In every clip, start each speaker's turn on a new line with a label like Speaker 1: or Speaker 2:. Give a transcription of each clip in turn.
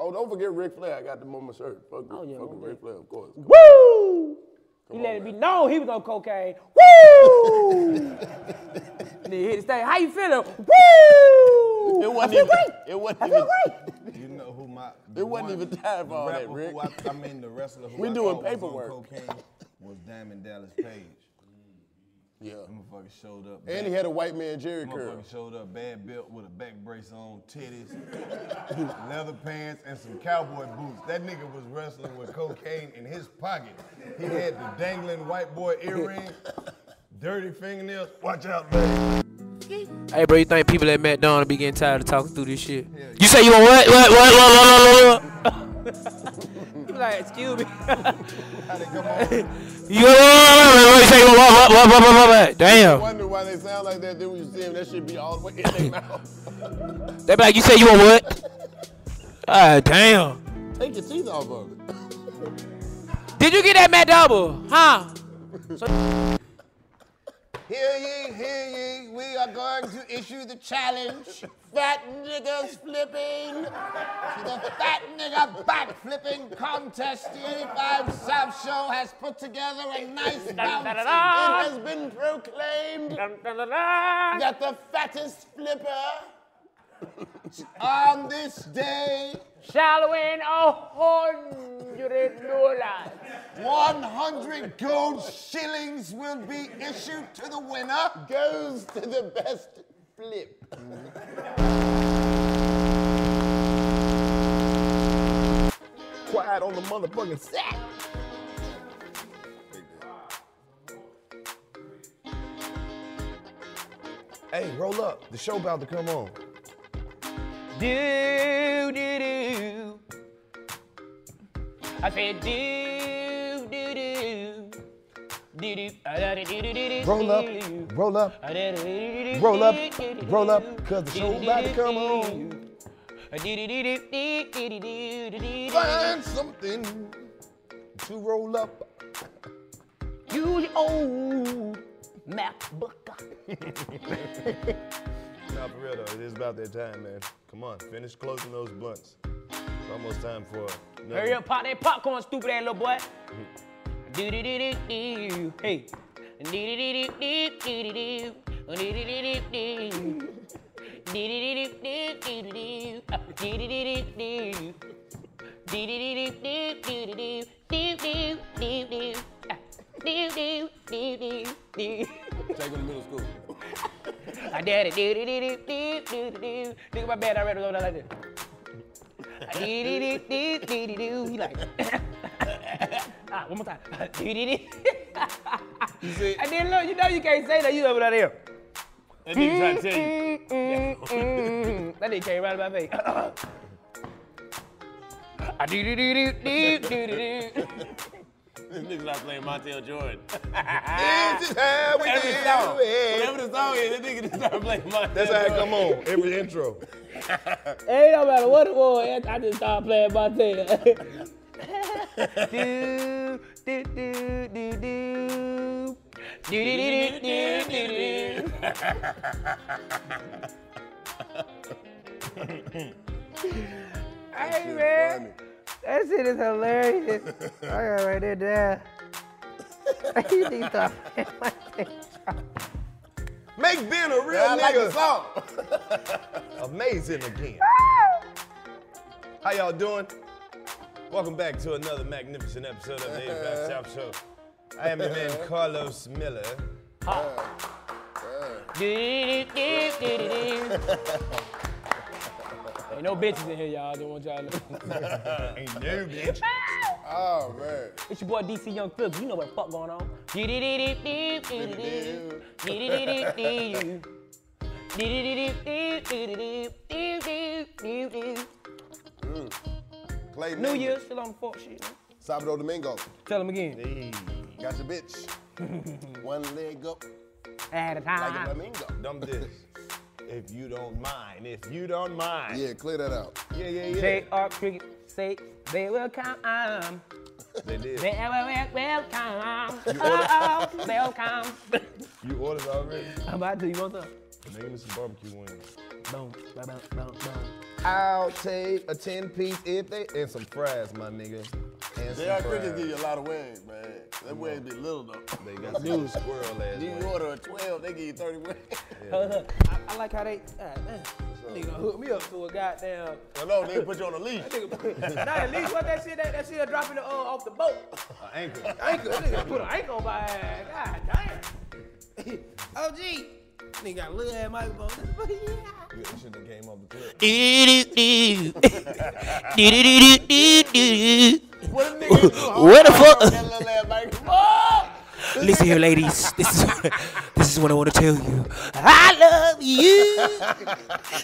Speaker 1: Oh, don't forget Ric Flair. I got the mama shirt. Fuck, oh, yeah, fuck Ric Flair, of course.
Speaker 2: Woo! he let it be known he was on cocaine. Woo! and he hit his thing. How you feeling? Woo!
Speaker 1: It
Speaker 2: I
Speaker 1: wasn't
Speaker 2: feel
Speaker 1: even.
Speaker 2: great.
Speaker 1: It wasn't
Speaker 2: I
Speaker 1: even.
Speaker 2: feel great.
Speaker 3: You know who my
Speaker 1: It wasn't even time for all that, Rick.
Speaker 3: Who I, I mean the wrestler who
Speaker 1: We
Speaker 3: I
Speaker 1: doing
Speaker 3: thought was on
Speaker 1: paperwork.
Speaker 3: cocaine was Diamond Dallas Page.
Speaker 1: Yeah.
Speaker 3: Motherfucker showed up.
Speaker 1: And he
Speaker 3: bad-
Speaker 1: had a white man Jerry curl.
Speaker 3: Motherfucker showed up bad belt with a back brace on, titties, leather pants, and some cowboy boots. That nigga was wrestling with cocaine in his pocket. He had the dangling white boy earring, dirty fingernails. Watch out, man.
Speaker 4: Hey, bro, you think people at McDonald's be getting tired of talking through this shit? You say you want what? What? What? What? What? What? what?
Speaker 2: He was like, excuse me.
Speaker 3: How they come on?
Speaker 4: You want what? What? What? You say you want what? What? What? What? What? What? Damn.
Speaker 1: Wonder why they sound like that. Then when you see him, that should be all the way in their mouth.
Speaker 4: They be like, you say you want what? Ah, damn.
Speaker 1: Take your teeth off of it.
Speaker 4: Did you get that Mac Double? Huh?
Speaker 1: Hear ye, hear ye, we are going to issue the challenge. Fat niggas flipping. The fat nigga back flipping contest the 85 South Show has put together a nice bout. It
Speaker 2: Da-da-da-da.
Speaker 1: has been proclaimed
Speaker 2: Dun, dun, dun, dun.
Speaker 1: that the fattest flipper on this day,
Speaker 2: Shallow in a hundred dollars.
Speaker 1: 100 gold shillings will be issued to the winner. Goes to the best flip. Quiet on the motherfucking set.
Speaker 3: hey, roll up. The show about to come on.
Speaker 2: Do, do, do. I said, do, do, do. Do, do. Ah, da, da, do, do, do, do,
Speaker 3: Roll up,
Speaker 2: do.
Speaker 3: roll up.
Speaker 2: Ah, da, da, do, do, do,
Speaker 3: Roll up,
Speaker 2: do, do, do,
Speaker 3: roll up,
Speaker 2: do.
Speaker 3: 'cause the
Speaker 2: Do,
Speaker 3: show
Speaker 2: do,
Speaker 3: about to
Speaker 2: do,
Speaker 3: come
Speaker 2: do.
Speaker 3: on.
Speaker 2: Ah, do, do, do, do, do, do, do, do, do, do, do.
Speaker 3: Find something to roll up.
Speaker 2: Use your old MacBook.
Speaker 3: Nah, for real though, it is about that time, man. Come on, finish closing those blunts. It's almost time for another-
Speaker 2: Hurry up, pop that popcorn, stupid ass little boy. Do do do do do. Hey. Do do do do do do do do. Do do do do do. Do do do do do do do. Uh, Do do do do do. Do do do do do do do. Do do do do. Uh, Do do do do do.
Speaker 1: Take him to middle school.
Speaker 2: I did it. Do do do do do do do. Look at my bed. I read it over there like this. Do do do do do do do. He like. Ah, one more time. Dee-dee-dee.
Speaker 1: see?
Speaker 2: And then look, you know you can't say that. You over there. Mm,
Speaker 1: That nigga trying to tell you.
Speaker 2: That nigga came right in my face. Ah, dee-dee-dee-dee-dee-dee-dee.
Speaker 5: This nigga not playing Montel Jordan.
Speaker 3: This is how we
Speaker 5: Every song.
Speaker 3: do it.
Speaker 5: Whatever the song is, this nigga just started playing Montel
Speaker 3: That's how it
Speaker 5: Jordan.
Speaker 3: come on every intro.
Speaker 4: Ain't no matter what it was, I just started playing my thing. do, do, do, do, do. Do, do, do, do, do, do, do. Hey, man. That shit is hilarious. I gotta write it down. you need to
Speaker 3: Make Ben a real
Speaker 1: Yeah, I
Speaker 3: nigga.
Speaker 1: like the song.
Speaker 3: Amazing again. How y'all doing? Welcome back to another magnificent episode of the 85 Chop Show. I am your man Carlos Miller.
Speaker 4: Ain't no bitches in here, y'all. I don't want y'all to know.
Speaker 3: Ain't no bitch.
Speaker 1: Oh man.
Speaker 4: It's your boy DC Young Phillips. You know what the fuck going on.
Speaker 1: Clay
Speaker 4: New
Speaker 1: Mendez.
Speaker 4: Year's still on the fourth shit. man.
Speaker 1: Salvador Domingo.
Speaker 4: Tell him again.
Speaker 1: Got your bitch. One leg up
Speaker 4: At a
Speaker 1: like a
Speaker 4: time.
Speaker 1: flamingo.
Speaker 3: Dumb this. If you don't mind, if you don't mind.
Speaker 1: Yeah, clear that out.
Speaker 3: yeah, yeah. yeah.
Speaker 4: JR Cricket say they will come.
Speaker 3: They did.
Speaker 4: They will will- will come. Oh, oh, they'll come.
Speaker 3: You ordered already?
Speaker 4: How about you? You want some?
Speaker 3: Make me some barbecue wings.
Speaker 4: Boom, boom, boom, boom.
Speaker 3: I'll take a 10 piece if they. And some fries, my nigga. And
Speaker 1: They are crickets give you a lot of wings, man. That wings be little though.
Speaker 3: They got some little squirrel ass
Speaker 1: You
Speaker 3: wings.
Speaker 1: order a 12, they give you 30 wings.
Speaker 4: I, I like how they uh, uh, nigga done hooked me up to a goddamn.
Speaker 1: Hello, nigga, put you on a leash.
Speaker 4: Nigga, not at least what that shit that, that shit dropping the, uh, off the boat.
Speaker 3: An anchor.
Speaker 4: Anchor, nigga, put an anchor on my ass. God damn. OG, nigga got a little ass microphone.
Speaker 3: You should have came off the clip.
Speaker 1: What a nigga do? huh?
Speaker 2: What the fuck?
Speaker 1: That little ass microphone.
Speaker 2: Listen here, ladies. This is this is what I want to tell you. I love you,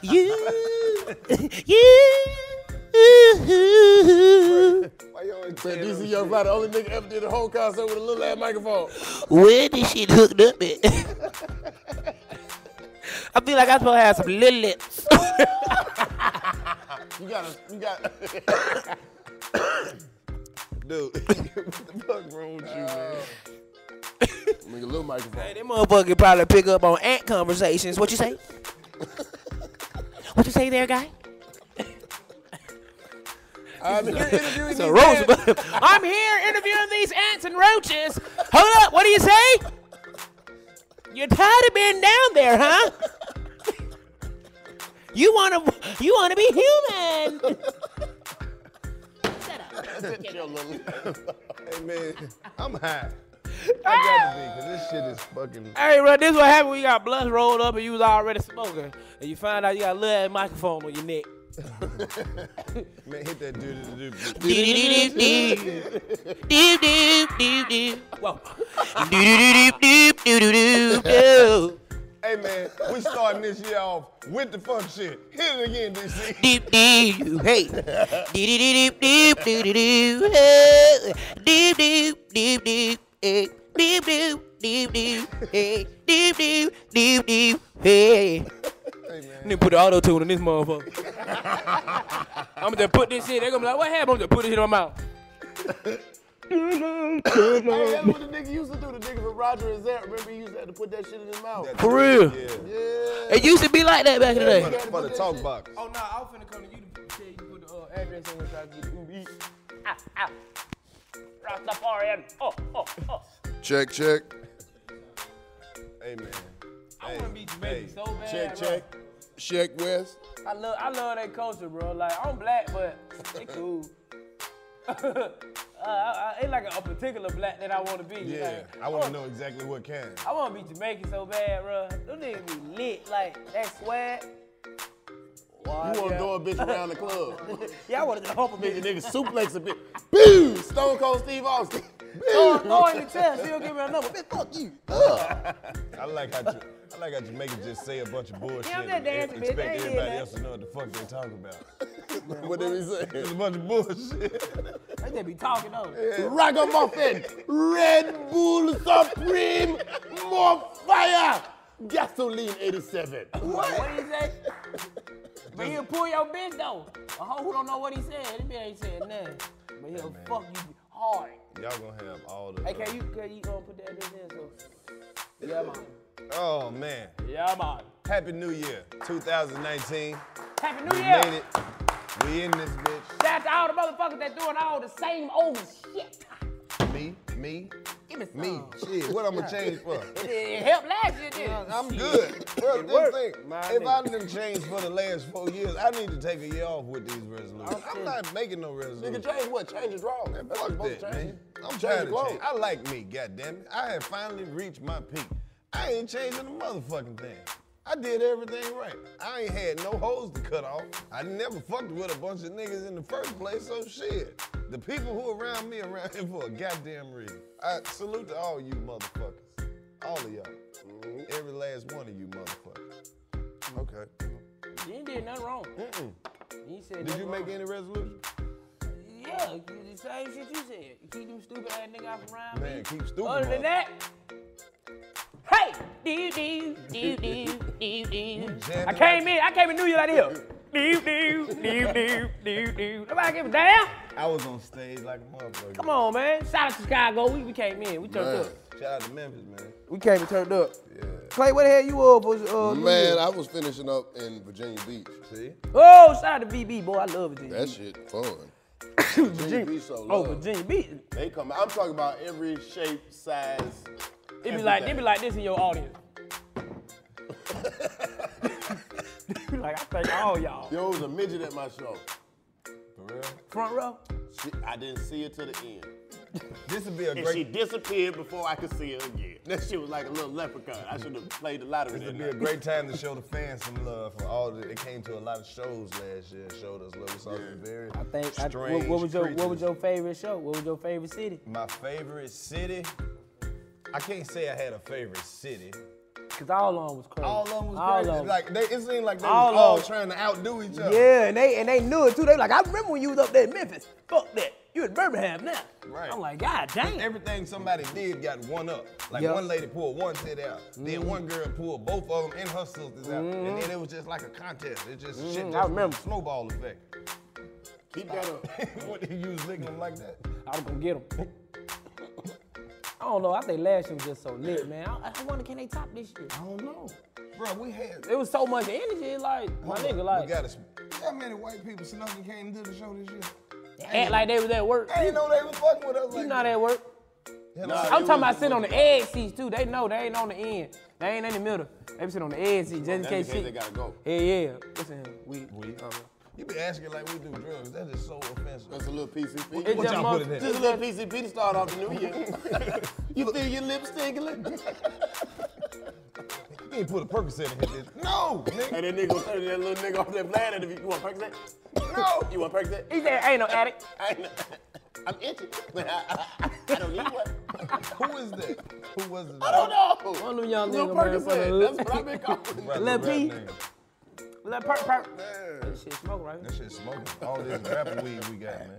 Speaker 2: you, you.
Speaker 3: Why you always
Speaker 1: Man,
Speaker 3: tell
Speaker 1: DC
Speaker 3: them
Speaker 1: Young Fly, the only nigga ever did a whole concert with a little ass microphone.
Speaker 2: Where this shit hooked up at? I feel like I'm supposed to have some little lips.
Speaker 1: You gotta, you got.
Speaker 3: Dude, what the fuck wrong with you, man?
Speaker 1: Nigga, little microphone.
Speaker 2: That motherfucker probably pick up on ant conversations. What you say? What you say there, guy?
Speaker 1: I'm here interviewing
Speaker 2: So
Speaker 1: these
Speaker 2: Rose,
Speaker 1: men.
Speaker 2: I'm here interviewing these ants and roaches. Hold up, what do you say? You're tired of being down there, huh? You wanna, you wanna be human.
Speaker 3: Hey, man, I'm high. I gotta be, because this shit is fucking.
Speaker 2: Hey, bro, this what happened when you got blunts rolled up and you was already smoking, and you find out you got a little microphone on your neck.
Speaker 3: Man, hit that dude. dude, dude.
Speaker 2: Whoa. Doo-doo-doo-doo-doo-doo.
Speaker 3: Hey, man, we starting this year off with the fun shit. Hit it again, DC.
Speaker 2: deep deep hey deep deep deep deep deep deep deep deep deep deep hey deep deep deep deep hey deep deep deep deep hey Nigga put the auto tune in this motherfucker. I'ma just put this shit. They gonna be like, what happened? I'ma just put this shit on my mouth.
Speaker 1: Hey, that's what the nigga used to do. The nigga from Roger and Zach. Remember, he used to have to put that shit in his mouth.
Speaker 2: For real.
Speaker 3: Yeah.
Speaker 2: It used to be like that back in the
Speaker 3: For
Speaker 2: day.
Speaker 3: the- For the talk box.
Speaker 4: Oh, nah, I was finna come to you to tell you to put the uh, address in and try to get the Uber Eats. Ow, ow. Rastafarian. Oh, oh, oh.
Speaker 1: Check, check.
Speaker 3: Hey, man.
Speaker 4: I wanna be Jamaican so bad.
Speaker 1: Check,
Speaker 4: bro.
Speaker 1: check. Check West.
Speaker 4: I love, I love that culture, bro. Like, I'm black, but they cool. uh, I, I, ain't like a, particular black that I wanna be.
Speaker 3: Yeah,
Speaker 4: Like,
Speaker 3: I want to know exactly what kind.
Speaker 4: I wanna be Jamaican so bad, bro. Them niggas be lit. Like, that swag.
Speaker 1: You want to throw a bitch around the club.
Speaker 4: Yeah, I wanna just hump a
Speaker 1: Nigga,
Speaker 4: bitch.
Speaker 1: nigga, suplex a bitch. Boom! Stone Cold Steve Austin.
Speaker 4: Throw throw her in the chest. She'll give me a number. Bitch, fuck you.
Speaker 3: I like how Ja- I like how Jamaican just say a bunch of bullshit
Speaker 4: I'm not
Speaker 3: and
Speaker 4: dancing, bitch. I
Speaker 3: expect
Speaker 4: ain't did
Speaker 3: everybody
Speaker 4: that.
Speaker 3: else to know what the fuck they talking about.
Speaker 1: what did he say?
Speaker 3: It's a bunch of bullshit.
Speaker 4: They just be talking though.
Speaker 1: Ragamuffin, Red Bull Supreme, more fire, gasoline 87.
Speaker 4: What? What did he say? but he'll pull your bitch though. A hoe who don't know what he said, this bitch ain't saying nothing. But he'll fuck you hard.
Speaker 3: Y'all gonna have all the.
Speaker 4: Hey, can you can you gonna put that bitch in? So. Yeah, man.
Speaker 3: Oh man.
Speaker 4: Yeah, man.
Speaker 3: Happy New Year, 2019.
Speaker 4: Happy New
Speaker 3: We
Speaker 4: Year.
Speaker 3: made it. We in this bitch.
Speaker 4: Shout out to all the motherfuckers that doing all the same old shit.
Speaker 3: Me, me,
Speaker 4: Give me some.
Speaker 3: me. Shit, what I'm gonna change for?
Speaker 4: It, it helped last year, didn't it?
Speaker 3: I'm good. Bro,
Speaker 4: It
Speaker 3: this
Speaker 4: worked.
Speaker 3: thing,
Speaker 4: My
Speaker 3: if I
Speaker 4: nigga.
Speaker 3: didn't change for the last four years, I need to take a year off with these resolutions.
Speaker 1: I'm
Speaker 3: I'm not making no resolutions.
Speaker 1: Nigga, change what? Change is wrong, man. Fuck
Speaker 3: Fuck
Speaker 1: both
Speaker 3: that,
Speaker 1: change.
Speaker 3: man. I'm
Speaker 1: Change
Speaker 3: tired
Speaker 1: is
Speaker 3: of
Speaker 1: wrong.
Speaker 3: change. I like me, goddammit. I have finally reached my peak. I ain't changing a motherfucking thing. I did everything right. I ain't had no holes to cut off. I never fucked with a bunch of niggas in the first place, so shit. The people who around me around here for a goddamn reason. I salute to all you motherfuckers. All of y'all. Every last one of you motherfuckers.
Speaker 1: Okay.
Speaker 4: You ain't did nothing wrong.
Speaker 3: Mm-mm.
Speaker 4: You ain't said
Speaker 3: Did
Speaker 4: nothing
Speaker 3: you make
Speaker 4: wrong.
Speaker 3: any resolutions?
Speaker 4: Yeah, you did the same shit you said. You keep them stupid ass niggas out from around me.
Speaker 3: Man, keep stupid.
Speaker 4: Other than
Speaker 3: motherfucker.
Speaker 4: that, hey, do do do do do do. I
Speaker 3: jamming
Speaker 4: came in, I came in New Year like this. Do do do do do do. Nobody give a damn.
Speaker 3: I was on stage like a motherfucker.
Speaker 4: Come on, man. Shout out to Chicago. We, we came in. We turned up.
Speaker 3: Shout out to Memphis, man.
Speaker 4: We came and turned up.
Speaker 3: Yeah.
Speaker 4: Clay, where the hell you up? Was, uh, New
Speaker 1: Man,
Speaker 4: Year?
Speaker 1: I was finishing up in Virginia Beach.
Speaker 3: See?
Speaker 4: Oh, shout out to VB, boy. I love it.
Speaker 1: That shit fun.
Speaker 4: Virginia.
Speaker 1: Beach so
Speaker 4: Oh,
Speaker 1: love.
Speaker 4: Virginia Beach.
Speaker 1: They come. I'm talking about every shape, size.
Speaker 4: It be like, it be like this in your audience. They be like, I thank all y'all.
Speaker 1: Yo, it was a midget at my show.
Speaker 3: For real?
Speaker 4: Front row.
Speaker 1: She, I didn't see her to the end.
Speaker 3: This would be a
Speaker 1: And she
Speaker 3: great,
Speaker 1: disappeared before I could see her again. That shit was like a little leprechaun. I should have played the lottery
Speaker 3: this would
Speaker 1: that
Speaker 3: be a
Speaker 1: night.
Speaker 3: great time to show the fans some love for all that. They came to a lot of shows last year and showed us love. We saw some very
Speaker 4: I think. I,
Speaker 3: strange
Speaker 4: what, what was your What was
Speaker 3: creatures.
Speaker 4: your favorite show? What was your favorite city?
Speaker 3: My favorite city? I can't say I had a favorite city.
Speaker 4: Cause all of them was crazy.
Speaker 3: All of them was
Speaker 4: All
Speaker 3: crazy.
Speaker 4: of 'em.
Speaker 3: Like they, it seemed like they
Speaker 4: All
Speaker 3: was all
Speaker 4: of 'em.
Speaker 3: trying to outdo each other.
Speaker 4: yeah, and they and they knew it too. They like, I remember when you was up there in Memphis. Fuck that. You in Birmingham now.
Speaker 3: Right.
Speaker 4: I'm like, God damn.
Speaker 3: Everything somebody did got one up. Like
Speaker 4: Yup.
Speaker 3: one lady pulled one set out, then one girl pulled both of them and her sisters out, and then it was just like a contest. It just shit. Just
Speaker 4: I remember.
Speaker 3: snowball effect.
Speaker 1: Keep that up.
Speaker 3: what you was licking them like that?
Speaker 4: I was gonna get them. I don't know. I think last year was just so lit, man. I, I wonder can they top this year?
Speaker 3: I don't know, bro. We had
Speaker 4: It was so much energy, like
Speaker 3: Hold
Speaker 4: my nigga,
Speaker 3: up,
Speaker 4: like
Speaker 3: we gotta, sp- how many white people snuck and came to the show this year?
Speaker 4: act like they was at work.
Speaker 3: I didn't know they was fucking with us
Speaker 4: You
Speaker 3: like
Speaker 4: not
Speaker 3: that.
Speaker 4: at work.
Speaker 3: Hell,
Speaker 1: Nah,
Speaker 3: I-
Speaker 4: I'm talking about sitting on the edge seats too. They know they ain't on the end. They ain't in the middle. They be sitting on the edge seats just in
Speaker 1: That's
Speaker 4: case
Speaker 1: because
Speaker 4: shit.
Speaker 1: they gotta go.
Speaker 4: Yeah, yeah. What's in here? Weed.
Speaker 3: Weed.
Speaker 4: Uh-huh.
Speaker 3: You be asking like we do drugs. That is so offensive.
Speaker 1: That's a little PCP.
Speaker 4: It's
Speaker 3: What
Speaker 4: just
Speaker 3: y'all
Speaker 4: mother-
Speaker 3: put in there?
Speaker 1: Just a little PCP to start off the new year. you feel your lips tingling?
Speaker 3: You ain't put a Percocet in here, bitch. No, nigga.
Speaker 1: And that nigga, was turning that little nigga off that planet. If you, you want Percocet?
Speaker 3: No.
Speaker 1: You want Percocet?
Speaker 4: He said, ain't no addict.
Speaker 1: I ain't- I'm itching. I, I, I don't need one.
Speaker 3: Who is that? Who was it?
Speaker 1: I don't know.
Speaker 4: One of them young niggas,
Speaker 1: Little
Speaker 4: man, from the
Speaker 1: Percocet.
Speaker 4: hood.
Speaker 1: That's what I've been calling. it.
Speaker 4: Lil P. Let perk perk.
Speaker 3: That
Speaker 4: Shit, smoke right here.
Speaker 3: shit smoking. All this rapper weed we got, man.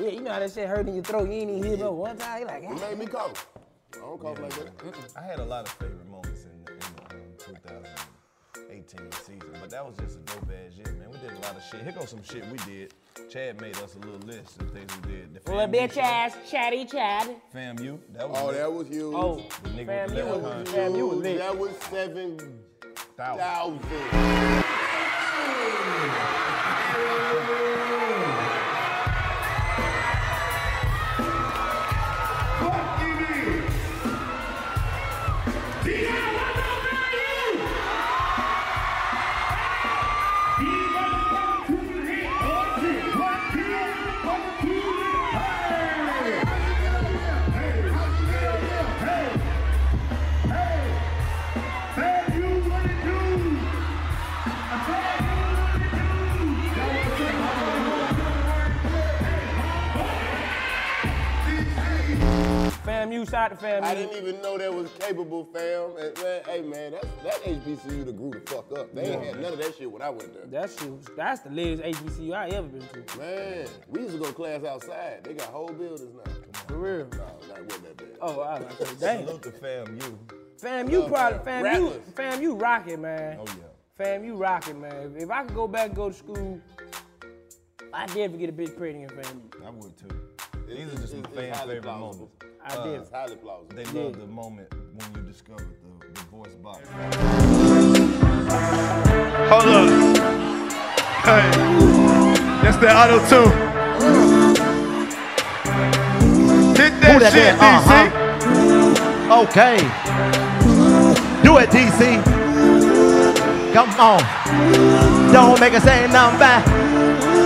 Speaker 4: Yeah, you know how that shit hurt in your throat. You ain't even hear no one time. You like,
Speaker 1: You
Speaker 4: ah.
Speaker 1: made me cough. I don't cough like that.
Speaker 3: I had a lot of favorite moments in the, in the um, 2018 season, but that was just a dope ass year, man. We did a lot of shit. Here goes some shit we did. Chad made us a little list of things we did. The
Speaker 4: Little
Speaker 3: FAMU
Speaker 4: bitch
Speaker 3: show,
Speaker 4: ass, chatty chat.
Speaker 3: FAMU. That was
Speaker 1: Oh,
Speaker 3: lit.
Speaker 1: that was huge.
Speaker 4: Oh,
Speaker 3: The nigga
Speaker 4: fam,
Speaker 3: with the
Speaker 4: you
Speaker 3: leprechaun.
Speaker 4: was-
Speaker 3: shit.
Speaker 4: fam, you was lit.
Speaker 1: That was seven
Speaker 3: Thousand.
Speaker 1: thousand.
Speaker 2: Hey, you what it do? I
Speaker 4: side the family.
Speaker 6: I didn't even know that was capable, fam. And, man, hey, man, that's, that HBCU to grew the fuck up. They ain't had none of that shit when I went there.
Speaker 4: That shit was, that's the latest HBCU I ever been to.
Speaker 6: Man, we used to go to class outside. They got whole buildings now.
Speaker 4: For real.
Speaker 6: No, that wasn't that bad.
Speaker 4: Oh, I was like, damn.
Speaker 3: Salute to fam, you.
Speaker 4: Fam, you
Speaker 6: Love
Speaker 4: probably,
Speaker 6: that.
Speaker 4: fam, you,
Speaker 6: Rattlers.
Speaker 4: fam, you rocket, man.
Speaker 3: Oh, yeah.
Speaker 4: Fam, you rocket, man. If I could go back and go to school, I definitely get a bitch pregnant in fam.
Speaker 3: I would too. These are
Speaker 6: it's-
Speaker 3: just some
Speaker 6: it's
Speaker 3: fan
Speaker 6: highly
Speaker 3: favorite
Speaker 6: plausible.
Speaker 3: moments.
Speaker 4: I did.
Speaker 6: It's highly plausible.
Speaker 3: They love the moment when you discovered the, the voice box.
Speaker 7: Hold up. Hey. That's that auto tune. Hit that,
Speaker 2: that
Speaker 7: shit,
Speaker 2: there?
Speaker 7: DC.
Speaker 2: Okay. Do it, DC. Come on. Don't make us say nothing back.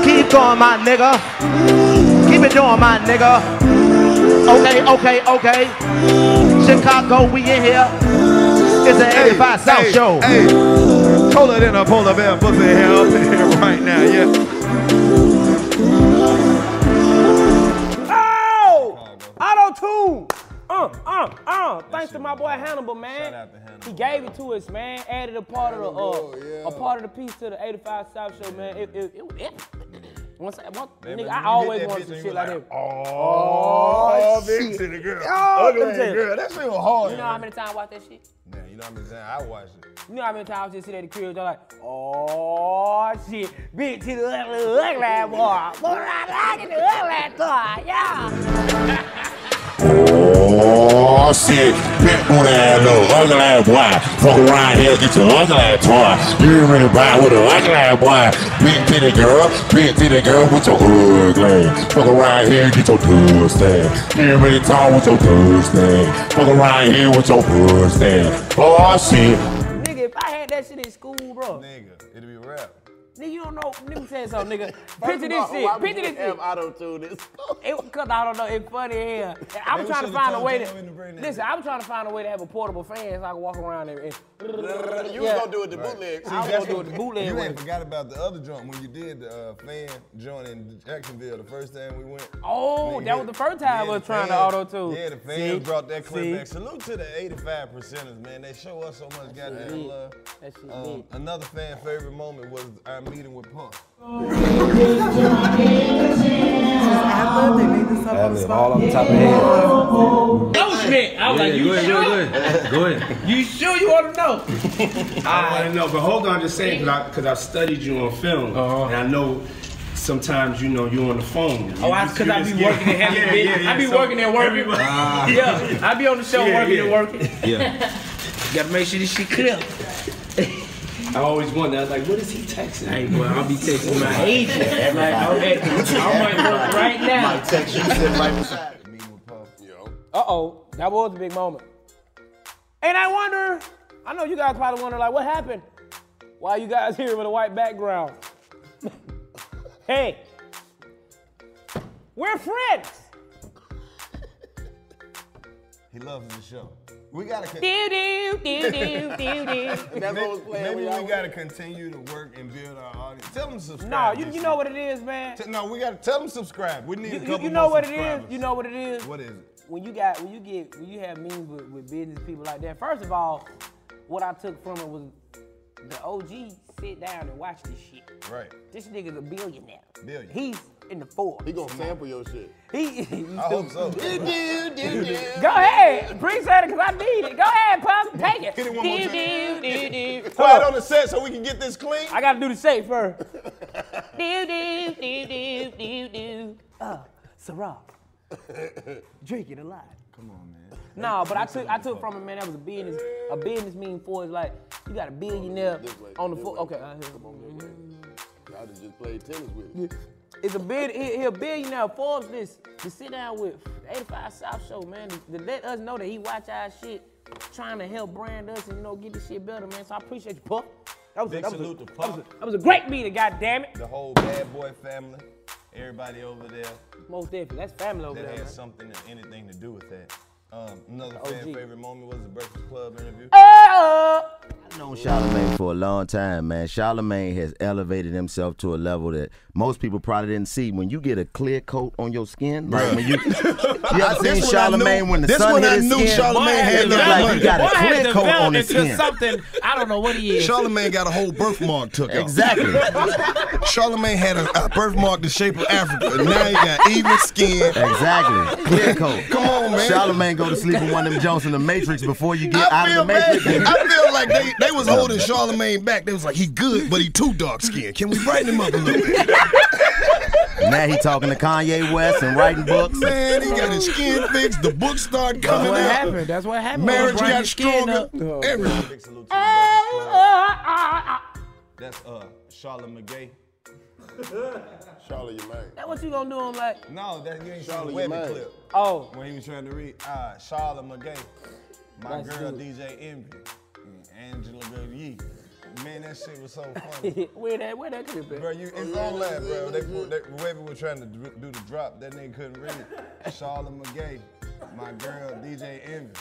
Speaker 2: Keep going, my nigga. Keep it doing, my nigga. Okay, okay, okay. Chicago, we in here. It's an 85 South
Speaker 7: hey,
Speaker 2: show.
Speaker 7: Hey, pull it in a polar bear pussy hair up in here right now, yeah.
Speaker 4: Oh! Auto tune! Uh, uh, uh. Thanks to my boy Hannibal, man.
Speaker 3: Shout out to Hannibal.
Speaker 4: He gave it to us, man. Added a part of the uh,
Speaker 6: Hannibal, yeah.
Speaker 4: a part of the piece to the 85 South show, man. It, it, it, it. Once, I- once,
Speaker 3: Remember,
Speaker 4: nigga,
Speaker 3: you
Speaker 4: I
Speaker 3: hit
Speaker 4: always
Speaker 3: that
Speaker 4: wanted
Speaker 3: bitch
Speaker 4: some
Speaker 3: and
Speaker 4: shit
Speaker 3: you
Speaker 4: like
Speaker 3: like,
Speaker 4: that.
Speaker 3: Oh, big
Speaker 4: shit.
Speaker 3: to the girl.
Speaker 4: Oh,
Speaker 3: Ugly
Speaker 4: let me tell you.
Speaker 3: girl. That shit was hard.
Speaker 4: You know how many times I watched that shit?
Speaker 3: Nah, you know what I'm saying? I watched it.
Speaker 4: You know how many times I was just sit at the crib, they're like, oh shit, bitch, he the ugly, ugly ass boy. Boy, I like it, the ugly ass boy, yeah.
Speaker 1: Oh shit, big booty ass little ugly ass boy. Fuck around here, get your ugly ass toy. You ain't really buy with a ugly ass boy. Big titty girl, big titty girl with your ugly. ass. Fuck around here, get your pussy. You ain't really tall with your pussy. Fuck around here with your pussy. Oh shit.
Speaker 4: Nigga, if I had that shit in school, bro,
Speaker 3: Nigga, it'll be a rap.
Speaker 4: nigga, you don't know, let me tell you something, nigga.
Speaker 6: First
Speaker 4: Picture
Speaker 6: of
Speaker 4: this
Speaker 6: all, oh, why
Speaker 4: shit,
Speaker 6: would
Speaker 4: picture
Speaker 6: you
Speaker 4: this
Speaker 6: have
Speaker 4: shit.
Speaker 6: auto-tune this?
Speaker 4: It, Cause I don't know, it's funny here. And
Speaker 3: They
Speaker 4: I'm trying to
Speaker 3: should've
Speaker 4: find a
Speaker 3: told
Speaker 4: way
Speaker 3: Jam to
Speaker 4: to,
Speaker 3: bring that
Speaker 4: listen,
Speaker 3: in.
Speaker 4: I'm trying to find a way to have a portable fan so I can walk around and, and
Speaker 6: You was gonna do it the bootleg.
Speaker 4: I was
Speaker 3: that's
Speaker 4: gonna do
Speaker 3: what-
Speaker 4: it the bootleg
Speaker 3: You
Speaker 4: way.
Speaker 3: ain't forgot about the other joint when you did the uh, fan joint in Jacksonville the first time we went.
Speaker 4: Oh,
Speaker 3: Nigga,
Speaker 4: that was the first time I
Speaker 3: yeah,
Speaker 4: was
Speaker 3: the
Speaker 4: trying to
Speaker 3: fans-
Speaker 4: auto-tune.
Speaker 3: Yeah, the fans
Speaker 4: See?
Speaker 3: brought that clip
Speaker 4: See?
Speaker 3: back. Salute to the 85 percenters, man. They show us so much
Speaker 4: shit
Speaker 3: goddamn
Speaker 4: lit.
Speaker 3: love.
Speaker 4: That shit
Speaker 3: Um,
Speaker 4: lit.
Speaker 3: another fan favorite moment was our meeting with Puff.
Speaker 2: all on top of head.
Speaker 4: That was me. I was like, you sure?
Speaker 7: Go ahead.
Speaker 4: You sure you want to know?
Speaker 8: I know, but hold on, just saying, because I've studied you on film,
Speaker 4: Uh-huh.
Speaker 8: and I know sometimes you know you're on the phone.
Speaker 4: Oh, I, cause I be working and having
Speaker 8: yeah,
Speaker 4: big.
Speaker 8: yeah, yeah.
Speaker 4: I be
Speaker 8: So
Speaker 4: working and working. Ah.
Speaker 8: everybody-
Speaker 4: yeah, I be on the show
Speaker 8: Yeah,
Speaker 4: working and
Speaker 8: yeah.
Speaker 4: working.
Speaker 7: Yeah.
Speaker 4: Gotta make sure this shit clear.
Speaker 8: I always wonder, I was like, what is he texting? Hey, well, I'll be texting my agent. Like, I'm at, I'm at work right now.
Speaker 6: Text you sit right beside.
Speaker 3: The meeting with Puff.
Speaker 6: Yo,
Speaker 4: Uh oh, that was a big moment. And I wonder, I know you guys probably wonder like, what happened? Why you guys here with a white background? hey, we're friends.
Speaker 3: He loves the show. We gotta. Con-
Speaker 4: Do do do do do do.
Speaker 6: that's what was playing.
Speaker 3: Maybe
Speaker 6: when y'all
Speaker 3: we gotta continue to work and build our audience. Tell them to subscribe.
Speaker 4: No, you,
Speaker 3: this
Speaker 4: you know
Speaker 3: year.
Speaker 4: what it is, man.
Speaker 3: T- No, we gotta tell them subscribe. We need
Speaker 4: You,
Speaker 3: a
Speaker 4: you,
Speaker 3: couple
Speaker 4: you know
Speaker 3: more
Speaker 4: what it is.
Speaker 3: subscribers.
Speaker 4: You know what it is.
Speaker 3: what is it?
Speaker 4: when you got when you get when you have meetings with, with business people like that, first of all, what I took from it was the OG sit down and watch this shit.
Speaker 3: Right.
Speaker 4: This nigga's a billionaire.
Speaker 3: Billion.
Speaker 4: He's in the four.
Speaker 6: He gonna sample your shit.
Speaker 4: He, he
Speaker 3: I hope so.
Speaker 6: Do, do, do, do.
Speaker 4: Go ahead, appreciate it, cause I need it. Go ahead, Pop, take it.
Speaker 3: Hit it one more
Speaker 4: Do,
Speaker 3: time.
Speaker 4: do, do, do.
Speaker 3: Quiet on the set so we can get this clean.
Speaker 4: I gotta do the shape first. do do do do do do. Uh, Syrah. Drink it a lot.
Speaker 3: Come on, man.
Speaker 4: No, but I took I took from him, man. That was a business a business mean for is like you got a billionaire
Speaker 6: This way,
Speaker 4: on the
Speaker 6: this
Speaker 4: foot.
Speaker 6: way.
Speaker 4: Okay, I hear. Mm-hmm.
Speaker 6: Come on, this way. Y'all done just played tennis with me.
Speaker 4: It's a big he, he a billionaire Forbes list to sit down with 85 South Show, man, to, to let us know that he watch our shit, trying to help brand us and you know get this shit better, man. So I appreciate you, Puff. That was, a-
Speaker 3: Big
Speaker 4: that was
Speaker 3: salute to
Speaker 4: a, that was a-
Speaker 3: Puff.
Speaker 4: that was a great meeting, goddammit.
Speaker 3: The whole bad boy family, everybody over there
Speaker 4: Most definitely. That's family over
Speaker 3: that
Speaker 4: there.
Speaker 3: had
Speaker 4: Man.
Speaker 3: something and anything to do with that. Um, another
Speaker 4: The
Speaker 3: fan
Speaker 4: OG.
Speaker 3: favorite moment was the Breakfast Club interview.
Speaker 4: Oh!
Speaker 9: known Charlemagne for a long time, man. Charlemagne has elevated himself to a level that most people probably didn't see. When you get a clear coat on your skin, like when you, you
Speaker 10: I-
Speaker 9: ever seen
Speaker 10: this one I
Speaker 9: Charlemagne
Speaker 10: knew-
Speaker 9: when the
Speaker 10: this
Speaker 9: sun
Speaker 10: one
Speaker 9: hit
Speaker 10: I
Speaker 9: his
Speaker 10: knew
Speaker 9: skin?
Speaker 10: Charlemagne
Speaker 9: it
Speaker 10: had
Speaker 9: looked
Speaker 10: that
Speaker 9: like
Speaker 10: money.
Speaker 9: you got
Speaker 10: Boy
Speaker 9: a
Speaker 10: had
Speaker 9: clear coat on
Speaker 10: developed
Speaker 9: his
Speaker 10: into
Speaker 9: skin.
Speaker 4: Something I don't know what he is.
Speaker 10: Charlemagne got a whole birthmark took out.
Speaker 9: Exactly.
Speaker 10: Charlemagne had a, a birthmark the shape of Africa. And now he got even skin.
Speaker 9: Exactly. Clear coat.
Speaker 10: Come on, man.
Speaker 9: Charlemagne go to sleep in one of them Jones in the Matrix before you get
Speaker 10: I
Speaker 9: out of the
Speaker 10: feel
Speaker 9: Matrix.
Speaker 10: bad. I feel like they, they was holding Charlemagne back. They was like, he good, but he too dark skinned. Can we brighten him up a little bit?
Speaker 9: Now he talking to Kanye West and writing books.
Speaker 10: Man, he got his skin fixed. The books start coming
Speaker 4: what
Speaker 10: out.
Speaker 4: happened. That's what happened.
Speaker 10: Marriage
Speaker 4: Brian
Speaker 10: got
Speaker 4: skin
Speaker 10: stronger.
Speaker 4: up.
Speaker 10: Everything.
Speaker 3: That's uh, Charlamagne Gay.
Speaker 11: Charlemagne.
Speaker 4: Oh, That what you gonna do? I'm like,
Speaker 3: No, that you ain't seen the
Speaker 11: Charlamagne.
Speaker 3: Webby clip.
Speaker 4: Oh.
Speaker 3: When he was trying to read, ah, Charlamagne Gay, my
Speaker 11: That's
Speaker 3: girl
Speaker 11: good.
Speaker 3: DJ Envy, and Angela Goodyear. Man, that shit was so funny.
Speaker 4: where that where that clip at?
Speaker 3: Bro, you it's
Speaker 11: Oh,
Speaker 3: all that, bro. They, put- they, Webby was trying to do do the drop. That nigga couldn't read it. Charlamagne Gay, my girl DJ Envy.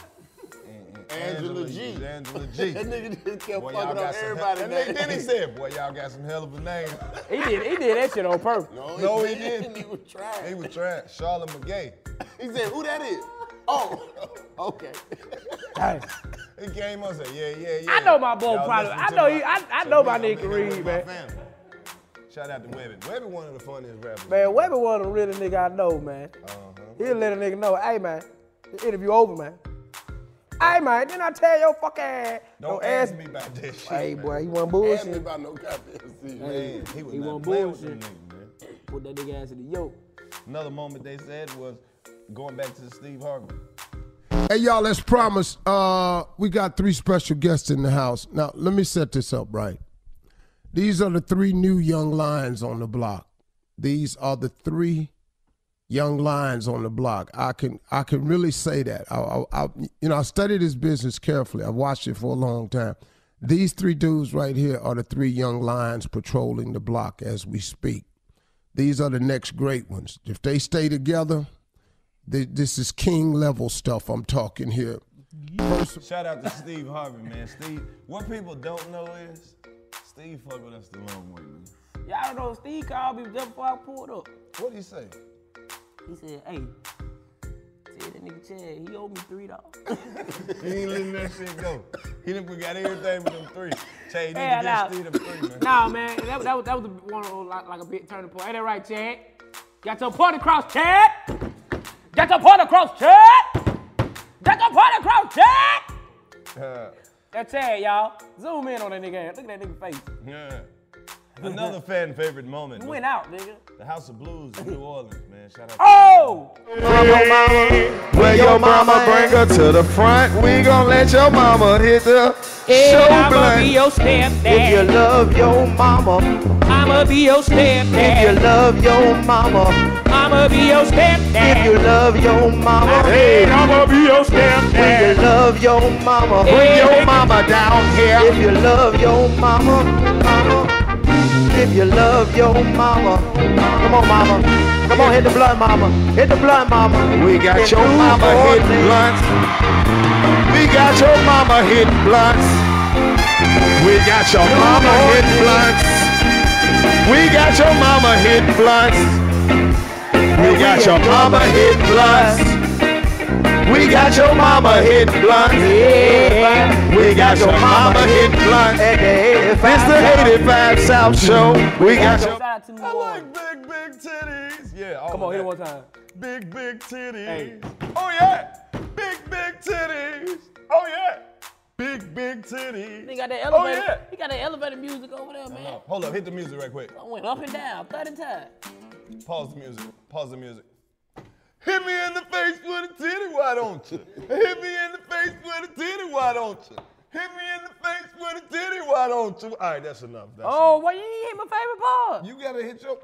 Speaker 3: and- and
Speaker 11: Angela G.
Speaker 3: Angela G.
Speaker 11: That nigga just kept
Speaker 3: Boy,
Speaker 11: fucking
Speaker 3: y'all
Speaker 11: up
Speaker 3: got some hell-
Speaker 11: everybody
Speaker 3: And then-
Speaker 11: name.
Speaker 3: then he said, boy, y'all got some hell of a name.
Speaker 4: He did he did that shit on purpose.
Speaker 3: No, he didn't.
Speaker 11: he was trying.
Speaker 3: He was trying. Charlotte McGay.
Speaker 11: He said, who that is? Oh, okay.
Speaker 3: He came up and said, yeah, yeah, yeah.
Speaker 4: I know my boy
Speaker 3: Y'all
Speaker 4: probably.
Speaker 3: listen
Speaker 4: I
Speaker 3: to
Speaker 4: know
Speaker 3: my-
Speaker 4: he. I, I
Speaker 3: to
Speaker 4: know
Speaker 3: me,
Speaker 4: my
Speaker 3: I'm
Speaker 4: nigga
Speaker 3: in
Speaker 4: can
Speaker 3: there
Speaker 4: read,
Speaker 3: with my
Speaker 4: man.
Speaker 3: family. Shout out to Webby. Webby one of the funniest rappers.
Speaker 4: Man, Webby one of the realest nigga I know, man.
Speaker 3: Uh-huh.
Speaker 4: He'll let a nigga know, hey man, the interview over, man. Hey man, didn't I tell your fucking ass?
Speaker 3: Don't
Speaker 4: your
Speaker 3: ask me about that shit.
Speaker 4: Hey
Speaker 3: man.
Speaker 4: boy, he want
Speaker 11: Ask me
Speaker 4: bullshit.
Speaker 11: about no goddamn season.
Speaker 3: Man, he was
Speaker 4: He
Speaker 3: not
Speaker 4: want
Speaker 3: playing with them
Speaker 4: bullshit.
Speaker 3: niggas, man.
Speaker 4: Put that nigga ass in the yoke.
Speaker 3: Another moment they said was going back to the Steve Harvey.
Speaker 1: Hey y'all, as promised, uh, we got three special guests in the house. Now let me set this up right. These are the three new young lions on the block. These are the three young lions on the block. I can I can really say that. I, I, I you know I studied this business carefully. I've watched it for a long time. These three dudes right here are the three young lions patrolling the block as we speak. These are the next great ones. If they stay together, th- this is king level stuff I'm talking here.
Speaker 3: Shout out to Steve Harvey, man. Steve, what people don't know is Steve fuck with us the long way, man.
Speaker 4: Y'all know Steve called me just before I pulled up.
Speaker 3: What'd he say?
Speaker 4: He said, hey, tell that nigga Chad, he owed me three dollars.
Speaker 3: He ain't letting that shit go. He done forgot everything but them three. Tell you, need to
Speaker 4: Hell
Speaker 3: get
Speaker 4: nah.
Speaker 3: Steve them three, man.
Speaker 4: Nah, man, that, that, was- that was the one of those, like, like a big turning point. Ain't that right, Chad? Got your point across, Chad. Got your point across, Chad. Got your point across, Chad.
Speaker 3: Uh,
Speaker 4: That Chad, y'all. Zoom in on that nigga ass. Look at that nigga face.
Speaker 3: yeah. Another fan favorite moment.
Speaker 4: He
Speaker 3: man.
Speaker 4: went out, nigga.
Speaker 3: The House of Blues in New Orleans, man. Shout out.
Speaker 4: Oh!
Speaker 3: Where your mama bring her to the front, we gon' let your mama hit the
Speaker 4: show I'ma blunt. be your stepdad.
Speaker 12: If you love your mama,
Speaker 4: I'ma be your stepdad.
Speaker 12: If you love your mama,
Speaker 4: I'ma be your stepdad.
Speaker 12: If you love your mama, hey, I'ma be your stepdad. If you love your mama, bring your mama down here. If you love your mama, mama. If you love your mama, come on, mama. Come on, hit the blunt, mama. Hit the blunt, mama. We got
Speaker 13: your mama hit
Speaker 12: blunts. We got your mama hit blunts. We got your mama hit blunts. We got your mama hit blunts. We got your mama hit blunts. We got your mama hit blunts. We got your mama hit blunts. It's the 85 South Show. We got your.
Speaker 4: Shout out to New Orleans.
Speaker 3: Big, big titties. Yeah, all
Speaker 4: Come
Speaker 3: of
Speaker 4: on, hit it
Speaker 3: that.
Speaker 4: one time.
Speaker 3: Big, big titties. Oh, yeah. Big, big titties. Oh, yeah. Big, big titties.
Speaker 4: He got that
Speaker 3: Oh,
Speaker 4: elevator.
Speaker 3: yeah. Uh-huh.
Speaker 4: He got that elevator music over there, man.
Speaker 3: Hold up, hit the music right quick.
Speaker 4: I went up and down 30 times.
Speaker 3: Pause the music. Pause the music. Hit me in the face with a titty, why don't you? Hit me in the face with a titty, why don't you? Hit me in the face with a titty, why don't you? All right, that's enough. That's
Speaker 4: Oh, why you ain't hit my favorite part?
Speaker 3: You gotta hit your.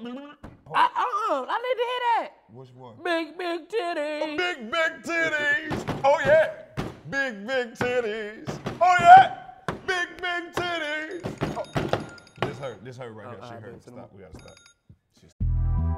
Speaker 4: I, uh-uh, I need to hear that.
Speaker 3: Which one? Oh,
Speaker 4: Big, big titties.
Speaker 3: Big, big titties. Oh, yeah. Big, big titties. Oh, yeah. Big, big titties. Oh. This hurt. This hurt right here. She hurt. Stop. We gotta stop.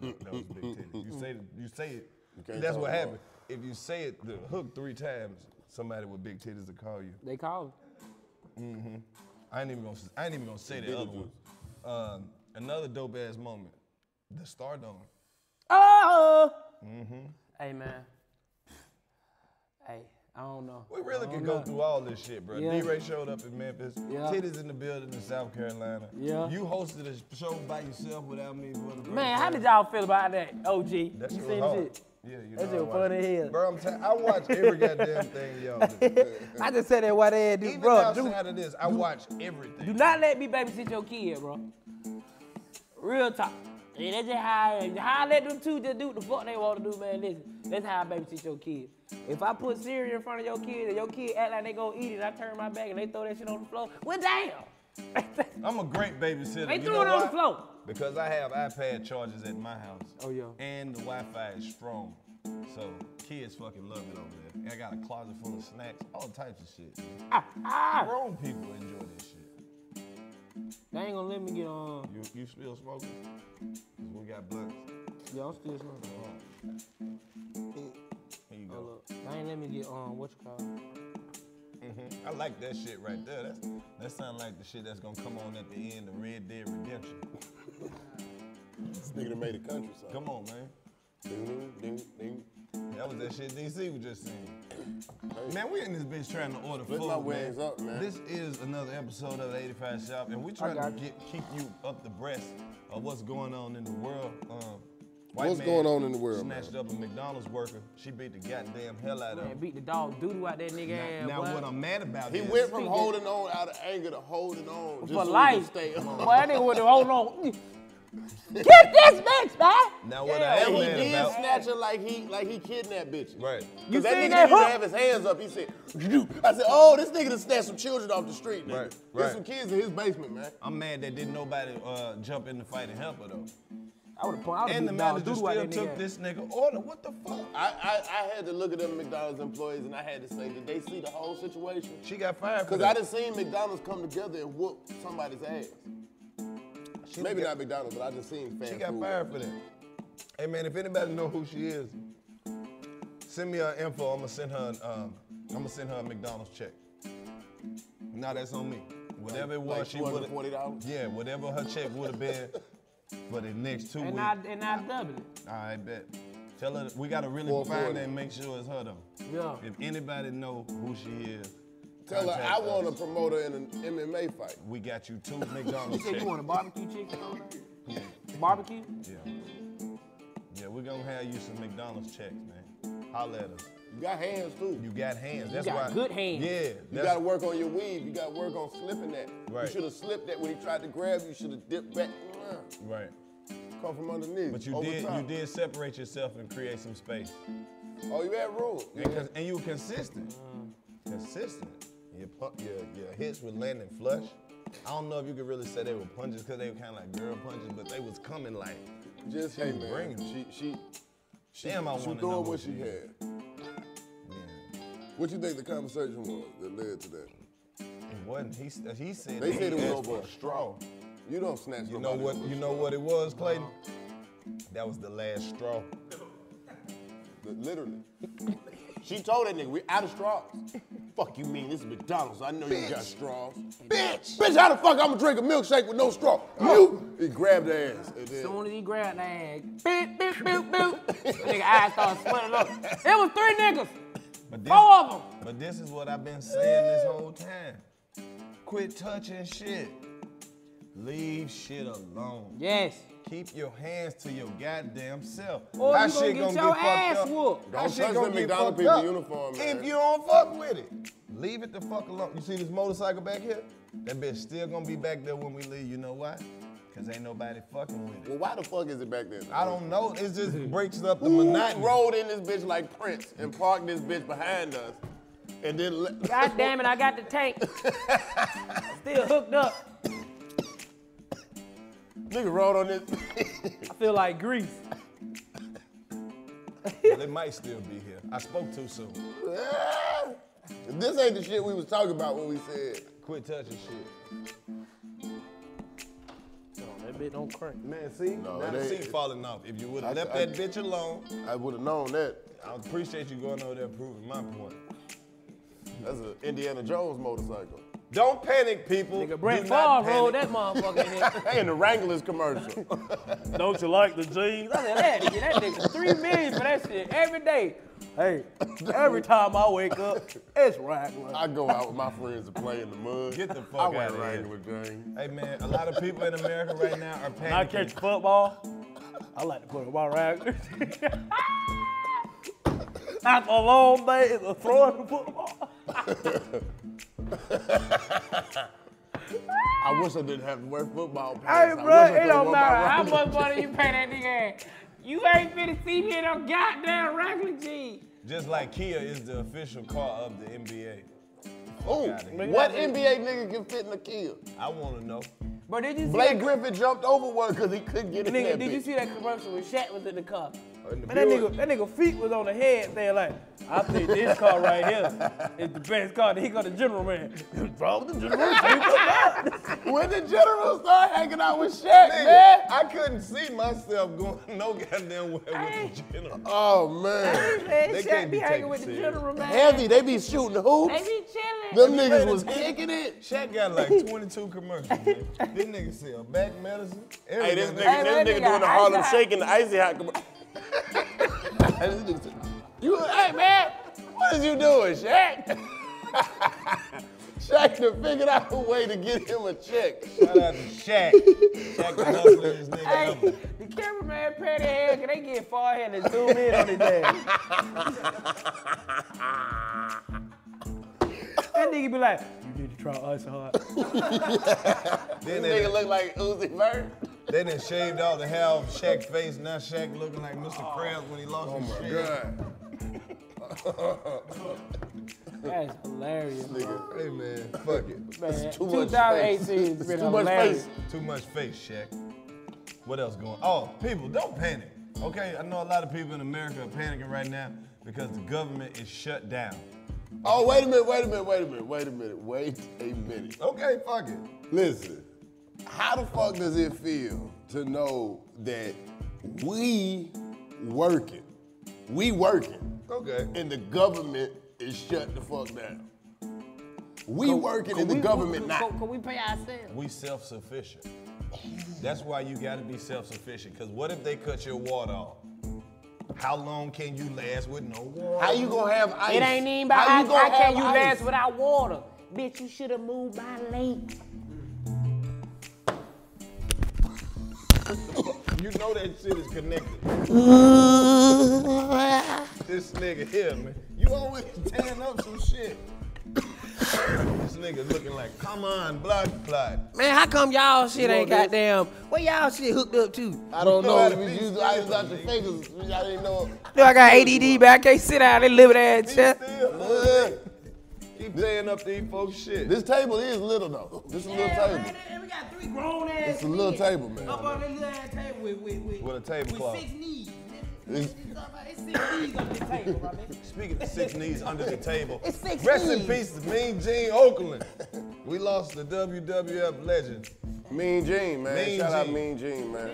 Speaker 3: That was Big Titty. You say it, you say it.
Speaker 1: can't
Speaker 3: That's
Speaker 1: call
Speaker 3: what
Speaker 1: it
Speaker 3: happened. If you say it the hook three times, somebody with big titties will call you.
Speaker 14: They called.
Speaker 3: Mm-hmm. I ain't even gonna. s- I ain't even gonna say
Speaker 1: Did
Speaker 3: the
Speaker 1: it
Speaker 3: other one. Um, another dope ass moment. The Stardome.
Speaker 14: Oh.
Speaker 3: Mm-hmm.
Speaker 14: Hey man. Hey, I don't know.
Speaker 3: We really
Speaker 14: I
Speaker 3: could
Speaker 14: don't
Speaker 3: go
Speaker 14: know.
Speaker 3: through all this shit, bro.
Speaker 14: Oh, Yeah.
Speaker 3: D-Ray showed up in Memphis.
Speaker 14: Yeah.
Speaker 3: Titties in the building in South Carolina.
Speaker 14: Yeah.
Speaker 3: You hosted a show by yourself without me. for the first
Speaker 14: Man, how
Speaker 3: time.
Speaker 14: did y'all feel about that, OG? you
Speaker 3: That shit
Speaker 14: seen
Speaker 3: was hard.
Speaker 14: shit?
Speaker 3: Yeah,
Speaker 14: That
Speaker 3: you know I
Speaker 14: shit
Speaker 3: watch
Speaker 14: funny as
Speaker 3: it.
Speaker 14: hell.
Speaker 3: Bro, I'm t- i am I watch every goddamn thing y'all do.
Speaker 14: I just said that why they had this,
Speaker 3: Even
Speaker 14: bro.
Speaker 3: outside of this, I watch everything.
Speaker 14: Do not let me babysit your kid, bro. Real talk. Yeah, that's just how I am. How I let them two just do what the fuck they want to do, man. Listen, that's how I babysit your kid. If I put cereal in front of your kid and your kid act like they gonna eat it, I turn my back and they throw that shit on the floor. Well, damn.
Speaker 3: I'm a great babysitter.
Speaker 14: They
Speaker 3: You
Speaker 14: threw
Speaker 3: know
Speaker 14: it on
Speaker 3: why?
Speaker 14: the floor.
Speaker 3: Because I have iPad chargers at my house. Oh yeah. And the Wi-Fi is strong. So kids fucking love it over there. And I got a closet full of snacks, all types of shit.
Speaker 14: Ah.
Speaker 4: Ah.
Speaker 3: Grown people enjoy this shit.
Speaker 14: They ain't gonna let me get uh, on.
Speaker 3: You, you still smoking? 'Cause We got blunts.
Speaker 14: Yeah, I'm still smoking.
Speaker 3: Here you go.
Speaker 14: Hold up. They ain't let me get uh, on. um, What you call it?
Speaker 3: hmm I like that shit right there. That's, that sound like the shit that's gonna come on at the end of Red Dead Redemption. this nigga done made a country song. Come on, man. That was that shit DC was just saying. Man, we in this bitch trying to order
Speaker 1: Lift
Speaker 3: food.
Speaker 1: my wings
Speaker 3: man.
Speaker 1: up, man.
Speaker 3: This is another episode of the 85 Shop, and we
Speaker 1: I
Speaker 3: trying to
Speaker 1: got you.
Speaker 3: get, keep you up the breast of what's going on in the world. Um,
Speaker 1: What's going on in the world,
Speaker 3: Snatched up a McDonald's worker. She beat the goddamn hell out of
Speaker 14: Man,
Speaker 3: him.
Speaker 14: beat the dog doodoo out that nigga ass.
Speaker 3: Now,
Speaker 14: boy.
Speaker 3: what I'm mad about
Speaker 1: He
Speaker 3: is-
Speaker 1: went from holding on out of anger to holding on
Speaker 14: for
Speaker 1: just so he could
Speaker 14: life.
Speaker 1: stay
Speaker 14: Boy,
Speaker 1: on.
Speaker 14: that nigga would have hold on.
Speaker 4: Get this bitch, man!
Speaker 3: Now
Speaker 4: what
Speaker 1: yeah,
Speaker 4: I am
Speaker 1: and he
Speaker 4: mad
Speaker 1: did
Speaker 4: about-
Speaker 1: snatch her like he like he kidnapped bitches. Right.
Speaker 4: You
Speaker 1: You that
Speaker 4: seen
Speaker 1: nigga
Speaker 4: that
Speaker 1: didn't even
Speaker 4: hook?
Speaker 1: have his hands up. He said, "Doo-doo." I said, oh, this nigga done snatched some children off the street, nigga.
Speaker 3: Right,
Speaker 1: There's
Speaker 3: right.
Speaker 1: some kids in his basement, man.
Speaker 3: I'm mad that didn't nobody uh, jump in the fight and help her though.
Speaker 1: I would've pulled- I would've
Speaker 3: And the
Speaker 1: beat dog
Speaker 3: manager
Speaker 1: doo-doo out
Speaker 3: still
Speaker 1: that nigga
Speaker 3: took
Speaker 1: ass.
Speaker 3: this nigga order. What the fuck?
Speaker 1: I, I, I had to look at them McDonald's employees and I had to say, did they see the whole situation?
Speaker 3: She got fired for
Speaker 1: Because
Speaker 3: that.
Speaker 1: I done seen McDonald's come together and whoop somebody's ass. Maybe not McDonald's, but I just seen fast
Speaker 3: She got
Speaker 1: food.
Speaker 3: fired for that. Hey man, if anybody know who she is, send me her info. I'ma send her. an, Um, I'ma send her a McDonald's check. Now that's on me. Whatever it was,
Speaker 1: Like
Speaker 3: she would
Speaker 1: $240?
Speaker 3: Yeah, whatever her check would have been for the next two
Speaker 4: And
Speaker 3: weeks.
Speaker 4: I and I double it.
Speaker 3: I bet. Tell her we gotta really find
Speaker 1: 440.
Speaker 3: and make sure it's her though.
Speaker 1: Yeah.
Speaker 3: If anybody know who she is,
Speaker 1: Tell her
Speaker 3: contact
Speaker 1: I want to
Speaker 3: us.
Speaker 1: promote her in an MMA fight.
Speaker 3: We got you two
Speaker 1: You
Speaker 3: McDonald's.
Speaker 1: said you
Speaker 3: checks.
Speaker 1: want a
Speaker 4: Barbecue chicken.
Speaker 3: Yeah.
Speaker 4: Barbecue.
Speaker 3: Yeah. Yeah, we're gonna have you some McDonald's checks, man. Holla at us.
Speaker 1: You got hands too.
Speaker 3: You got hands.
Speaker 1: You
Speaker 3: That's
Speaker 1: got
Speaker 3: why.
Speaker 1: good hands.
Speaker 3: Yeah.
Speaker 1: You
Speaker 3: that's-
Speaker 1: got to work on your weave. You got to work on slipping that.
Speaker 3: Right.
Speaker 1: You should have slipped that when he tried to grab you. You should have dipped back. Mwah.
Speaker 3: Right.
Speaker 1: Come from underneath.
Speaker 3: But you
Speaker 1: over
Speaker 3: did.
Speaker 1: top.
Speaker 3: You did separate yourself and create some space.
Speaker 1: Oh, you had room.
Speaker 3: And, cons- and you were consistent. Consistent. Your, pu- your your hits were landing flush. I don't know if you could really say they were punches because they were kind of like girl punches, but they was coming like.
Speaker 1: Just
Speaker 3: she
Speaker 1: hey
Speaker 3: was
Speaker 1: man.
Speaker 3: bringing.
Speaker 1: She she. She,
Speaker 3: Damn, I
Speaker 1: she
Speaker 3: want to know
Speaker 1: doing
Speaker 3: who
Speaker 1: what she had. What you think the conversation was that led to that?
Speaker 3: It wasn't. He, s- he said.
Speaker 1: They
Speaker 3: that
Speaker 1: said it
Speaker 3: he
Speaker 1: was
Speaker 3: asked
Speaker 1: over
Speaker 3: for
Speaker 1: a straw. You don't snatch
Speaker 3: You know what? You know what it was, Clayton. That was the last straw.
Speaker 1: Literally. She told that nigga, we out of straws. Fuck you mean, this is McDonald's. I know you
Speaker 3: Bitch.
Speaker 1: got straws. Bitch! Bitch, how the fuck I'ma drink a milkshake with no straw?
Speaker 3: Oh.
Speaker 1: You! He grabbed her ass. And then,
Speaker 4: Soon as he grabbed that ass, boop, boop, boop, boop. nigga eyes started sweating up. It was three niggas.
Speaker 3: But
Speaker 4: Four of them.
Speaker 3: But this is what I've been saying this whole time. Quit touching shit. Leave shit alone.
Speaker 4: Yes.
Speaker 3: Keep your hands to your goddamn self.
Speaker 4: Or
Speaker 3: How
Speaker 4: you gonna
Speaker 3: shit
Speaker 4: get your
Speaker 3: fucked
Speaker 4: ass
Speaker 3: up?
Speaker 4: whooped.
Speaker 3: How
Speaker 1: Don't
Speaker 3: shit
Speaker 1: touch
Speaker 3: gonna
Speaker 1: them
Speaker 3: get
Speaker 1: McDonald's
Speaker 3: fucked
Speaker 1: people
Speaker 3: up
Speaker 1: uniform, man.
Speaker 3: If you don't fuck with it, leave it the fuck alone. You see this motorcycle back here? That bitch still gonna be back there when we leave. You know why? Cause ain't nobody fucking with it.
Speaker 1: Well, why the fuck is it back there?
Speaker 3: I don't know. It just breaks up the
Speaker 1: Who
Speaker 3: monotony.
Speaker 1: rolled in this bitch like Prince and parked this bitch behind us and then let.
Speaker 4: God damn it, I got the tank. Still hooked up.
Speaker 1: Nigga rolled on this.
Speaker 4: I feel like grease.
Speaker 3: well, it might still be here. I spoke too soon.
Speaker 1: this ain't the shit we was talking about when we said.
Speaker 3: Quit touching shit.
Speaker 4: that bitch don't crank.
Speaker 1: Man, see? No,
Speaker 3: Now
Speaker 1: it
Speaker 3: the
Speaker 1: ain't.
Speaker 3: seat falling off. If you would have
Speaker 1: I-
Speaker 3: left
Speaker 1: I-
Speaker 3: that bitch alone,
Speaker 1: I would have known that.
Speaker 3: I appreciate you going over there proving my point.
Speaker 1: That's an Indiana Jones motorcycle.
Speaker 3: Don't panic, people. Nigga,
Speaker 4: Brent Favre rolled that motherfucker in here.
Speaker 1: in the Wranglers commercial.
Speaker 4: Don't you like the jeans? I said, that nigga, that nigga, three million for that shit every day. Hey, every time I wake up, it's Wrangler.
Speaker 1: I go out with my friends and play in the mud. Get
Speaker 3: the fuck
Speaker 1: I wear
Speaker 3: outta here.
Speaker 1: Wrangler jeans.
Speaker 3: Hey man, a lot of people in America right now are
Speaker 4: When I catch
Speaker 3: panicking.
Speaker 4: football, I like to put on my Wranglers. After a long day of throwing the football.
Speaker 1: I wish I didn't have to wear football
Speaker 4: Hey,
Speaker 1: pants. I
Speaker 4: bro,
Speaker 1: wish I
Speaker 4: it
Speaker 1: could've
Speaker 4: don't
Speaker 1: wore my
Speaker 4: matter how
Speaker 1: Wrangler
Speaker 4: much money you
Speaker 1: jeans.
Speaker 4: pay that nigga ass. You ain't finna see me in no goddamn Wrangler jeans.
Speaker 3: Just like Kia is the official car of the NBA.
Speaker 1: Ooh,
Speaker 3: Fuck outta here.
Speaker 1: what NBA nigga can fit in a kill?
Speaker 3: I want to know.
Speaker 4: Bro, did you see
Speaker 1: Blake
Speaker 4: that-
Speaker 1: Griffin jumped over one because he couldn't get in
Speaker 4: Nigga,
Speaker 1: that
Speaker 4: did you
Speaker 1: bitch. Oh,
Speaker 4: see that commercial when Shaq was in the car?
Speaker 1: In the
Speaker 4: Man, that
Speaker 1: Buick.
Speaker 4: nigga, that nigga feet was on the head saying like, I think this car right here is the best car. He got the general man. Bro, the general man.
Speaker 1: When the general started hanging out with Shaq,
Speaker 3: Nigga,
Speaker 1: man.
Speaker 3: I couldn't see myself going no goddamn way with the general.
Speaker 1: Oh man.
Speaker 4: Man,
Speaker 3: They
Speaker 4: Shaq
Speaker 3: can't
Speaker 4: be
Speaker 3: be
Speaker 4: hanging
Speaker 3: taken
Speaker 4: with the
Speaker 3: serious.
Speaker 4: general man.
Speaker 1: Heavy, they be shooting
Speaker 4: They
Speaker 1: hoops.
Speaker 4: be chilling.
Speaker 1: Them niggas was kicking it.
Speaker 3: Shaq got like 22 commercials. Man. this nigga sell back medicine.
Speaker 1: Hey, this
Speaker 3: everything.
Speaker 1: nigga,
Speaker 4: that
Speaker 1: this nigga
Speaker 4: nigga
Speaker 1: doing the
Speaker 4: icy
Speaker 1: Harlem
Speaker 4: hot.
Speaker 1: Shake and the Icy Hot commercial. This nigga said, you, hey man, what is you doing, Shaq? Shaq done figured out a way to get him a check.
Speaker 3: Shout out to Shaq. Shaq the hustliest nigga
Speaker 4: Hey,
Speaker 3: ever.
Speaker 4: the cameraman pay their head, cause they get far ahead and zoom in on his ass. That nigga be like, you need to try ice hard.
Speaker 1: This nigga look like Uzi Vert.
Speaker 3: They done shaved all the hair off Shaq's face. Now Shaq looking like Mr. Krabs when he lost
Speaker 1: Oh
Speaker 3: his
Speaker 1: my
Speaker 3: shit.
Speaker 4: That's hilarious.
Speaker 3: Nigga, hey man, fuck it.
Speaker 4: Man,
Speaker 3: It's too much
Speaker 4: 2018
Speaker 3: face.
Speaker 4: has been
Speaker 3: It's too much
Speaker 4: hilarious.
Speaker 3: face. Too much face, Shaq. What else going? Oh, people, don't panic. Okay, I know a lot of people in America are panicking right now because the government is shut down.
Speaker 1: Oh, wait a minute, wait a minute, wait a minute, wait a minute, wait a minute.
Speaker 3: Okay, fuck it.
Speaker 1: Listen, how the fuck does it feel to know that we working? We working.
Speaker 3: Okay.
Speaker 1: And the government is shut the fuck down. We working and the government not.
Speaker 14: Can we pay ourselves?
Speaker 3: We self-sufficient. That's why you gotta be self-sufficient. Cause what if they cut your water off? How long can you last with no water?
Speaker 1: How you gonna have
Speaker 14: It ain't even about
Speaker 3: How
Speaker 14: how,
Speaker 3: you gonna
Speaker 14: how can
Speaker 3: have
Speaker 14: you
Speaker 3: ice?
Speaker 14: dance without water. Bitch, you should have moved by late.
Speaker 3: You know that shit is connected. this nigga here, man. You always tearing up some shit. this nigga looking like, come on, blood clot.
Speaker 14: Man, how come y'all
Speaker 3: You
Speaker 14: shit
Speaker 3: know
Speaker 14: ain't
Speaker 3: this?
Speaker 14: goddamn? Where y'all shit hooked up to?
Speaker 1: I don't know. You used ice out your fingers. I didn't know.
Speaker 14: No, I got ADD, but I can't sit down and live that shit.
Speaker 1: Look,
Speaker 3: Keep playing up these folks' shit.
Speaker 1: This table is little though. This is a little table.
Speaker 14: We got three grown ass.
Speaker 1: It's a little
Speaker 14: kids
Speaker 1: table, man.
Speaker 14: Up on this little ass table with, with, with,
Speaker 3: With a tablecloth.
Speaker 14: With six knees.
Speaker 1: It's-
Speaker 14: It's six knees on this table, my nigga.
Speaker 3: Speaking of six knees under the table,
Speaker 14: It's six
Speaker 3: rest in
Speaker 14: knees.
Speaker 3: peace to Mean Gene Oakland. We lost the WWF legend.
Speaker 1: Mean Gene, man.
Speaker 3: Mean
Speaker 1: Shout out
Speaker 3: Gene.
Speaker 1: Mean Gene, man.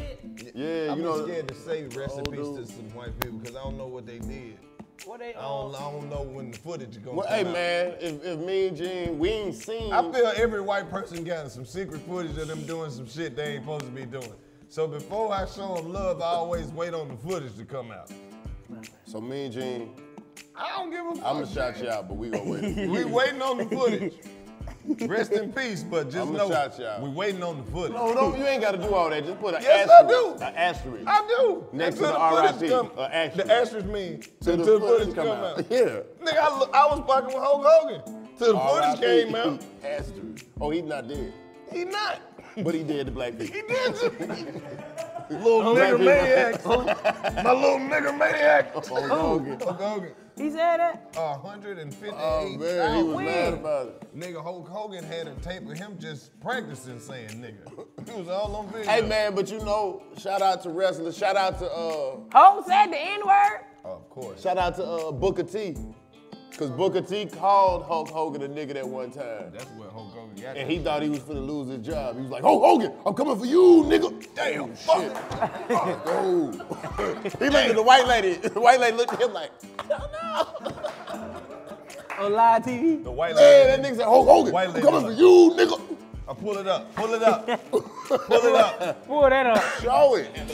Speaker 1: Yeah,
Speaker 3: I'm
Speaker 1: you know.
Speaker 3: scared to say rest in
Speaker 1: old
Speaker 3: peace to
Speaker 1: dude.
Speaker 3: some white people because I don't know what they did.
Speaker 14: What they
Speaker 3: I don't, I don't know when the footage is gonna
Speaker 1: Well,
Speaker 3: come
Speaker 1: hey
Speaker 3: out.
Speaker 1: man, if, if Mean Gene, we ain't seen.
Speaker 3: I feel every white person got some secret footage of them doing some shit they ain't supposed to be doing. So before I show them love, I always wait on the footage to come out.
Speaker 1: So Mean Gene,
Speaker 3: I don't give a fuck.
Speaker 14: Oh,
Speaker 1: I'ma shout you out, but we gonna wait.
Speaker 3: We waiting on the footage. Rest in peace, but just
Speaker 1: I'ma
Speaker 3: know
Speaker 1: shout you out.
Speaker 3: we waiting on the footage.
Speaker 1: No, don't. You ain't got to do all that. Just put an
Speaker 3: Yes, I
Speaker 1: asterisk.
Speaker 3: do.
Speaker 1: An asterisk.
Speaker 3: I do.
Speaker 1: Next to
Speaker 3: Until
Speaker 1: the
Speaker 3: footage
Speaker 1: RIP,
Speaker 3: come-
Speaker 1: a asterisk.
Speaker 3: The asterisk means
Speaker 1: Till
Speaker 3: until
Speaker 1: the footage come out. Yeah.
Speaker 3: Nigga, I, look, I was fucking with Hulk Hogan till the footage
Speaker 1: RIP.
Speaker 3: came out.
Speaker 1: asterisk. Oh, he's not dead,
Speaker 3: He not.
Speaker 1: but he did the black people.
Speaker 3: He did some little
Speaker 1: Black
Speaker 3: nigga
Speaker 1: people. Oh,
Speaker 3: maniac. My little nigga maniac.
Speaker 1: Hulk Hogan.
Speaker 3: Hulk Hogan.
Speaker 14: He said that?
Speaker 3: A hundred and fifty-eight
Speaker 1: Oh man, he was
Speaker 3: thousand.
Speaker 1: mad about it.
Speaker 3: Nigga, Hulk Hogan had a tape of him just practicing saying nigga. He was all on video.
Speaker 1: Hey man, but you know, shout out to wrestlers. Shout out to uh,
Speaker 14: Ho said the N word?
Speaker 3: Oh, Of course.
Speaker 1: shout out to uh, Booker T, cause Booker T called Hulk Hogan a nigga at one time,
Speaker 3: That's where Hulk Hogan got that.
Speaker 1: and he thought he was finna lose his job. He was like, Hulk Hogan, I'm coming for you, nigga.
Speaker 3: Damn,
Speaker 1: fuck.
Speaker 3: shit.
Speaker 1: Oh, he looked at the white lady. The white lady looked at him like, I don't know.
Speaker 14: On live TV?
Speaker 3: The white lady.
Speaker 1: Man, that nigga said, Hulk Hogan,
Speaker 3: White
Speaker 1: I'm
Speaker 3: lady
Speaker 1: coming for
Speaker 3: like-
Speaker 1: you, nigga.
Speaker 3: I pull it up. Pull it up. pull it up.
Speaker 14: Pull that up.
Speaker 1: Show it.
Speaker 15: Let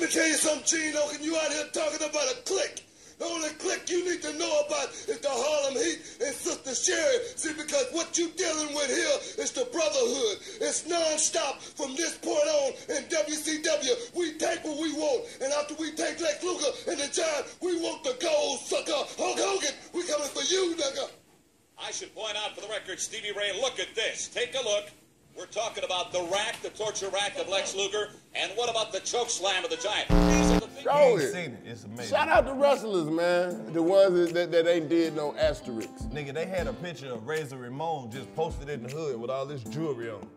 Speaker 15: me tell you something, Gene Oaken. You out here talking about a clique. The only clique you need to know about is the Harlem Heat and Sister Sherry. See, because what you dealing with here is the brotherhood. It's nonstop from this point on in WCW. We take what we want, and after we take Lex Luger and the Giant, we want the gold, sucker. Hulk Hogan, we coming for you, nigga.
Speaker 16: I should point out for the record, Stevie Ray, look at this. Take a look. We're talking about the rack, the torture rack of Lex Luger, and what about the choke slam of the giant? These are the things-
Speaker 1: Show
Speaker 3: You
Speaker 1: it.
Speaker 3: seen it. It's amazing.
Speaker 1: Shout out to wrestlers, man. The ones that, that, that ain't did no asterisks.
Speaker 3: Nigga, they had a picture of Razor Ramon just posted in the hood with all this jewelry on.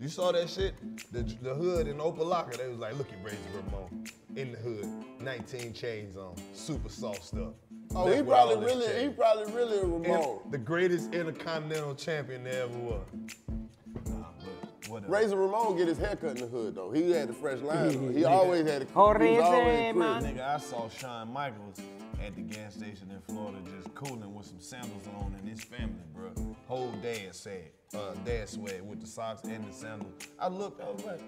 Speaker 3: You saw that shit? The, the hood in Opalaka, they was like, look at Razor Ramon in the hood, 19 chains on, super soft stuff.
Speaker 1: Oh,
Speaker 3: Left
Speaker 1: he
Speaker 3: with all
Speaker 1: probably
Speaker 3: this
Speaker 1: really, he
Speaker 3: chain.
Speaker 1: probably really a
Speaker 3: And
Speaker 1: Ramon.
Speaker 3: The greatest intercontinental champion there ever was. Nah, but whatever.
Speaker 1: Razor Ramon get his haircut in the hood though. He had the fresh line. on. He always had. A, he
Speaker 3: Jorge
Speaker 1: was always crisp.
Speaker 3: Nigga, I saw Shawn Michaels at the gas station in Florida just cooling with some sandals on and his family, bro. Whole dad said, uh, dad swag with the socks and the sandals. I looked, I was like,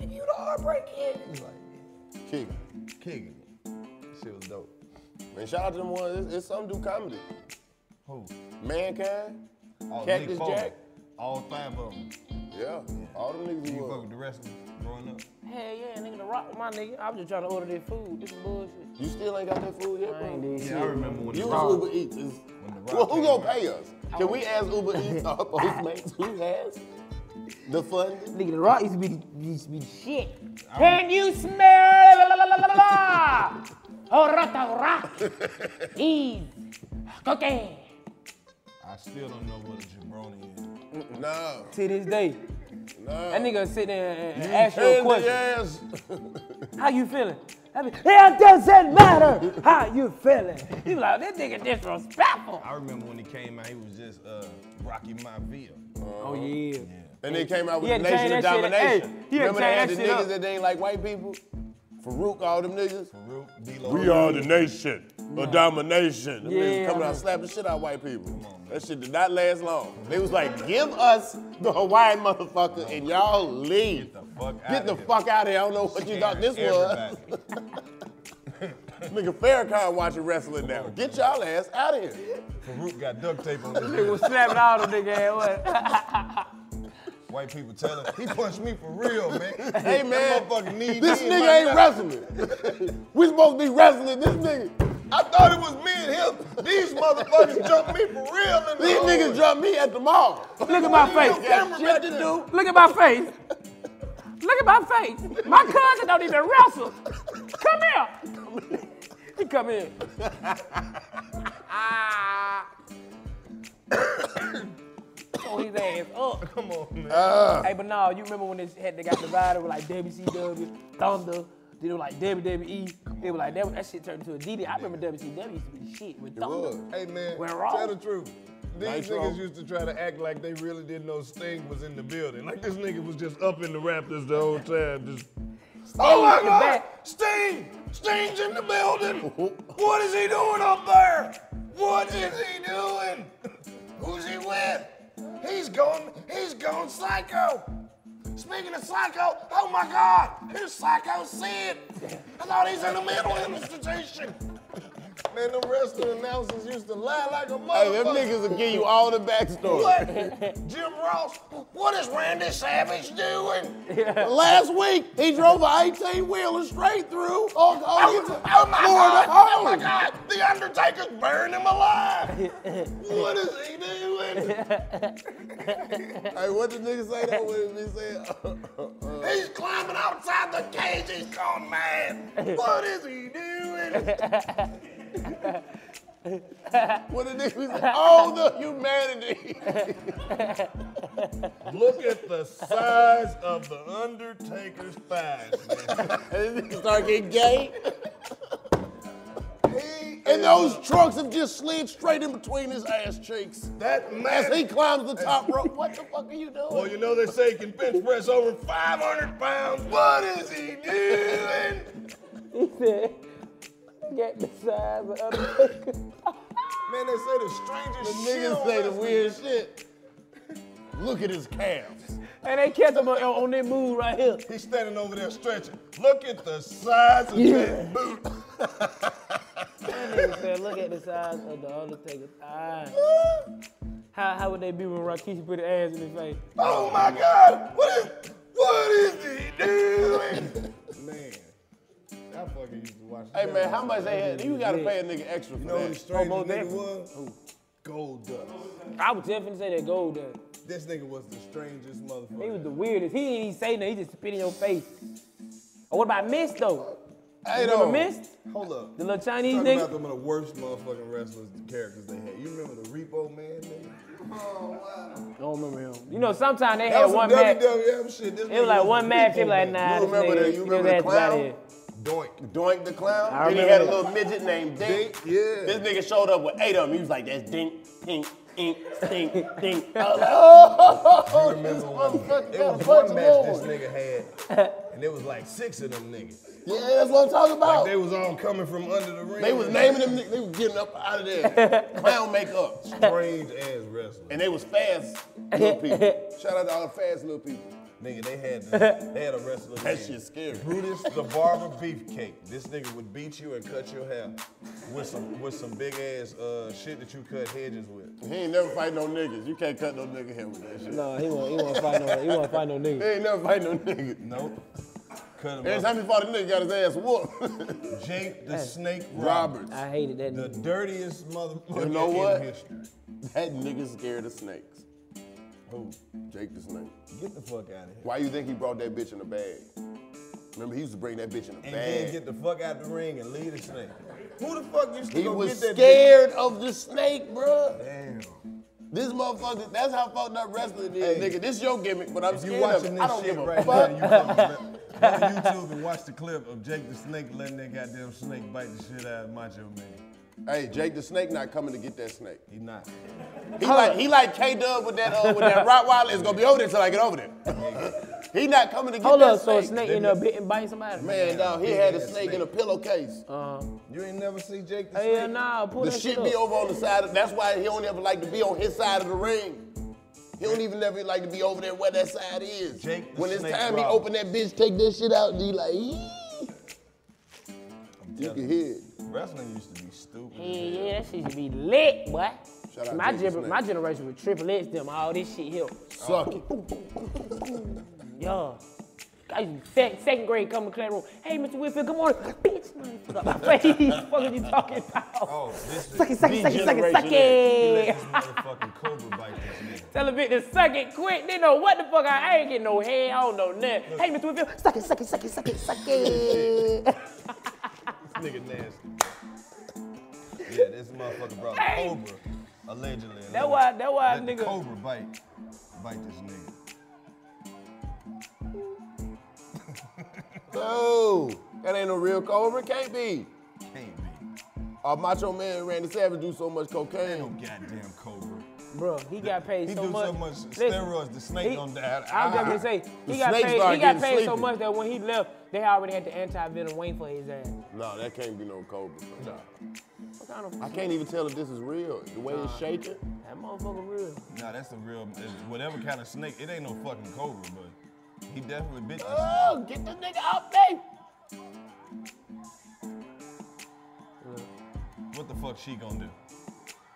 Speaker 3: nigga, you the heartbreak kid. He's like,
Speaker 1: Kick.
Speaker 3: kicking it. Shit was dope.
Speaker 1: Man, shout out to them ones. It's, it's some do comedy.
Speaker 3: Who?
Speaker 1: Mankind.
Speaker 3: Oh,
Speaker 1: Cactus
Speaker 3: Nick Foley.
Speaker 1: Jack.
Speaker 3: All five of them.
Speaker 1: Yeah. All them niggas
Speaker 3: You
Speaker 1: was.
Speaker 3: fuck with the rest of them growing up.
Speaker 14: Hell yeah, nigga, the rock with my nigga. I was just trying to order their food. This is bullshit.
Speaker 1: You still ain't got that food yet,
Speaker 14: I ain't
Speaker 1: bro.
Speaker 14: did
Speaker 3: Yeah, I remember when
Speaker 1: You
Speaker 3: the
Speaker 1: was
Speaker 3: Rock,
Speaker 1: Uber Eats. Is,
Speaker 3: when the Rock
Speaker 1: well, who
Speaker 3: came
Speaker 1: gonna
Speaker 3: out.
Speaker 1: pay us? Can we ask Uber Eats or Postmates who has? The fun?
Speaker 14: Nigga, the rock used to be, used to be the shit. Can you smell? La, la, la, la, la, la. oh, rock, rock. Ease. Cocaine.
Speaker 3: I still don't know what a jabroni is.
Speaker 1: No.
Speaker 4: To this day.
Speaker 1: No.
Speaker 4: That nigga sit there and, and
Speaker 3: You
Speaker 4: ask you a
Speaker 3: candy
Speaker 4: question.
Speaker 1: ass.
Speaker 4: How you feeling? I mean, it doesn't matter how you feeling. You like, this nigga disrespectful.
Speaker 3: I remember when he came out, he was just uh, Rocky Maivia.
Speaker 4: Oh yeah.
Speaker 1: And they came out with
Speaker 3: Yeah,
Speaker 1: the Nation
Speaker 3: change
Speaker 1: of
Speaker 3: that shit.
Speaker 1: Domination.
Speaker 3: Hey, yeah,
Speaker 1: Remember they
Speaker 3: change
Speaker 1: had
Speaker 3: that
Speaker 1: the
Speaker 3: shit
Speaker 1: niggas
Speaker 3: up.
Speaker 1: that they ain't like white people? Farouk, all them niggas? Farouk,
Speaker 3: D-Lo.
Speaker 1: We are the nation of domination. Them
Speaker 3: Yeah,
Speaker 1: niggas
Speaker 3: I
Speaker 1: coming out slapping shit out white people. That shit did not last long. They was like, give us the Hawaiian motherfucker and y'all leave. Get the fuck out, of, here. I don't know what you thought this was. Nigga Farrakhan watching wrestling now. Get y'all ass out of here.
Speaker 3: Farouk got duct tape on his
Speaker 1: Nigga was
Speaker 4: slapping all the nigga ass.
Speaker 3: White people tell him, he punched me for real, man.
Speaker 1: Hey man,
Speaker 3: That motherfucker need
Speaker 1: this
Speaker 3: me in
Speaker 1: nigga
Speaker 3: my
Speaker 1: ain't
Speaker 3: mouth.
Speaker 1: wrestling. we supposed to be wrestling this nigga. I thought it was me and him. These motherfuckers jumped me for real.
Speaker 3: in the
Speaker 1: These
Speaker 3: hallway.
Speaker 1: niggas jumped me at the mall.
Speaker 4: Look at my face.
Speaker 1: Shut the
Speaker 4: Look at my face. Look at my face. My cousin don't even wrestle. Come here. He come here. Throw his ass up. Come on, man.
Speaker 1: Ah.
Speaker 4: Hey, but no, you remember when this had they got divided with like WCW, Thunder, then it was like WWE. It was like that, that shit turned into a DD. I remember WCW used to be the shit with Thunder.
Speaker 3: Hey man,
Speaker 4: We're wrong.
Speaker 3: tell the truth. These
Speaker 4: Nitro.
Speaker 3: niggas used to try to act like they really didn't know Sting was in the building. Like this nigga was just up in the Raptors the whole time. Just, oh my
Speaker 4: in the
Speaker 3: God,
Speaker 4: back.
Speaker 3: Sting! Sting's in the building! what is he doing up there? What is he doing? Who's he with? He's gone, he's gone psycho! Speaking of psycho, oh my God, here's Psycho Sid! I thought he's in the mental institution! Man, the wrestling announcers used to lie like a motherfucker.
Speaker 1: Hey, them niggas will give you all the backstory.
Speaker 3: What? Jim Ross, what is Randy Savage doing?
Speaker 1: Last week, he drove a 18 wheeler straight through on, on
Speaker 3: Oh,
Speaker 1: his
Speaker 3: oh my
Speaker 1: Florida
Speaker 3: God! Oh my
Speaker 1: home.
Speaker 3: God! The Undertaker's burned him alive. what is he doing?
Speaker 1: Hey, what the nigga say uh, that when he said?
Speaker 3: He's climbing outside the cage. He's gone mad. What is he doing?
Speaker 1: uh. What the nigga said? All the humanity.
Speaker 3: Look at the size of the Undertaker's thighs,
Speaker 1: man. Start getting gay. And those trunks have just slid straight in between his ass cheeks.
Speaker 3: That
Speaker 1: as
Speaker 3: man-
Speaker 1: he climbs the top rope. What the fuck are you doing?
Speaker 3: Well, you know they say he can bench press over 500 pounds. What is he doing?
Speaker 4: He said, get the size of Undertaker.
Speaker 3: Man, they say the strangest
Speaker 1: The
Speaker 3: shit.
Speaker 1: niggas
Speaker 3: on
Speaker 1: say the
Speaker 3: wrestling.
Speaker 1: weird shit. Look at his calves.
Speaker 4: And they catch him on, on that move right here.
Speaker 3: He's standing over there stretching. Look at the size of that boot.
Speaker 4: Nigga said, look at the size of the Undertaker's eyes. How, how would they be when Rakishi put his ass in his face?
Speaker 3: Oh my God! What is what is he doing? man, I fucking used to watch.
Speaker 1: Hey man, how much they had? You gotta pay a nigga extra for
Speaker 3: You know who the
Speaker 1: that.
Speaker 3: strangest nigga was? Gold Dust.
Speaker 4: I was definitely say that gold dust.
Speaker 3: This nigga was the strangest motherfucker.
Speaker 4: He was the weirdest. He didn't even say nothing. He just spit in your face. Oh, what about Mist though?
Speaker 3: Hey,
Speaker 4: you remember
Speaker 3: though.
Speaker 4: Mist?
Speaker 3: Hold up.
Speaker 4: The little Chinese
Speaker 3: Talking
Speaker 4: nigga.
Speaker 3: about them of the worst motherfucking wrestlers characters they had. You remember the Repo Man nigga?
Speaker 1: Oh,
Speaker 4: I don't remember him. You know, sometimes they
Speaker 3: That
Speaker 4: had
Speaker 3: was some
Speaker 4: one match.
Speaker 3: WWF shit. This
Speaker 4: It was
Speaker 3: nigga
Speaker 4: like
Speaker 3: the
Speaker 4: one match. They
Speaker 3: Repo
Speaker 4: was like,
Speaker 3: Man.
Speaker 4: nah,
Speaker 1: You
Speaker 4: this
Speaker 1: remember
Speaker 4: nigga,
Speaker 1: the- you
Speaker 4: his
Speaker 1: remember the
Speaker 4: ass is outta
Speaker 1: clown?
Speaker 4: here.
Speaker 3: Doink.
Speaker 1: Doink the clown.
Speaker 4: I
Speaker 1: then he
Speaker 4: remember
Speaker 1: had a
Speaker 4: that.
Speaker 1: little midget named Dink.
Speaker 3: Dink, yeah.
Speaker 1: This nigga showed up with eight of them. He was like, that's Dink, Pink, Ink, Stink, Dink. I was like, oh, this motherfucker
Speaker 3: It
Speaker 1: got a
Speaker 3: was one
Speaker 1: bunch of
Speaker 3: match this
Speaker 1: more.
Speaker 3: nigga had, and it was like six of them niggas.
Speaker 1: Yeah, that's what I'm talking about.
Speaker 3: Like they was all coming from under the ring.
Speaker 1: They was naming them, they was getting up out of there. Clown makeup.
Speaker 3: strange ass wrestlers.
Speaker 1: And they was fast little people. Shout out to all the fast little people.
Speaker 3: Nigga, they had the, they had a wrestler.
Speaker 1: That
Speaker 3: named
Speaker 1: shit's scary.
Speaker 3: Brutus the Barber Beefcake. This nigga would beat you and cut your hair with some with some big ass uh, shit that you cut hedges with.
Speaker 1: He ain't never fight no niggas. You can't cut no nigga hair with that shit.
Speaker 4: No, he won't. He won't fight no. He won't fight no nigga.
Speaker 1: He ain't never fight no nigga.
Speaker 3: Nope. Cut him
Speaker 1: Every
Speaker 3: up.
Speaker 1: time he fought a nigga, got his ass whooped.
Speaker 3: Jake the Snake
Speaker 1: Roberts.
Speaker 3: Roberts.
Speaker 4: I hated that.
Speaker 3: The dirtiest motherfucker
Speaker 1: You know what?
Speaker 3: in history.
Speaker 1: That nigga scared of snakes. Who? Jake the Snake.
Speaker 3: Get the fuck out of here.
Speaker 1: Why you think he brought that bitch in a bag? Remember, he used to bring that bitch in a
Speaker 3: And then
Speaker 1: bag.
Speaker 3: get the fuck out the ring and leave the snake. Who the fuck used to
Speaker 1: He
Speaker 3: go
Speaker 1: was
Speaker 3: get that
Speaker 1: scared of the snake, bro.
Speaker 3: Damn.
Speaker 1: This motherfucker, that's how fucked up wrestling is, nigga. This your gimmick, but I'm
Speaker 3: If
Speaker 1: scared
Speaker 3: you
Speaker 1: of
Speaker 3: watching
Speaker 1: it.
Speaker 3: this
Speaker 1: I don't
Speaker 3: shit
Speaker 1: give a
Speaker 3: right now,
Speaker 1: fuck.
Speaker 3: you fucking go on YouTube and watch the clip of Jake the Snake letting that goddamn snake bite the shit out of Macho Man.
Speaker 1: Hey, Jake the Snake not coming to get that snake.
Speaker 3: He not.
Speaker 1: He like he like K Dub with that uh, with that Rottweiler is gonna be over there till I get over there. he not coming to get
Speaker 4: Hold
Speaker 1: that
Speaker 4: up, so
Speaker 1: snake.
Speaker 4: a snake ended up bit- biting somebody?
Speaker 1: Man, dog, he had a snake in a pillowcase.
Speaker 3: You ain't never see Jake
Speaker 4: the Hell Snake? Uh-huh. nah, pull
Speaker 1: The
Speaker 4: that
Speaker 1: shit
Speaker 4: shit
Speaker 1: be
Speaker 4: up.
Speaker 1: over on the side. Of, that's why he don't ever like to be on his side of the ring. He don't even never like to be over there where that side is.
Speaker 3: Jake the
Speaker 1: when it's
Speaker 3: Snake
Speaker 1: time, he
Speaker 3: Roberts.
Speaker 1: open that bitch, take that shit out, and he like, "Ee." you can hear it.
Speaker 3: Wrestling used to be stupid.
Speaker 4: Yeah, yeah, that shit should be lit, boy.
Speaker 1: Shout out
Speaker 4: my,
Speaker 1: Jake
Speaker 4: gener-
Speaker 1: Snake.
Speaker 4: my generation with triple X, them, all this shit here.
Speaker 1: Suck it.
Speaker 4: Yo. I used to sec- second grade come to class room. Hey, Mr. Whitfield, good morning. Bitch, motherfucker, up my face. What are you talking about? Oh,
Speaker 3: this
Speaker 4: suck it, suck it, suck it, suck it, suck
Speaker 3: He
Speaker 4: it.
Speaker 3: let this motherfucking cobra bite this
Speaker 4: Tell a bitch to suck it quick. They know what the fuck. I, I ain't getting no head. I don't know nothing. Hey, Mr. Whitfield, suck it, suck it, suck it, suck it, suck it.
Speaker 3: nigga. This nigga nasty. Yeah, this motherfucker brought a cobra, allegedly.
Speaker 4: That why- that why
Speaker 3: Let the cobra bite, bite this nigga.
Speaker 1: No, that ain't no real cobra. Can't be. Can't be. Our Macho Man and Randy Savage do so much cocaine. no
Speaker 3: goddamn cobra.
Speaker 4: Bro, he got paid
Speaker 1: He
Speaker 4: so
Speaker 1: do
Speaker 4: much.
Speaker 1: so much steroids, the snake gonna die.
Speaker 4: I'm just
Speaker 1: Ah.
Speaker 4: gonna say,
Speaker 1: The
Speaker 4: he got
Speaker 1: snake
Speaker 4: paid,
Speaker 1: start
Speaker 4: he got
Speaker 1: getting
Speaker 4: paid so
Speaker 1: sleepy.
Speaker 4: much that when he left, they already had the anti-venom waiting for his ass.
Speaker 1: No, that can't be no cobra. No.
Speaker 4: What kind of
Speaker 1: I can't even tell if this is real. The way it's
Speaker 3: Nah.
Speaker 1: shaking.
Speaker 4: That motherfucker real.
Speaker 3: Nah, that's the real, it's whatever kind of snake. It ain't no fucking cobra, but he definitely bit this.
Speaker 4: Uh.
Speaker 1: Oh, get this nigga off me.
Speaker 3: What the fuck she gonna do?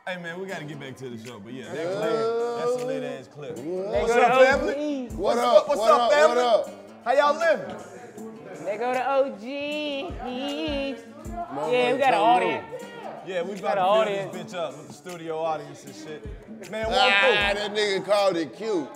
Speaker 3: Hey man, we gotta get back to the show, but yeah, that clip, that's a lit ass clip. What's
Speaker 4: Uh. go to
Speaker 3: up, family?
Speaker 4: OG.
Speaker 3: What's
Speaker 4: What
Speaker 3: up?
Speaker 4: up?
Speaker 3: What's
Speaker 4: What
Speaker 3: up,
Speaker 4: up?
Speaker 3: family?
Speaker 4: What
Speaker 3: How y'all living?
Speaker 4: They go to OG. Yeah,
Speaker 3: buddy,
Speaker 4: we got an
Speaker 3: tell
Speaker 4: audience.
Speaker 3: Yeah, we
Speaker 4: got
Speaker 3: about
Speaker 4: an
Speaker 3: to fill
Speaker 4: audience.
Speaker 3: this bitch up with the studio audience and shit. Man, what
Speaker 1: Ah,
Speaker 3: up,
Speaker 1: that nigga called it cute.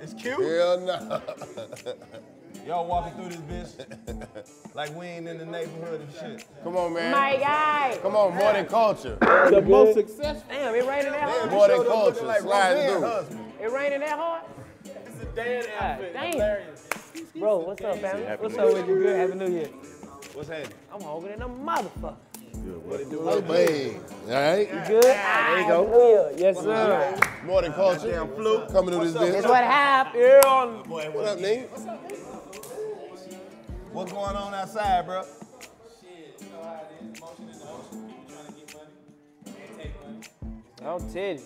Speaker 3: It's cute?
Speaker 1: Hell no.
Speaker 3: though? Y'all walking through this bitch like we ain't in the neighborhood and shit.
Speaker 1: Come on, man.
Speaker 4: My guy.
Speaker 1: Come on, more than culture.
Speaker 3: The most
Speaker 4: successful. Damn, it raining that hard.
Speaker 1: More than culture. Slide through.
Speaker 4: It raining that hard? It's a Dan outfit. Damn. Bro, what's up, family?
Speaker 1: Happy
Speaker 4: What's
Speaker 1: New
Speaker 4: up
Speaker 1: Year.
Speaker 4: with you? Good. Happy New Year.
Speaker 3: What's happening?
Speaker 4: I'm hungry than a motherfucker.
Speaker 1: What it do? Oh, man. All right.
Speaker 4: You good?
Speaker 1: There you go.
Speaker 4: Yes, sir.
Speaker 1: More than culture. Coming through this bitch.
Speaker 4: That's what happened here on
Speaker 1: What up, nigga?
Speaker 3: What's going on outside, bro?
Speaker 4: I'll tell you.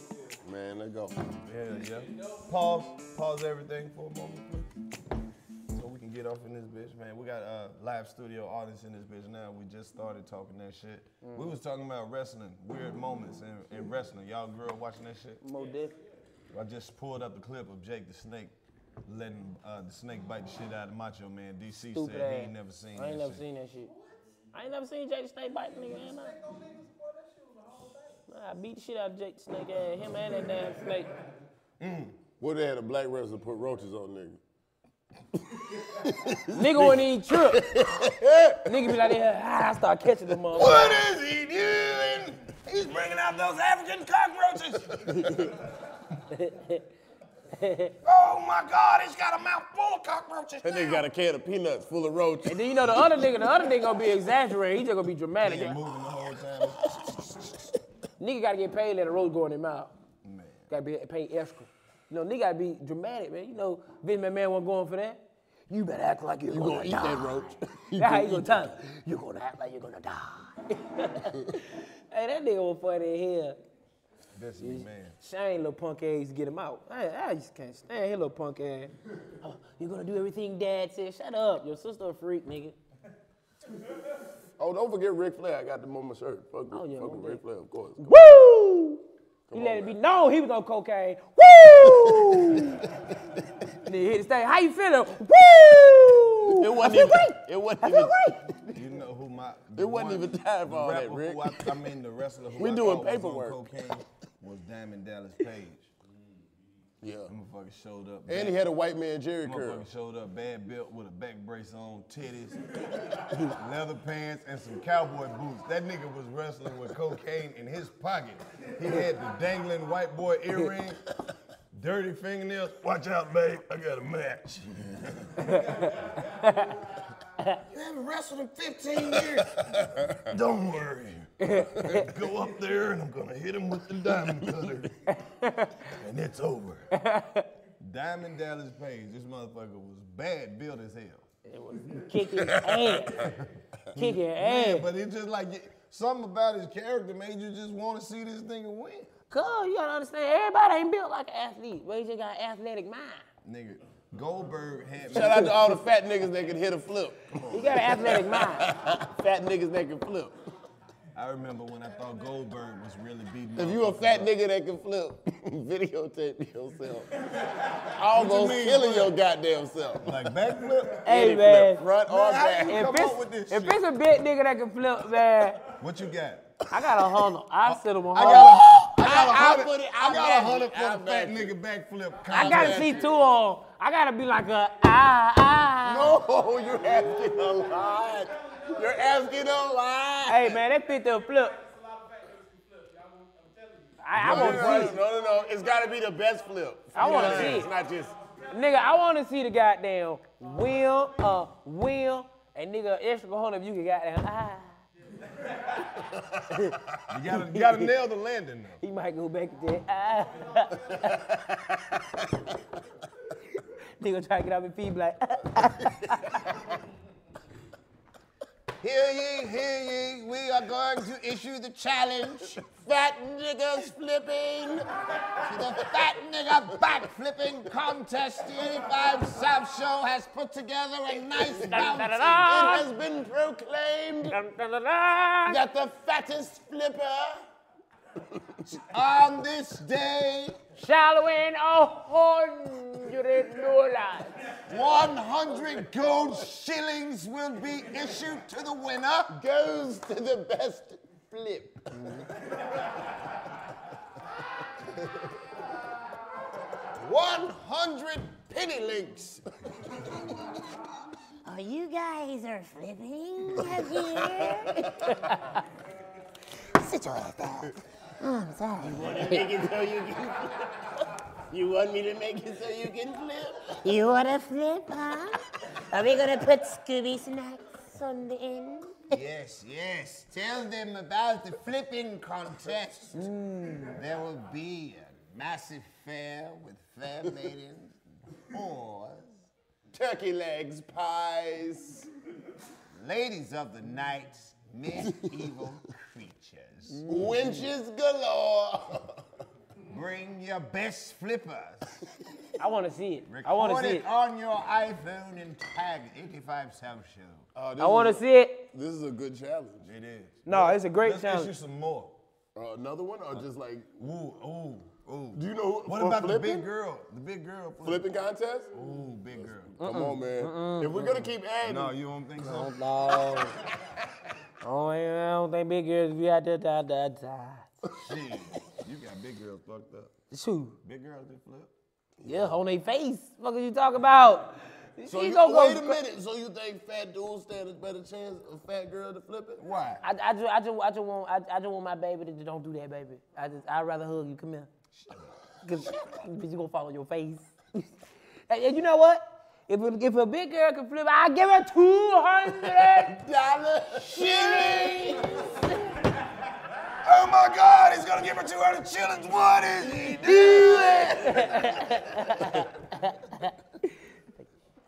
Speaker 1: Man, let go.
Speaker 3: Yeah, yeah. Pause, pause everything for a moment, please. So we can get off in this bitch, man. We got a live studio audience in this bitch now. We just started talking that shit. We
Speaker 4: Mm.
Speaker 3: was talking about wrestling, weird moments in, in wrestling. Y'all grew up watching that shit?
Speaker 4: Mo Dick.
Speaker 3: I just pulled up the clip of Jake the Snake letting uh, the snake bite the shit out of Macho Man. DC
Speaker 4: Stupid
Speaker 3: said he
Speaker 4: ass.
Speaker 3: ain't never seen
Speaker 4: I ain't
Speaker 3: that
Speaker 4: never
Speaker 3: shit.
Speaker 4: seen that shit. I ain't never seen Jake the Snake bite the nigga. ain't I? Nah, I beat the shit out of Jake the Snake ass. Him and that damn snake.
Speaker 1: What they had a black wrestler put roaches on nigga.
Speaker 4: Nigga wouldn't even trip. nigga be like, yeah, ah, I start catching the motherfucker.
Speaker 3: What is he doing? He's bringing out those African cockroaches. oh my God, he's got a mouth full of cockroaches.
Speaker 1: That nigga got a can of peanuts full of roaches.
Speaker 4: And then you know the other nigga, the other nigga gonna be exaggerated. He just gonna be dramatic. nigga gotta get paid, let a road go in his mouth. Gotta be paid extra. You know, nigga gotta be dramatic, man. You know, Vince McMahon wasn't going for that. You better act like you're
Speaker 1: You
Speaker 4: gonna,
Speaker 1: gonna eat
Speaker 4: die.
Speaker 1: that roach.
Speaker 4: That's how you gonna tell him. You're gonna act like you're gonna die. hey, that nigga was funny as hell.
Speaker 3: Vince McMahon.
Speaker 4: Shane, little punk ass, get him out. I, I just can't stand his little punk ass. Oh, you're gonna do everything dad says. Shut up. Your sister a freak, nigga.
Speaker 1: Oh, don't forget Ric Flair. I got them on my shirt. Fuck,
Speaker 4: Oh, yeah,
Speaker 1: fuck
Speaker 4: no
Speaker 1: with Ric Flair, of course.
Speaker 4: Woo! he let it be known he was on cocaine. Woo! Nigga hit the stage. How you feeling? Woo!
Speaker 1: It
Speaker 4: I
Speaker 1: wasn't
Speaker 4: feel
Speaker 1: even.
Speaker 4: great.
Speaker 1: It wasn't
Speaker 4: I
Speaker 1: even.
Speaker 4: feel great.
Speaker 3: You know who my.
Speaker 1: It wasn't even time for all
Speaker 3: the
Speaker 1: that,
Speaker 3: rapper
Speaker 1: Rick.
Speaker 3: Who I, I mean, the wrestler who
Speaker 1: We
Speaker 3: I
Speaker 1: doing
Speaker 3: thought was on
Speaker 1: paperwork.
Speaker 3: cocaine was Diamond Dallas Page.
Speaker 1: Yeah.
Speaker 3: Motherfucker showed up.
Speaker 1: And he had a white man Jerry curl.
Speaker 3: Motherfucker showed up, bad belt with a back brace on, titties, leather pants, and some cowboy boots. That nigga was wrestling with cocaine in his pocket. He had the dangling white boy earring, dirty fingernails. Watch out, babe, I got a match.
Speaker 15: You haven't wrestled in 15 years.
Speaker 3: Don't worry. Go up there and I'm gonna hit him with the diamond cutter. and it's over. Diamond Dallas Page, this motherfucker was bad built as hell. It was
Speaker 4: kicking ass. Kicking ass.
Speaker 3: But it's just like it- something about his character made you just want to see this nigga win.
Speaker 4: Cause you gotta understand, everybody ain't built like an athlete, but you just got an athletic mind.
Speaker 3: Nigga, Goldberg had
Speaker 1: Shout out to all the fat niggas that can hit a flip.
Speaker 4: You got an athletic mind.
Speaker 1: fat niggas that can flip.
Speaker 3: I remember when I thought Goldberg was really beating
Speaker 1: If you a fat nigga that can flip, videotape yourself.
Speaker 3: What you
Speaker 1: Almost
Speaker 3: mean,
Speaker 1: killing
Speaker 3: flip?
Speaker 1: your goddamn self.
Speaker 3: Like backflip?
Speaker 4: Hey,
Speaker 1: Any
Speaker 4: Oh, man.
Speaker 1: Flip, front or back.
Speaker 4: If it's, if it's a big nigga that can flip, man.
Speaker 3: What you got? Uh,
Speaker 4: I got a hundred. I sit him a
Speaker 3: I
Speaker 4: hundred.
Speaker 3: got a, I got a
Speaker 4: I- I
Speaker 3: hundred,
Speaker 4: put it-
Speaker 3: I got a
Speaker 4: I match
Speaker 3: hundred
Speaker 4: it,
Speaker 3: for
Speaker 4: I
Speaker 3: the fat
Speaker 4: match
Speaker 3: nigga backflip.
Speaker 4: I gotta
Speaker 3: contest.
Speaker 4: see two of 'em. I gotta be like a ah ah.
Speaker 1: No, you're asking a lot. You're asking oh, a lot.
Speaker 4: Hey man, that picture of flip. I, I
Speaker 1: no,
Speaker 4: want
Speaker 1: no,
Speaker 4: to
Speaker 1: no,
Speaker 4: see.
Speaker 1: no, no, no. It's gotta be the best flip.
Speaker 4: I
Speaker 1: You know
Speaker 4: wanna
Speaker 1: what I'm
Speaker 4: see
Speaker 1: saying?
Speaker 4: it.
Speaker 1: It's not just
Speaker 4: Nigga, I want to see the goddamn wheel, uh, wheel, and nigga, extra hundred if you can goddamn ah.
Speaker 3: You gotta, you gotta nail the landing though.
Speaker 4: He might go back to that. Ah. nigga try to get off his feet, be like.
Speaker 1: Hear ye, hear ye, we are going to issue the challenge. Fat niggas flipping. The fat nigga back flipping contest the 85 South Show has put together a nice bounty. It
Speaker 15: Dun-dun-dun-dun.
Speaker 1: has been proclaimed that the fattest flipper on this day
Speaker 4: shall win a hundred dollars.
Speaker 1: 100 gold shillings will be issued to the winner. Goes to the best flip. One hundred penny links.
Speaker 2: Oh, you guys are flipping up here? Sit your ass down. Oh, I'm sorry. You
Speaker 1: want to make it so you can You want me to make it so you can flip?
Speaker 2: You want to flip, huh? Are we going to put Scooby Snacks on the end?
Speaker 1: Yes, yes. Tell them about the flipping contest. There will be a massive fair with fair maidens, whores, turkey legs, pies, ladies of the night, medieval creatures, winches galore. Bring your best flippers.
Speaker 4: I want to see it. I want to
Speaker 1: Record
Speaker 4: see
Speaker 1: it
Speaker 4: it.
Speaker 1: on your iPhone and tag 85 South Show.
Speaker 3: Oh,
Speaker 4: I want to see it.
Speaker 1: This is a good challenge.
Speaker 3: It is.
Speaker 4: No, it's a great
Speaker 3: Let's
Speaker 4: challenge.
Speaker 3: issue some more.
Speaker 1: Uh, another one, or just like
Speaker 3: ooh, ooh, ooh.
Speaker 1: Do you know
Speaker 3: what
Speaker 1: for
Speaker 3: about the
Speaker 1: flipping?
Speaker 3: big girl? The big girl
Speaker 1: Flipping contest?
Speaker 3: Ooh, big girl.
Speaker 1: Come on, man. If we're gonna keep adding,
Speaker 3: no, you don't think so?
Speaker 4: No. Oh, yeah, I don't think big girls be out there. Da, da, da.
Speaker 3: Shit, you got big girls fucked up.
Speaker 4: Shoot.
Speaker 3: Big girls that flip.
Speaker 4: Yeah, on their face. What are you talking about?
Speaker 1: So
Speaker 4: She
Speaker 1: you,
Speaker 4: gonna go
Speaker 1: wait a
Speaker 4: cra-
Speaker 1: minute. So you think fat dudes stand a better chance of fat girl to flip it?
Speaker 3: Why?
Speaker 4: I, I, just, I, just, I, just want, I, I just want my baby to just don't do that, baby. I just, I'd rather hug you. Come here. Because you gonna fall on your face. and, and you know what? If, a- if a big girl can flip, I give her two hundred
Speaker 1: dollars
Speaker 4: shillings.
Speaker 3: Oh my God, he's gonna give her 200 shillings. What is he doing?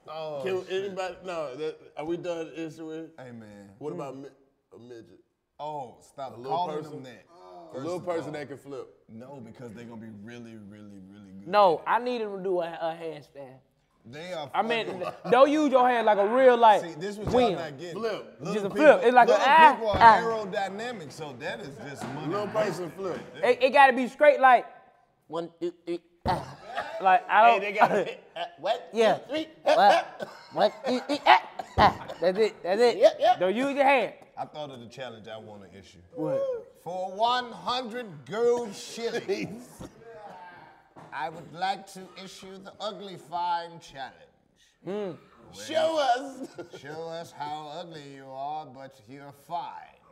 Speaker 1: Oh, Can anybody? No. That, are we done issuing? Hey man.
Speaker 4: Mm.
Speaker 1: What about mi- a midget?
Speaker 3: Oh, stop
Speaker 1: A little
Speaker 3: calling them
Speaker 1: person?
Speaker 3: that.
Speaker 1: A
Speaker 3: First
Speaker 1: little
Speaker 3: of
Speaker 1: person
Speaker 3: all.
Speaker 1: that can flip.
Speaker 3: No, because they're gonna be really, really, really good.
Speaker 4: No, I need him to do a, a handstand.
Speaker 3: They are.
Speaker 4: I mean,
Speaker 3: fucking-
Speaker 4: don't use your hand like a real life.
Speaker 3: See, this was y'all
Speaker 4: win.
Speaker 3: not getting.
Speaker 4: Flip.
Speaker 3: Little
Speaker 4: Just a
Speaker 3: people-
Speaker 4: flip. It's like a
Speaker 3: little
Speaker 4: ah,
Speaker 3: people are
Speaker 4: ah.
Speaker 3: aerodynamic, so that is just money. Little
Speaker 1: person flip.
Speaker 4: It, it gotta be straight like one, two, three. ah. Like I don't.
Speaker 1: Hey, they got uh, what?
Speaker 4: yeah.
Speaker 1: Three.
Speaker 2: ah,
Speaker 4: What? What? three, three, ah, ah. That's it. That's it.
Speaker 1: Yep, yep.
Speaker 4: Don't use your hand.
Speaker 3: I thought of the challenge I want to issue.
Speaker 4: What?
Speaker 1: For 100 gold shillings, I would like to issue the ugly fine challenge. Where-
Speaker 2: Hmm. Show us.
Speaker 1: show us how ugly you are, but you're fine.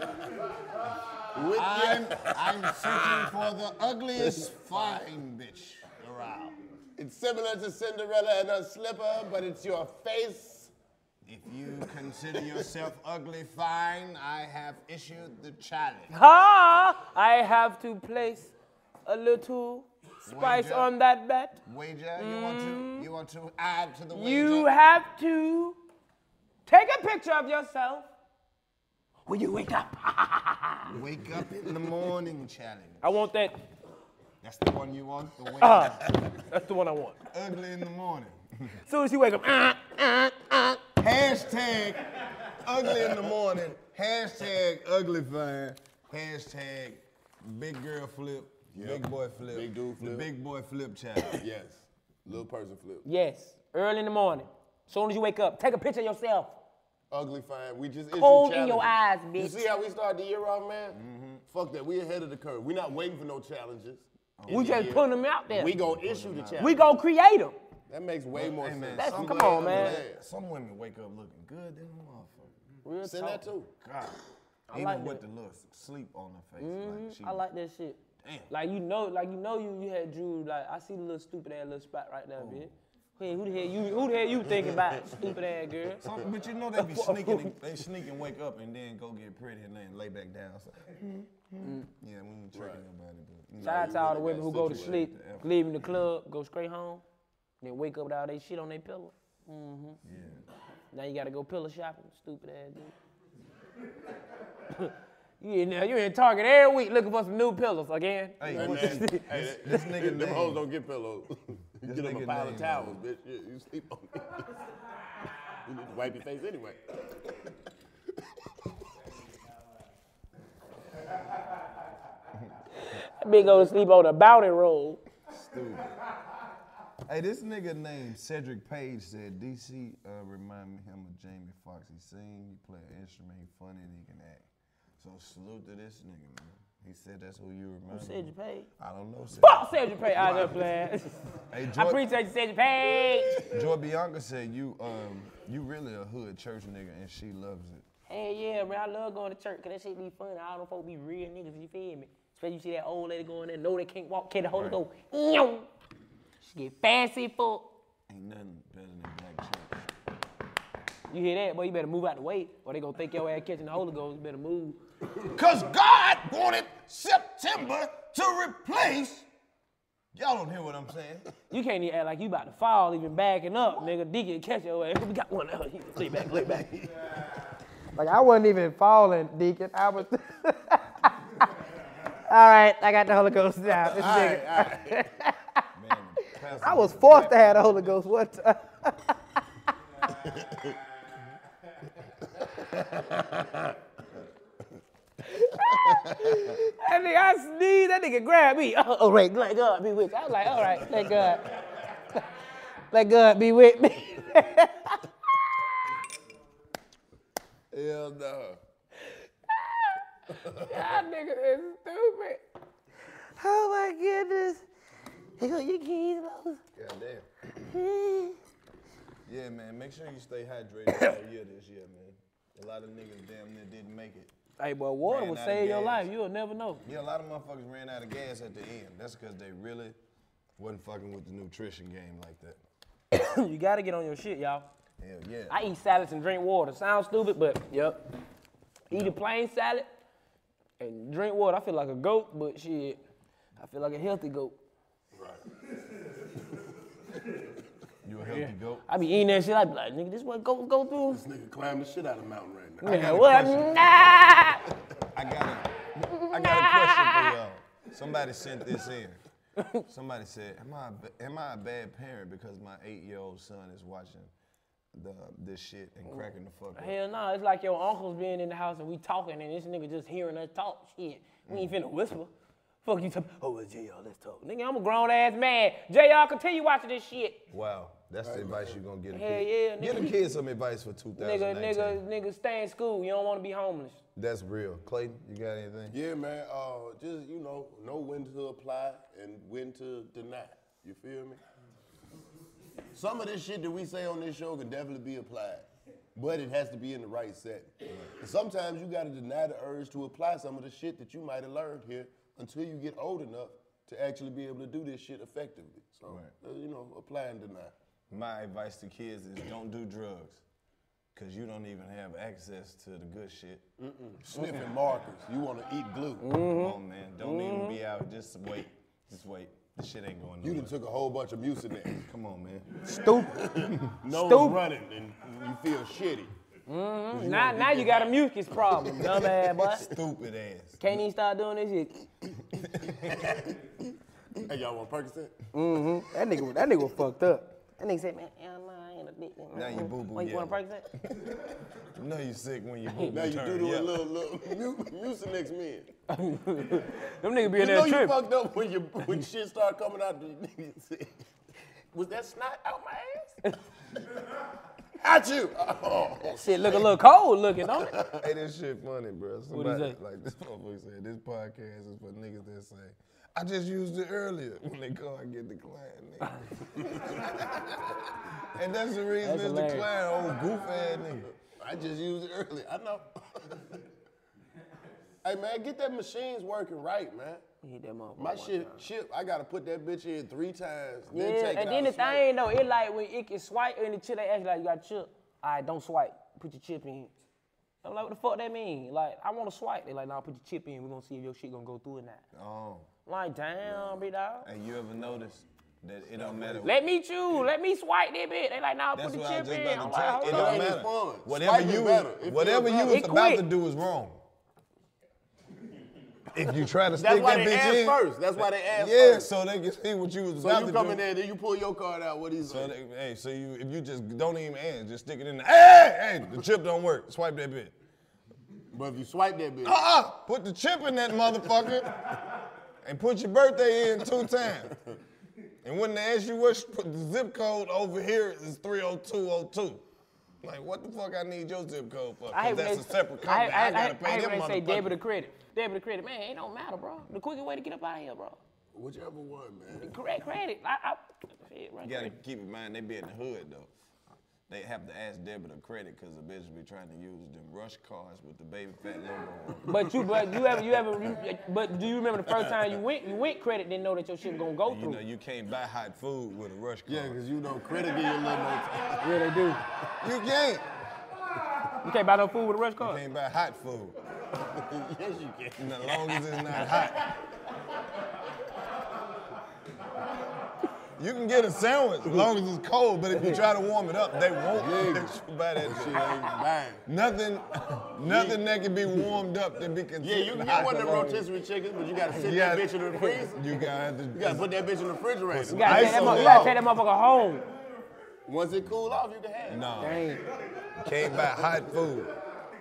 Speaker 2: your-
Speaker 1: I'm, I'm searching for the ugliest fine bitch around.
Speaker 2: It's similar to Cinderella and her slipper, but it's your face.
Speaker 1: If you consider yourself ugly fine, I have issued the challenge.
Speaker 4: Ha! I have to place a little spice
Speaker 1: Wager.
Speaker 4: on that bet.
Speaker 1: Wager, you want to you want to add to the wager?
Speaker 4: You have to take a picture of yourself when you wake up.
Speaker 1: Wake up in the morning challenge.
Speaker 4: I want that.
Speaker 1: That's the one you want. The wake
Speaker 4: Uh,
Speaker 1: up
Speaker 4: that's the one I want.
Speaker 1: ugly in the morning.
Speaker 4: Soon as you wake up, uh, uh, uh.
Speaker 1: Hashtag ugly in the morning. Hashtag ugly fine. Hashtag big girl flip. Big boy flip. Big dude flip. The big boy flip challenge. yes.
Speaker 2: Little person flip.
Speaker 4: yes, early in the morning. Soon as you wake up, take a picture of yourself.
Speaker 2: Ugly fine. We just issued
Speaker 4: Cold in your
Speaker 2: challenges.
Speaker 4: eyes, bitch.
Speaker 2: You see how we start the year off, man? Fuck that. We ahead of the curve. we not waiting for no challenges.
Speaker 3: Oh.
Speaker 2: in
Speaker 4: We
Speaker 2: the
Speaker 4: just
Speaker 2: year.
Speaker 4: putting them out there.
Speaker 2: We gonna issue the challenge.
Speaker 4: We gonna create them.
Speaker 2: That makes way more
Speaker 4: man,
Speaker 2: sense.
Speaker 4: That's-
Speaker 2: I'm
Speaker 4: come
Speaker 2: glad,
Speaker 4: on,
Speaker 2: I'm
Speaker 4: Oh, man.
Speaker 2: glad.
Speaker 3: Some women wake up looking good, then motherfucker.
Speaker 4: Real
Speaker 2: Send that
Speaker 4: talk.
Speaker 2: too.
Speaker 3: God.
Speaker 4: I
Speaker 3: Even
Speaker 4: like
Speaker 3: with
Speaker 4: that.
Speaker 3: the little sleep on her face.
Speaker 4: Mhm,
Speaker 3: Like she,
Speaker 4: I like that shit.
Speaker 3: Damn.
Speaker 4: Like you know, like you know, you you had Drew. Like I see the little stupid ass little spot right
Speaker 3: Oh.
Speaker 4: now, bitch. Hey, who the hell you? Who the hell you thinking about, stupid ass girl?
Speaker 3: Some- but you know they be sneaking, and- they sneak and wake up and then go get pretty and then lay back down. So, Yeah, we ain't tricking nobody. But, you
Speaker 4: Shout out
Speaker 3: know,
Speaker 4: to all the
Speaker 3: really
Speaker 4: women
Speaker 3: got
Speaker 4: who go to
Speaker 3: situated
Speaker 4: sleep,
Speaker 3: the effort.
Speaker 4: leaving the club, go straight home, then wake up with all they shit on their pillow. hmm Now you gotta go pillow shopping, stupid ass dude. you in there, you in Target every week looking for some new pillows again.
Speaker 2: Hey, man. hey, that-
Speaker 4: this
Speaker 2: them-
Speaker 4: nigga
Speaker 2: Them
Speaker 4: name.
Speaker 2: hoes don't get pillows. You get them a
Speaker 4: nigga
Speaker 2: pile
Speaker 4: name,
Speaker 2: of towels, bitch. You, you sleep on it. you need to wipe your face anyway.
Speaker 4: That bitch go to sleep on a bounty roll.
Speaker 3: Stupid. Hey, this nigga named Cedric Page said DC uh, remind me him of Jamie Foxx. He sing, he play an instrument, he funny, and he can act. So salute to this nigga, man. He said that's who you remember.
Speaker 4: Cedric Page?
Speaker 3: I don't know.
Speaker 4: Fuck Cedric Page. I just playing.
Speaker 3: Hey,
Speaker 4: I
Speaker 3: Joy-
Speaker 4: appreciate you, Cedric Page.
Speaker 3: Joy Bianca said you um you really a hood church nigga and she loves it.
Speaker 4: Hey, yeah, man, I love going to church because that shit be fun. All them folk be real niggas, you feel me? Especially you see that old lady going there, know they can't walk, can't the Holy
Speaker 3: Right.
Speaker 4: Ghost. Yo! She get fancy for.
Speaker 3: Ain't nothing better than black church.
Speaker 4: You hear that? Boy, you better move out the way or they gonna think your ass catching the Holy Ghost. You better move.
Speaker 3: Cause God wanted September to replace. Y'all don't hear what I'm saying.
Speaker 4: You can't even act like you about to fall, even backing up, nigga. Deacon catch your ass. We got one out here. Lay back, lay back. like I wasn't even falling, Deacon. I was. all right, I got the Holy Ghost now. This nigga. I was forced to have the Holy Ghost. What? That nigga, I sneezed. That nigga grabbed me. Oh, all right, let God be with you. I was like, all right, let God, let God be with me.
Speaker 2: Hell no.
Speaker 4: That nigga is stupid. Oh my goodness. Here go your keys, Moses.
Speaker 3: Goddamn.
Speaker 4: Mm.
Speaker 3: Yeah, man. Make sure you stay hydrated all year this year, man. A lot of niggas damn near didn't make it.
Speaker 4: Hey, boy, water
Speaker 3: Ran
Speaker 4: will
Speaker 3: out of
Speaker 4: save your
Speaker 3: gas.
Speaker 4: life. You'll never know.
Speaker 3: Yeah, a lot of motherfuckers ran out of gas at the end. That's because they really wasn't fucking with the nutrition game like that.
Speaker 4: you gotta get on your shit, y'all.
Speaker 3: Hell yeah.
Speaker 4: I eat salads and drink water. Sounds stupid, but yep. Eat a plain salad and drink water. I feel like a goat, but shit, I feel like a healthy goat.
Speaker 3: You a healthy goat?
Speaker 4: I be eating that shit. I be like, nigga, this what goats go through.
Speaker 2: This nigga climbing shit out of the mountain right now.
Speaker 4: Yeah, what? Nah.
Speaker 3: I got a, I got a question for y'all. Somebody sent this in. Somebody said, "Am I a, ba- am I a bad parent because my eight year old son is watching the this shit and cracking the fuck up?"
Speaker 4: Hell no, it's like your uncle's being in the house and we talking and this nigga just hearing us talk. Shit, we ain't finna whisper. Fuck you, talking, oh, it's JR, let's talk. Nigga, I'm a grown ass man. JR, continue watching this shit.
Speaker 3: Wow, that's the advice you gonna get a
Speaker 4: Hell
Speaker 3: kid.
Speaker 4: yeah,
Speaker 3: Give
Speaker 4: nigga.
Speaker 3: the kids some advice for 2019.
Speaker 4: Nigga, nigga, nigga, stay in school. You don't wanna be homeless.
Speaker 17: That's real. Clayton, you got anything?
Speaker 1: Yeah, man. Uh, just you know, know when to apply and when to deny. You feel me? Some of this shit that we say on this show can definitely be applied, but it has to be in the right setting. And Sometimes you gotta deny the urge to apply some of the shit that you might have learned here until you get old enough to actually be able to do this shit effectively. So, uh, you know, apply and deny.
Speaker 3: My advice to kids is don't do drugs, cause you don't even have access to the good shit.
Speaker 1: Sniffing markers. You want to eat glue.
Speaker 3: Come on, man. Don't even be
Speaker 4: Mm-hmm.
Speaker 3: out. Just wait. Just wait. The shit ain't going.
Speaker 1: You done took a whole bunch of mucinex.
Speaker 3: Come on, man.
Speaker 1: Stupid. Nose
Speaker 3: Stupid.
Speaker 1: running and you feel shitty.
Speaker 4: Mhm. Now, now you got a mucus problem, dumb ass boy.
Speaker 3: Stupid ass.
Speaker 4: Can't even start doing this shit.
Speaker 1: Hey, y'all want Percocet?
Speaker 4: Mm-hmm. That nigga, that nigga was fucked up. That nigga said, man, yeah, nah, I ain't a dick.
Speaker 3: Now you boo-boo
Speaker 4: Wait, you want a
Speaker 3: yellow.
Speaker 4: Percocet?
Speaker 3: You know you sick when you
Speaker 1: Now you do
Speaker 3: turn
Speaker 1: do a
Speaker 3: yellow.
Speaker 1: little, little mu- mucinex men.
Speaker 4: Them niggas be
Speaker 1: you
Speaker 4: in
Speaker 1: know
Speaker 4: there
Speaker 1: you
Speaker 4: tripping.
Speaker 1: fucked up when you when shit start coming out. The nigga said, Was that snot out my ass? At you. Oh,
Speaker 4: shit look a little cold looking, don't it?
Speaker 3: hey, this shit funny, bro.
Speaker 4: he
Speaker 3: Somebody,
Speaker 4: say?
Speaker 3: like this motherfucker said, this podcast is for niggas that say, I just used it earlier when they go and get declined, nigga. and that's the reason
Speaker 1: That's
Speaker 3: it's
Speaker 1: hilarious.
Speaker 3: declined, old goof ass nigga.
Speaker 1: I just used it earlier. I know. hey man, get that machines working right, man.
Speaker 4: Hit that motherfucker.
Speaker 1: My
Speaker 4: one
Speaker 1: shit,
Speaker 4: time.
Speaker 1: chip. I gotta put that bitch in three times.
Speaker 4: Yeah,
Speaker 1: Then take it
Speaker 4: and
Speaker 1: out
Speaker 4: then the
Speaker 1: and swipe.
Speaker 4: thing though, it like when it can swipe and the chip, they ask you like, you got a chip? All right, don't swipe. Put your chip in. I'm like, what the fuck that mean? Like, I want to swipe. They like, nah, put your chip in. We're gonna see if your shit gonna go through or not.
Speaker 3: Oh,
Speaker 4: Like, damn, big dog.
Speaker 3: and you ever notice that it don't matter?
Speaker 4: Let me choose. Let me swipe that bit. They like, nah,
Speaker 3: That's
Speaker 4: put
Speaker 3: what
Speaker 4: the
Speaker 3: I
Speaker 4: chip
Speaker 3: was
Speaker 4: in.
Speaker 3: just about to
Speaker 4: I'm like,
Speaker 3: tell
Speaker 4: hold
Speaker 3: you. It
Speaker 4: on.
Speaker 3: don't matter.
Speaker 1: fun.
Speaker 3: Whatever
Speaker 1: Swiping
Speaker 3: you,
Speaker 1: better. It feels
Speaker 3: whatever you
Speaker 1: better.
Speaker 3: was
Speaker 1: It
Speaker 3: about to
Speaker 1: quick.
Speaker 3: do is wrong. If you try to
Speaker 1: That's
Speaker 3: stick
Speaker 1: why
Speaker 3: that
Speaker 1: they
Speaker 3: bitch
Speaker 1: ask
Speaker 3: in
Speaker 1: first. That's why they ask
Speaker 3: yeah,
Speaker 1: first.
Speaker 3: so they can see what you was
Speaker 1: So
Speaker 3: about
Speaker 1: you
Speaker 3: to
Speaker 1: come
Speaker 3: do.
Speaker 1: in there, then you pull your card out. What he's
Speaker 3: So
Speaker 1: like?
Speaker 3: they, hey, so you if you just don't even answer, just stick it in the hey, hey, the chip don't work. Swipe that bit.
Speaker 1: But if you swipe that bit,
Speaker 3: Uh-uh, put the chip in that motherfucker and put your birthday in two times. And when they ask you what put the zip code over here is 30202. Like what the fuck I need your zip code for? 'Cause
Speaker 4: I hate when
Speaker 3: that's
Speaker 4: they-
Speaker 3: a separate
Speaker 4: I,
Speaker 3: company.
Speaker 4: hate- I,
Speaker 3: I,
Speaker 4: hate- I,
Speaker 3: gotta
Speaker 4: hate-
Speaker 3: pay
Speaker 4: I hate
Speaker 3: them
Speaker 4: when they say debit or
Speaker 3: motherfuckers.
Speaker 4: credit. Debit or credit, man, it don't matter, bro. The quickest way to get up out of here, bro.
Speaker 1: whichever one, man.
Speaker 4: Correct credit. I, I, shit, right
Speaker 3: You gotta keep in mind they be in the hood though. They have to ask debit or credit because the bitch be trying to use them rush cards with the baby fat logo on.
Speaker 4: But you, but you ever, you ever, you, but do you remember the first time you went, you went credit, didn't know that your shit was gonna go
Speaker 3: You
Speaker 4: through?
Speaker 3: know, you can't buy hot food with a rush card.
Speaker 1: Yeah, because you know credit give you a little more time.
Speaker 4: Yeah, they do.
Speaker 3: You can't.
Speaker 4: You can't buy no food with a rush
Speaker 3: You
Speaker 4: card.
Speaker 3: can't buy hot food.
Speaker 1: yes, you
Speaker 3: And
Speaker 1: can.
Speaker 3: as long as it's not hot. You can get a sandwich as long as it's cold, but if you try to warm it up, they won't let you buy that
Speaker 1: That shit
Speaker 3: shit.
Speaker 1: ain't bad.
Speaker 3: Nothing, nothing that can be warmed up that be
Speaker 1: Yeah,
Speaker 3: considered
Speaker 1: you can
Speaker 3: hot
Speaker 1: get one of them
Speaker 3: as long as-
Speaker 1: rotisserie chickens, but you gotta sit
Speaker 3: You
Speaker 1: that
Speaker 3: gotta-
Speaker 1: bitch in the freezer.
Speaker 3: You gotta,
Speaker 1: You gotta put that bitch in the refrigerator.
Speaker 4: You gotta, take that,
Speaker 3: ISO
Speaker 4: mother- you
Speaker 3: that.
Speaker 4: gotta take that motherfucker home.
Speaker 1: Once it cool off, you can have. it.
Speaker 3: no,
Speaker 4: Dang.
Speaker 3: can't buy hot food.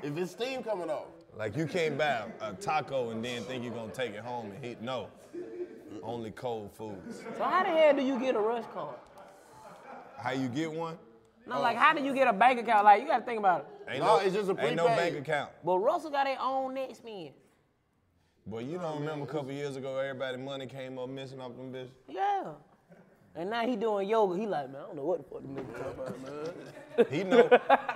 Speaker 1: If it's steam coming off,
Speaker 3: Like you can't buy a taco and then think you're gonna take it home and heat. No, only cold foods.
Speaker 4: So how the hell do you get a rush card?
Speaker 3: How you get one? Oh.
Speaker 4: No, like how do you get a bank account? Like you gotta think about it.
Speaker 3: Ain't
Speaker 1: No, it's just a
Speaker 3: Ain't no
Speaker 1: prepaid.
Speaker 3: bank account.
Speaker 4: But Russell got their own net spin.
Speaker 3: But you don't remember a couple years ago, everybody money came up missing off them bitches.
Speaker 4: Yeah. And now he doing yoga. He like, man, I don't know what the fuck the nigga talking about, man.
Speaker 3: He know,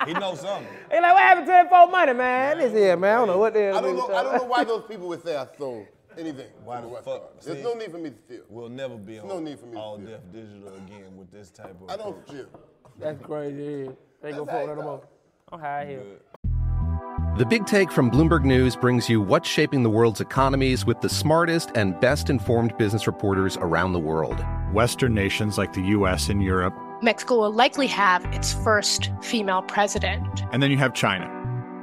Speaker 3: he know something.
Speaker 4: He like, what happened to that four money, man? This here, man. I don't know what the hell.
Speaker 1: I don't
Speaker 4: nigga
Speaker 1: know.
Speaker 4: talking
Speaker 1: I don't know
Speaker 4: about.
Speaker 1: why those people would say I stole anything.
Speaker 3: Why
Speaker 1: from
Speaker 3: the
Speaker 1: Rush
Speaker 3: fuck?
Speaker 1: Card. There's
Speaker 3: See?
Speaker 1: no need for me to steal.
Speaker 3: We'll never be on
Speaker 1: no need for me to
Speaker 3: all
Speaker 1: feel.
Speaker 3: deaf digital again with this type of.
Speaker 1: I don't
Speaker 3: approach.
Speaker 1: steal.
Speaker 4: That's crazy. Yeah. They go
Speaker 1: That's how
Speaker 4: fuck
Speaker 1: you
Speaker 4: that
Speaker 1: talk.
Speaker 4: up. I'm high here.
Speaker 18: The Big Take from Bloomberg News brings you what's shaping the world's economies with the smartest and best informed business reporters around the world.
Speaker 19: Western nations like the US and Europe.
Speaker 2: Mexico will likely have its first female president.
Speaker 19: And then you have China.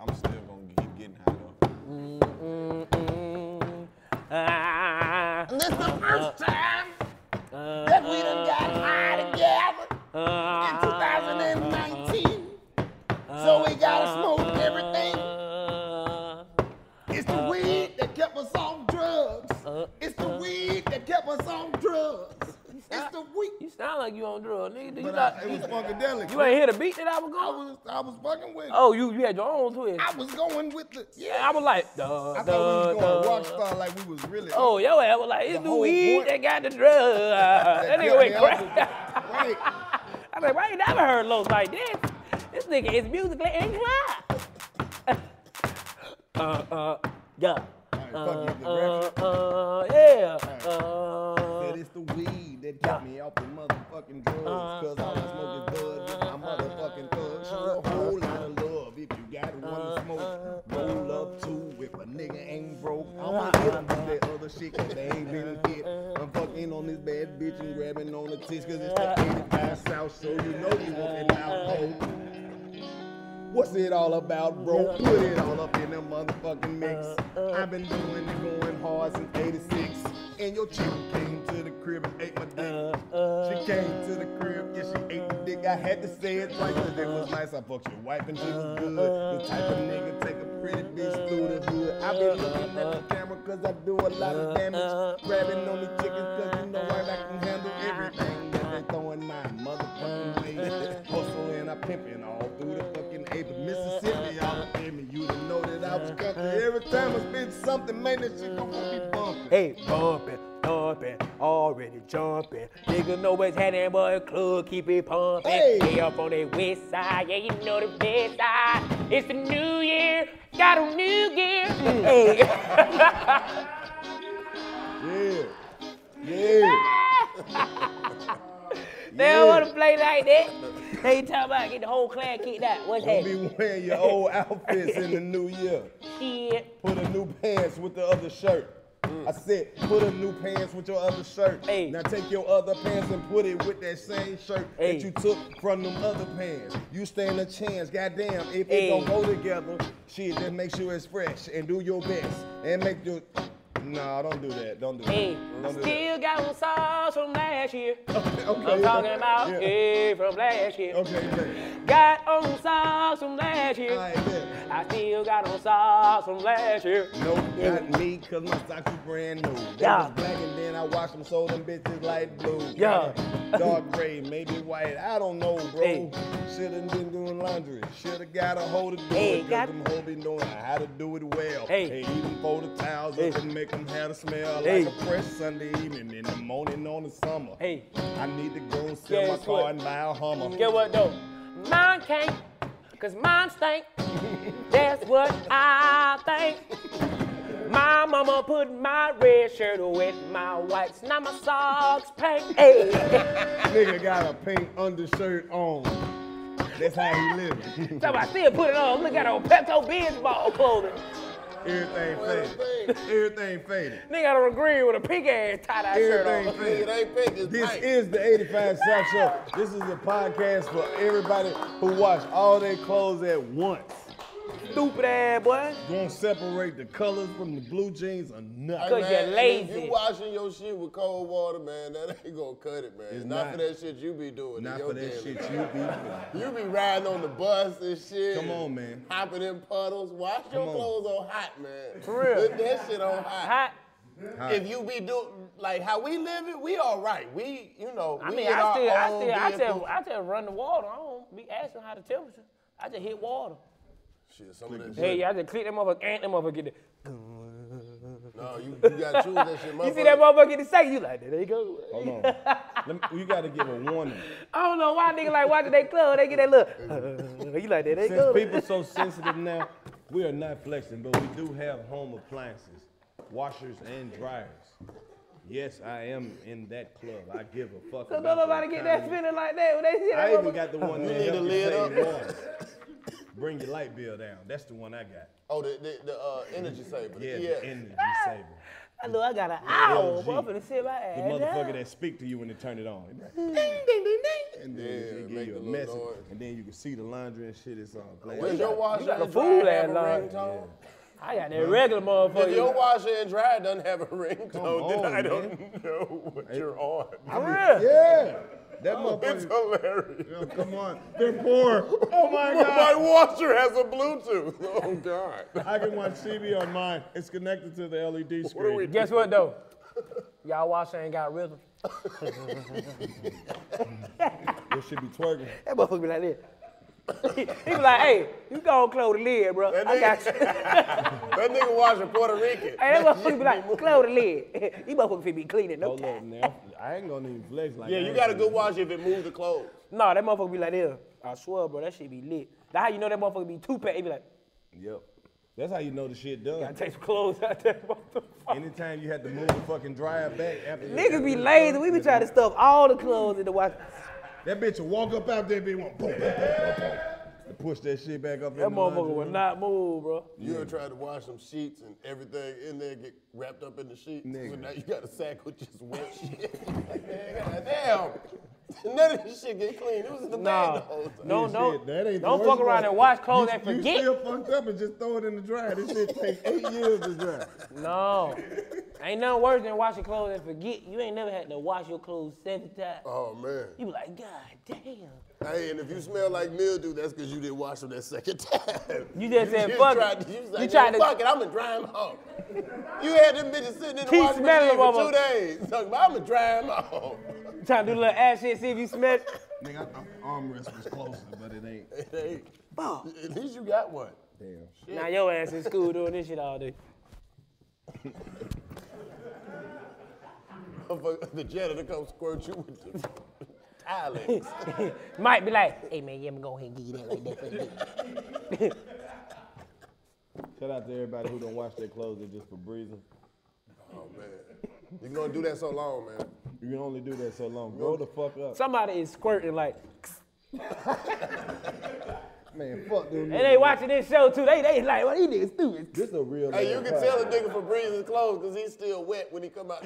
Speaker 3: I'm still gonna keep getting high though.
Speaker 4: Mm, Uh,
Speaker 1: And this is the first time
Speaker 4: uh,
Speaker 1: that we done got high together in 2019.
Speaker 4: uh,
Speaker 1: So we gotta smoke everything. It's
Speaker 4: uh,
Speaker 1: the weed that kept us on drugs. It's the weed that kept us on drugs. It's the weed.
Speaker 4: You sound like you on drugs, nigga. Do You,
Speaker 3: But
Speaker 4: not,
Speaker 3: I- it was funkadelic.
Speaker 4: you ain't hear the beat that I was going?
Speaker 3: I was, I was fucking with it.
Speaker 4: Oh, you you had your own twist.
Speaker 3: I was going with the.
Speaker 4: Yeah, I was like, duh,
Speaker 3: I thought
Speaker 4: duh,
Speaker 3: we was
Speaker 4: duh.
Speaker 3: going rock star like we was really.
Speaker 4: uh, Oh, yo ass was like, it's the,
Speaker 3: whole
Speaker 4: weed
Speaker 3: point-
Speaker 4: that got the drug. that nigga went
Speaker 3: goddamn-
Speaker 4: crazy. I like, why you never heard Los like this? This nigga is musically inclined. uh, uh, yeah. Uh, uh, uh, yeah. Uh,
Speaker 3: That is the weed that got me off the motherfucking drugs. Cause I
Speaker 4: Uh,
Speaker 3: was smoking bud with my motherfucking thugs. Show a whole lot of love if you got one
Speaker 4: uh,
Speaker 3: to smoke. Roll up two if a nigga ain't broke. I
Speaker 4: uh,
Speaker 3: want to hit 'em with that other shit cause they ain't been hit. I'm fucking on this bad bitch and grabbing on the tits cause it's
Speaker 4: uh,
Speaker 3: the 85 South. So you know you want that loud hoe. What's it all about, bro? Put it all up in the motherfucking mix. I've been doing it going hard since 86. And your chick came to the crib and ate my dick. She came to the crib, yeah, she ate the dick. I had to say it right because it was nice. I fucked your wife and she was good. The type of nigga take a pretty bitch through the hood. I've been looking at the camera because I do a lot of damage. Grabbing on the chickens because you know right, I can handle everything. Got that throwing my motherfucking way. Hustle and I pimping all through the fucking April. Mississippi, all up in me. You didn't know that I was country. Every time it's been something, man, that shit gon' be bumping.
Speaker 4: uh, Hey, bumping, thumping, already jumping. Niggas know it's happening, boy. Club keep it pumping.
Speaker 14: Hey.
Speaker 4: They up on that west side, yeah, you know the best side. It's the new year, got a new gear. Hey.
Speaker 3: Yeah. Yeah.
Speaker 4: They don't want to play like that. They talking about get the whole clan kicked out. What's
Speaker 3: Don't
Speaker 4: that?
Speaker 3: be wearing your old outfits in the new year.
Speaker 4: Shit.
Speaker 3: Put a new pants with the other shirt. I said, put a new pants with your other shirt. Now take your other pants and put it with that same shirt that you took from them other pants. You stand a chance, goddamn. If it
Speaker 20: Hey.
Speaker 3: don't go together, shit, just make sure it's fresh and do your best and make your. No, don't do that. Don't do that.
Speaker 4: Hey,
Speaker 3: don't do that.
Speaker 4: still got one sauce from last year. I'm
Speaker 3: okay,
Speaker 4: talking about
Speaker 3: yeah.
Speaker 4: hey from last year. Got on sauce from last year. I still got on sauce from last year.
Speaker 3: No, not me, cause my socks was brand new. They
Speaker 4: Yeah.
Speaker 3: was black and then I washed them, so them bitches light blue.
Speaker 4: Yeah.
Speaker 3: Dark gray, maybe white. I don't know, bro. Shoulda been doing laundry. Shoulda got a hold of doing
Speaker 4: Hey,
Speaker 3: it. 'cause
Speaker 4: got-
Speaker 3: them hoes be knowing how to do it well.
Speaker 4: Hey.
Speaker 3: even fold the towels
Speaker 4: Hey.
Speaker 3: up and make them have a smell
Speaker 4: Hey.
Speaker 3: like a fresh Sunday evening in the morning on the summer.
Speaker 4: Hey.
Speaker 3: I need to go and sell my
Speaker 4: Guess
Speaker 3: car
Speaker 4: what?
Speaker 3: and buy a Hummer.
Speaker 4: Get what though? Mine can't, cause mine stink. That's what I think. My mama put my red shirt with my whites. Now my socks pink. Hey.
Speaker 3: Nigga got a pink undershirt on. That's how he living.
Speaker 4: So I still put it on. Look at her Pepto Bismol clothing.
Speaker 3: Everything faded. Everything faded.
Speaker 4: Nigga got on a green with a pink ass tie dye shirt
Speaker 3: Everything
Speaker 4: on.
Speaker 3: faded. This is the 85 South Show. This is a podcast for everybody who wash all their clothes at once.
Speaker 4: Stupid ass boy.
Speaker 3: Gonna separate the colors from the blue jeans or nothing.
Speaker 4: Cause you're lazy.
Speaker 1: You washing your shit with cold water, man. That ain't gonna cut it, man.
Speaker 3: It's
Speaker 1: not,
Speaker 3: not.
Speaker 1: for that shit you be doing. in
Speaker 3: Not
Speaker 1: your
Speaker 3: for that
Speaker 1: daily
Speaker 3: shit
Speaker 1: life.
Speaker 3: you be doing.
Speaker 1: You be riding on the bus and shit.
Speaker 3: Come on,
Speaker 1: and
Speaker 3: man.
Speaker 1: Hopping in puddles. Wash your
Speaker 3: Come on.
Speaker 1: clothes on hot, man.
Speaker 3: For real.
Speaker 1: Put that shit on hot.
Speaker 3: Hot.
Speaker 1: If you be doing like how we live it, we all right. We, you know,
Speaker 4: I
Speaker 1: we
Speaker 4: mean,
Speaker 1: in
Speaker 4: I
Speaker 1: our
Speaker 4: still, I
Speaker 1: own
Speaker 4: still, I
Speaker 1: vehicle.
Speaker 4: still, I still run the water. I don't be asking how the temperature. I just hit water.
Speaker 1: Shit, some of that shit.
Speaker 4: Hey, I just click that motherfucker, and that motherfucker get the.
Speaker 1: No, you, you gotta choose that shit.
Speaker 4: You see that motherfucker get the second, you like, there you go.
Speaker 3: Hold on. Let me- you gotta give a warning.
Speaker 4: I don't know why nigga like watching they club, they get that look. you like that, they
Speaker 3: Since
Speaker 4: go.
Speaker 3: people so sensitive now, we are not flexing, but we do have home appliances, washers and dryers. Yes, I am in that club. I give a fuck.
Speaker 4: So
Speaker 3: about the
Speaker 4: don't nobody get that
Speaker 3: economy.
Speaker 4: spinning like that when they see that
Speaker 3: I even
Speaker 4: motherfucker.
Speaker 3: got the one
Speaker 1: You
Speaker 3: that
Speaker 1: need
Speaker 3: helps
Speaker 1: to
Speaker 3: you
Speaker 1: lid
Speaker 3: save
Speaker 1: up.
Speaker 3: water. Bring your light bill down. That's the one I got.
Speaker 1: Oh, the, the, the uh, energy saver.
Speaker 3: Yeah,
Speaker 1: yeah.
Speaker 3: the energy saver.
Speaker 4: I know I got an
Speaker 3: The
Speaker 4: hour,
Speaker 3: LG.
Speaker 4: but I'm finna sit my ass
Speaker 3: The motherfucker
Speaker 4: down.
Speaker 3: that speak to you when they turn it on. They be like,
Speaker 4: Ding, ding, ding, ding.
Speaker 3: And then they give you a
Speaker 1: little
Speaker 3: message, and then you can see the laundry and shit. It's all glad.
Speaker 1: Does your washer
Speaker 4: You got a
Speaker 1: and dryer
Speaker 4: fool
Speaker 1: have
Speaker 4: ass
Speaker 1: a
Speaker 4: line.
Speaker 1: ringtone?
Speaker 4: I got that regular motherfucker.
Speaker 1: If your washer and dryer doesn't have a ringtone,
Speaker 3: on,
Speaker 1: then I
Speaker 3: man.
Speaker 1: don't know what you're on.
Speaker 3: I mean, Yeah. That motherfucker.
Speaker 1: It's hilarious.
Speaker 3: Yo, come on. They're poor. Oh my
Speaker 1: Well,
Speaker 3: God.
Speaker 1: My washer has a Bluetooth. Oh God.
Speaker 3: I can watch TV on mine. It's connected to the LED screen.
Speaker 4: Guess what though? Y'all washer ain't got rhythm.
Speaker 3: This should be twerking.
Speaker 4: That motherfucker be like this. he be like, hey, you go close the lid, bro. I got you.
Speaker 1: That nigga washer Puerto Rican.
Speaker 4: Hey, that motherfucker be like, close the lid. you motherfucker finna be cleaning no
Speaker 3: Hold up
Speaker 4: time.
Speaker 3: now. I ain't gonna even flex like
Speaker 1: yeah,
Speaker 3: that.
Speaker 1: you got a good washer if it moves the clothes.
Speaker 4: No, that motherfucker be like this. I swear, bro, that shit be lit. That's how you know that motherfucker be two pack. He be like,
Speaker 3: Yep. That's how you know the shit done.
Speaker 4: gotta take some clothes out there.
Speaker 3: Anytime you had to move the fucking dryer back after
Speaker 4: Niggas be lazy. We be trying to stuff all the clothes in the washer.
Speaker 3: That bitch will walk up out there and be one boom, boom, boom, boom, boom. And Push that shit back up
Speaker 4: That
Speaker 3: in the laundry
Speaker 4: motherfucker would
Speaker 3: room.
Speaker 4: not move, bro.
Speaker 1: You ever tried to wash some sheets and everything in there get wrapped up in the sheets? So
Speaker 3: Nigga.
Speaker 1: now you got a sack with just wet shit. God damn. None of this shit get clean. It was in the
Speaker 4: Nah.
Speaker 1: bag the whole time.
Speaker 4: No,
Speaker 3: Shit,
Speaker 4: no.
Speaker 3: that ain't the
Speaker 4: Don't
Speaker 3: worst
Speaker 4: fuck around
Speaker 3: part.
Speaker 4: and wash clothes
Speaker 3: you,
Speaker 4: and forget.
Speaker 3: You still fucked up and just throw it in the dryer. This shit takes eight years to dry.
Speaker 4: No. ain't nothing worse than washing clothes and forget. You ain't never had to wash your clothes seven times.
Speaker 1: Oh man.
Speaker 4: You be like, God damn.
Speaker 1: Hey, and if you smell like mildew, that's because you didn't wash them that second time.
Speaker 4: You just said, "Fuck it."
Speaker 1: tried to- you, was
Speaker 4: You
Speaker 1: like,
Speaker 4: tried
Speaker 1: tried
Speaker 4: to-
Speaker 1: fuck it, I'm gonna dry them off. you had them bitches sitting in the
Speaker 4: Keep
Speaker 1: washing
Speaker 4: smelling them,
Speaker 1: machine for two
Speaker 4: mama.
Speaker 1: days. I'm gonna dry them off.
Speaker 4: Trying to do a little ass shit, see if you smell.
Speaker 3: Nigga, I- I- armrest was closer, but it ain't.
Speaker 1: It ain't- At least you got one.
Speaker 3: Damn.
Speaker 4: Now your ass in school doing this shit all day.
Speaker 1: Motherfucker, The janitor comes squirt you with the Tylex.
Speaker 4: Might be like, hey man, yeah, I'm gonna go ahead and give you that right there. for the dick."
Speaker 3: Shout out to everybody who don't wash their clothes and just for breathing.
Speaker 1: Oh man, you're gonna do that so long, man.
Speaker 3: You can only do that so long. Grow the fuck up.
Speaker 4: Somebody is squirting like,
Speaker 3: Man, fuck them.
Speaker 4: and they watching this show too. They they like, well, these niggas stupid.
Speaker 3: This a real
Speaker 1: Hey, you
Speaker 3: ass
Speaker 1: can tell a
Speaker 3: podcast.
Speaker 1: nigga for breathing his clothes because he's still wet when he come out.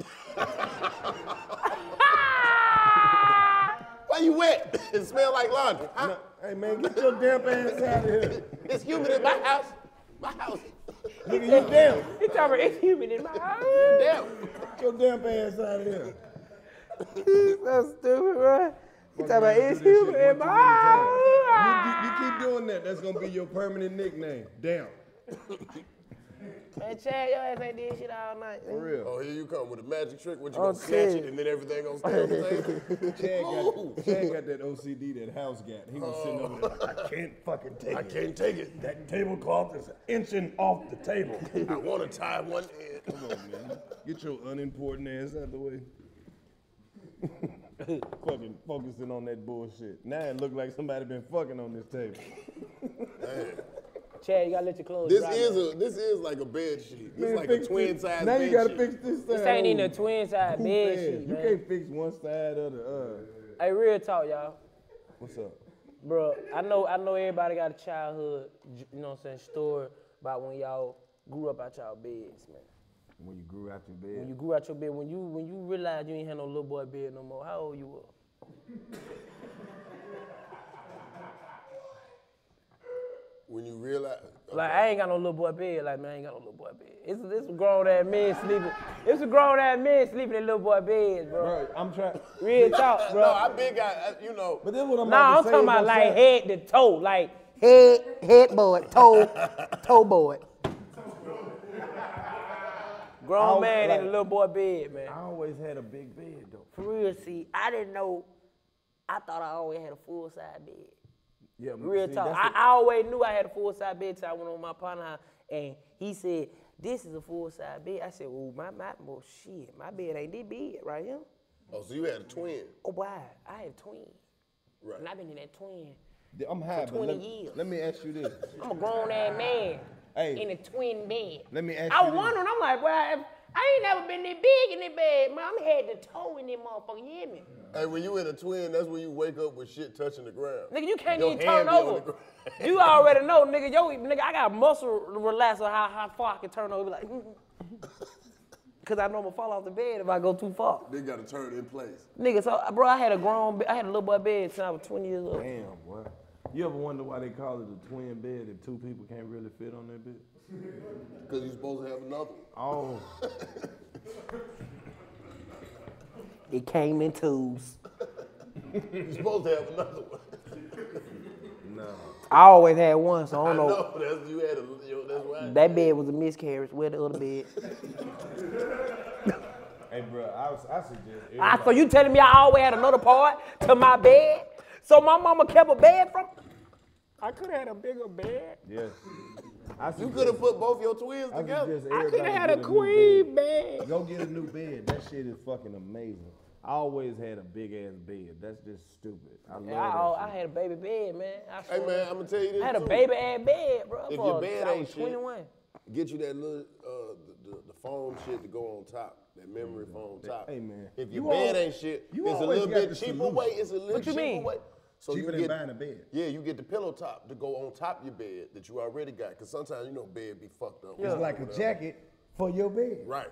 Speaker 1: Why you wet? It smell like laundry. huh?
Speaker 3: Hey man, get your damp ass out of here.
Speaker 1: It's humid in my house. My house.
Speaker 4: Nigga, you damn. He talking about inhuman in my eyes. Damn.
Speaker 3: Get your damn ass out of here.
Speaker 4: That's stupid, bro. You talking about inhuman in my eyes.
Speaker 3: You keep doing that. That's gonna be your permanent nickname. Damn.
Speaker 4: Man, Chad, your ass ain't did shit all night.
Speaker 3: For real.
Speaker 1: Oh, here you come with a magic trick. What you
Speaker 3: Oh,
Speaker 1: gonna snatch
Speaker 3: shit.
Speaker 1: it and then everything gonna stay on the table?
Speaker 3: Chad
Speaker 1: Move.
Speaker 3: got, Chad got that OCD that House got. He was sitting over there. like, I can't fucking take it.
Speaker 1: I can't take it.
Speaker 3: That tablecloth is inching off the table.
Speaker 1: I want to tie one end.
Speaker 3: Come on, man. Get your unimportant ass out the way. fucking focusing on that bullshit. Now it look like somebody been fucking on this table.
Speaker 4: Chad, you gotta let your clothes
Speaker 1: This
Speaker 4: dry.
Speaker 1: is a this is like a bed sheet. This
Speaker 3: Man,
Speaker 1: is like a
Speaker 3: fix
Speaker 1: twin
Speaker 3: this.
Speaker 1: size
Speaker 3: Now
Speaker 1: bed
Speaker 3: you gotta
Speaker 1: sheet.
Speaker 3: fix this
Speaker 4: This
Speaker 3: side
Speaker 4: ain't even a
Speaker 3: over.
Speaker 4: twin size
Speaker 3: Who
Speaker 4: bed
Speaker 3: bad?
Speaker 4: sheet,
Speaker 3: You
Speaker 4: man.
Speaker 3: can't fix one side or the other.
Speaker 4: Hey, real talk, y'all.
Speaker 3: What's up?
Speaker 4: Bro, I know I know everybody got a childhood, j- you know what I'm saying, story about when y'all grew up out y'all beds, man.
Speaker 3: When you grew out your
Speaker 4: When
Speaker 3: bed.
Speaker 4: you grew out your bed, when you when you realized you ain't had no little boy bed no more, how old you were?
Speaker 1: When you realize
Speaker 4: Like I ain't got no little boy bed. Like man, I ain't got no little boy bed. It's it's a grown ass man sleeping. It's a grown ass man sleeping in little boy beds, bro.
Speaker 3: I'm trying.
Speaker 4: Real talk, bro.
Speaker 1: No, I been got uh, you know.
Speaker 3: But that's what
Speaker 4: No, I'm talking about like head to toe, like
Speaker 1: head
Speaker 4: head board, toe toe board. Grown
Speaker 3: I
Speaker 4: man
Speaker 3: like-
Speaker 4: in a little boy bed, man.
Speaker 3: I always had a big bed though.
Speaker 4: For real, see, I didn't know. I thought I always had a full size bed.
Speaker 3: Yeah,
Speaker 1: Mm,
Speaker 4: Real
Speaker 3: see,
Speaker 4: talk.
Speaker 3: that's
Speaker 4: I,
Speaker 3: the-
Speaker 4: I always knew I had a full size bed till I went on my partner house and he said, This is a full size bed. I said, Well, my, my, well, shit, my bed ain't this big right here.
Speaker 1: Oh, so you had a twin.
Speaker 4: Oh, why? I had twin.
Speaker 1: Right.
Speaker 4: And I've been in that twin.
Speaker 3: I'm high,
Speaker 4: for
Speaker 3: but
Speaker 4: 20
Speaker 3: let,
Speaker 4: years.
Speaker 3: let me ask you this.
Speaker 4: I'm a grown ass man
Speaker 3: Hey.
Speaker 4: in a twin bed.
Speaker 3: Let me ask
Speaker 4: I
Speaker 3: you
Speaker 4: was
Speaker 3: this.
Speaker 4: wondering, I'm like, well, I, I ain't never been this big in this bed, man. I'm head to toe in this motherfucker, you hear me?
Speaker 1: Hey, when you in a twin, that's when you wake up with shit touching the ground.
Speaker 4: Nigga, you can't
Speaker 1: Your
Speaker 4: even turn
Speaker 1: hand be on the
Speaker 4: over.
Speaker 1: ground.
Speaker 4: You already know, nigga. Yo, nigga, I got muscle relaxer how, how far I can turn over. Like, Cause I know I'm gonna fall off the bed if I go too far.
Speaker 1: They gotta turn in place.
Speaker 4: Nigga, so bro, I had a grown, be- I had a little boy bed since I was 20 years old.
Speaker 3: Damn, boy. You ever wonder why they call it a twin bed if two people can't really fit on that bed?
Speaker 1: Cause you're supposed to have another one.
Speaker 3: Oh.
Speaker 4: It came in twos.
Speaker 1: You're supposed to have another one.
Speaker 3: No.
Speaker 4: I always had one, so I don't
Speaker 1: I
Speaker 4: know.
Speaker 1: know. That's you had a. Yo, that's why.
Speaker 4: That bed was a miscarriage. Where the other bed?
Speaker 3: Hey, bro, I, was, I suggest.
Speaker 4: I, so
Speaker 3: everybody-
Speaker 4: you telling me I always had another part to my bed? So my mama kept a bed from? I could have had a bigger bed.
Speaker 3: Yes. I
Speaker 1: You
Speaker 3: suggest-
Speaker 1: could have put both your twins
Speaker 3: I
Speaker 1: together.
Speaker 3: suggest everybody
Speaker 4: coulda had
Speaker 3: get
Speaker 4: a
Speaker 3: new
Speaker 4: queen
Speaker 3: bed. Go get a new bed. That shit is fucking amazing. I always had a big ass bed. That's just stupid. I love
Speaker 4: I,
Speaker 3: that
Speaker 4: al-
Speaker 3: shit.
Speaker 4: I had a baby bed, man. I
Speaker 1: Hey
Speaker 4: swear.
Speaker 1: man, I'm gonna tell you this.
Speaker 4: I had a
Speaker 1: too.
Speaker 4: baby ass bed, bro.
Speaker 1: If
Speaker 4: for-
Speaker 1: your bed
Speaker 4: I
Speaker 1: ain't
Speaker 4: was
Speaker 1: shit,
Speaker 4: 21.
Speaker 1: get you that little uh, the, the, the foam shit to go on top, that memory foam top.
Speaker 3: Mm-hmm. Hey, man.
Speaker 1: If your
Speaker 3: You
Speaker 1: bed
Speaker 3: al-
Speaker 1: ain't shit,
Speaker 3: you
Speaker 1: it's a
Speaker 3: always
Speaker 1: little
Speaker 3: got
Speaker 1: bit
Speaker 3: the
Speaker 1: cheaper
Speaker 3: solution.
Speaker 1: way. It's a little
Speaker 4: What you
Speaker 1: cheaper
Speaker 4: mean?
Speaker 1: way. So
Speaker 3: Cheaper
Speaker 1: you
Speaker 3: than
Speaker 1: get,
Speaker 3: buying a bed.
Speaker 1: Yeah, you get the pillow top to go on top of your bed that you already got. Cause sometimes you know bed be fucked up.
Speaker 3: It's like a jacket for Oh, your bed.
Speaker 1: Right.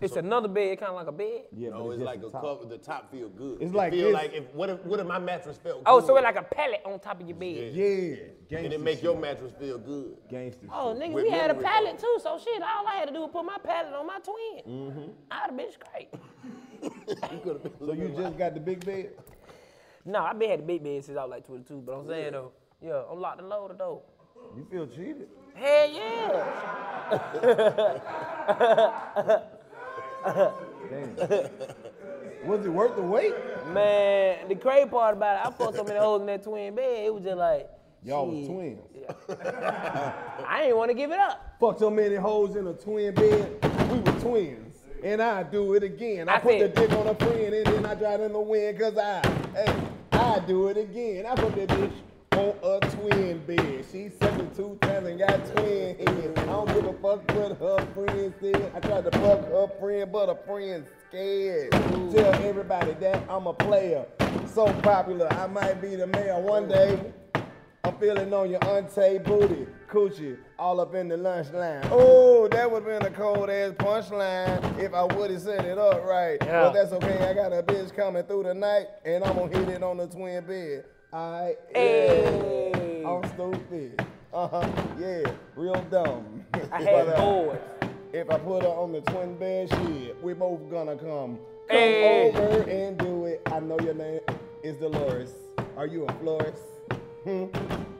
Speaker 4: It's another bed, kind of like a bed.
Speaker 3: Yeah,
Speaker 1: no,
Speaker 3: but
Speaker 1: it's
Speaker 3: just
Speaker 1: like
Speaker 3: the
Speaker 1: a
Speaker 3: top.
Speaker 1: cover. The top feel good.
Speaker 3: It's
Speaker 1: It
Speaker 3: like
Speaker 1: feel
Speaker 3: this.
Speaker 1: like if what if what if my mattress felt
Speaker 4: Oh,
Speaker 1: good?
Speaker 4: so it's like a pallet on top of your bed.
Speaker 3: Yeah.
Speaker 1: and
Speaker 3: Gangster
Speaker 1: it make your
Speaker 3: shit.
Speaker 1: mattress feel good.
Speaker 3: Gangster
Speaker 4: Oh,
Speaker 3: shit.
Speaker 4: nigga,
Speaker 1: With
Speaker 4: we had a
Speaker 1: memory
Speaker 4: pallet too, so shit, all I had to do was put my pallet on my twin. I'd have been straight.
Speaker 3: So you just got the big bed?
Speaker 4: No, I've been had a big bed since I was like 22, but I'm saying though, yeah, I'm locked and loaded though.
Speaker 3: You feel cheated?
Speaker 4: Hell yeah.
Speaker 3: Damn. Was it worth the wait?
Speaker 4: Man, the crazy part about it, I fucked so many holes in that twin bed, it was just like,
Speaker 3: Y'all was
Speaker 4: shit,
Speaker 3: twins.
Speaker 4: I didn't want to give it up.
Speaker 3: Fuck so many hoes in a twin bed. We were twins. And I do it again. I,
Speaker 4: I
Speaker 3: put
Speaker 4: said-
Speaker 3: the dick on a friend and then I drive in the wind cause I, hey, I do it again. I put that bitch on a twin bed. She sucking two times and got twin head. I don't give a fuck what her friend said. I tried to fuck her friend, but her friend's scared. Tell everybody that I'm a player. So popular, I might be the mayor one day. I'm feeling on your auntie booty, coochie, all up in the lunch line. Oh, that would have been a cold ass punchline if I would have set it up right.
Speaker 4: Yeah.
Speaker 3: But that's okay, I got a bitch coming through the night, and I'm gonna hit it on the twin bed. I
Speaker 4: Hey.
Speaker 3: I'm stupid. Uh-huh. Yeah, real dumb.
Speaker 4: I had
Speaker 3: But, uh,
Speaker 4: boys.
Speaker 3: If I put her on the twin bed, shit, we both gonna come. Come
Speaker 4: Hey.
Speaker 3: over and do it. I know your name is Dolores. Are you a florist? Hmm?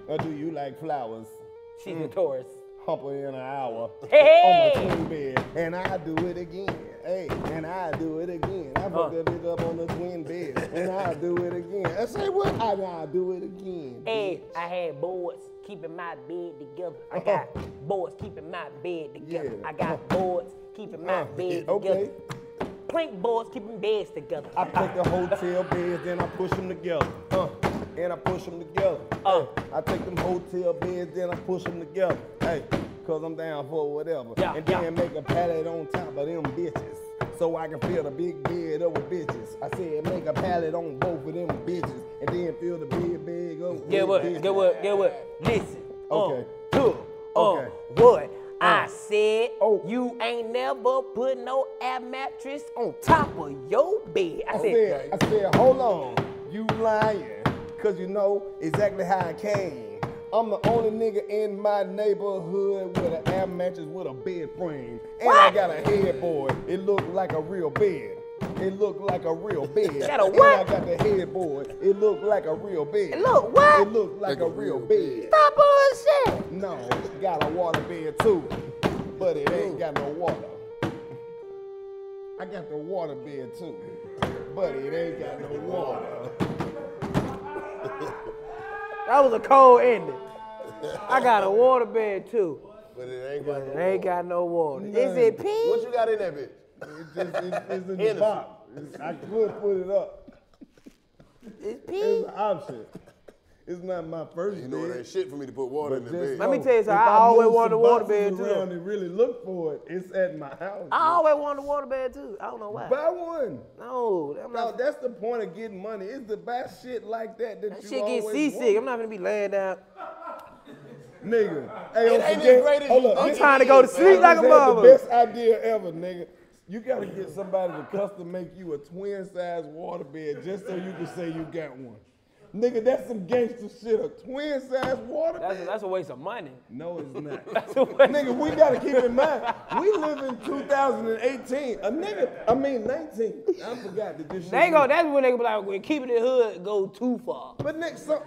Speaker 3: Or do you like flowers? Hmm.
Speaker 4: She's a Taurus.
Speaker 3: Hump her in an hour
Speaker 4: Hey.
Speaker 3: on the twin bed, and I do it again. Hey, and I do it again. I fuck that bitch up on the twin bed, and I do it again. I say what? I, I do it again.
Speaker 4: Hey, I had boys keeping my bed together.
Speaker 3: Uh-huh.
Speaker 4: I got boys keeping my bed together. I got boys keeping my
Speaker 3: Uh,
Speaker 4: bed
Speaker 3: Uh-huh. okay.
Speaker 4: together. Plank boys keeping beds together.
Speaker 3: I take the hotel beds, then I push them together. Uh, and I push them together. Uh, I take them hotel beds, then I push them together. Hey, cause I'm down for whatever.
Speaker 4: Yeah,
Speaker 3: and then make a pallet on top of them bitches. So I can fill the big bed up with bitches. I said make a pallet on both of them bitches. And then fill the big bag up with
Speaker 4: Get what?
Speaker 3: bitches.
Speaker 4: Get what? Get what? Listen.
Speaker 3: Okay.
Speaker 4: Uh, two.
Speaker 3: Okay. Uh-huh. Oh.
Speaker 4: Uh, what? I said you ain't never put no air mattress on top of your bed. I
Speaker 3: I
Speaker 4: said,
Speaker 3: said, I said, hold on, you lying, cause you know exactly how I came. I'm the only nigga in my neighborhood with an air mattress with a bed frame, and I got a headboard. It looked like a real bed. It looked like a real bed.
Speaker 4: Got a what?
Speaker 3: And I got the headboard. It looked like a real bed.
Speaker 4: It look what?
Speaker 3: It looked like, a real bed.
Speaker 4: stop bullshit.
Speaker 3: No, got a water bed too, but it ain't got no water. I got the water bed too, but it ain't got no water.
Speaker 4: That was a cold ending. I got a water bed too.
Speaker 3: But it ain't got
Speaker 4: It ain't got no water. Is it pee?
Speaker 3: What you got in that bitch? It's, just, it's, it's in the
Speaker 4: Hennessy.
Speaker 3: box. It's- I could put it up.
Speaker 4: It's pee.
Speaker 3: It's an option. It's not my first
Speaker 1: You know it
Speaker 3: bed,
Speaker 1: ain't shit for me to put water in
Speaker 3: but
Speaker 1: the
Speaker 3: just
Speaker 1: bed.
Speaker 4: Let me
Speaker 3: know,
Speaker 4: tell you something,
Speaker 3: if
Speaker 4: I always
Speaker 3: move
Speaker 4: wanted
Speaker 3: some
Speaker 4: a water bed,
Speaker 3: boxes
Speaker 4: too.
Speaker 3: around and really look for it, it's at my house.
Speaker 4: I always wanted a water bed too. I don't know why.
Speaker 3: Buy one.
Speaker 4: No, I'm
Speaker 3: No, that's the point of getting money. It's to buy shit like that that,
Speaker 4: That
Speaker 3: you
Speaker 4: shit get
Speaker 3: always
Speaker 4: seasick.
Speaker 3: want.
Speaker 4: I'm not gonna be laying down.
Speaker 3: Nigga, hey, on
Speaker 4: It ain't as
Speaker 3: some
Speaker 4: great
Speaker 3: game-
Speaker 4: as
Speaker 3: hold
Speaker 4: you
Speaker 3: up,
Speaker 4: think
Speaker 3: this-
Speaker 4: it I'm trying to go to
Speaker 3: this-
Speaker 4: sleep like a
Speaker 3: this is
Speaker 4: mother.
Speaker 3: The best idea ever, nigga. You gotta get somebody to custom make you a twin size water bed just so you can say you got one. Nigga, that's some gangster shit. A twin size water
Speaker 4: That's a,
Speaker 3: bed.
Speaker 4: that's a waste of money.
Speaker 3: No, it's not.
Speaker 4: waste-
Speaker 3: nigga, we gotta keep in mind, we live in 2018. A nigga, I mean 19. I forgot that this shit.
Speaker 4: They go. That's when they go be like, "Well, keeping it hood go too far.
Speaker 3: But next, some,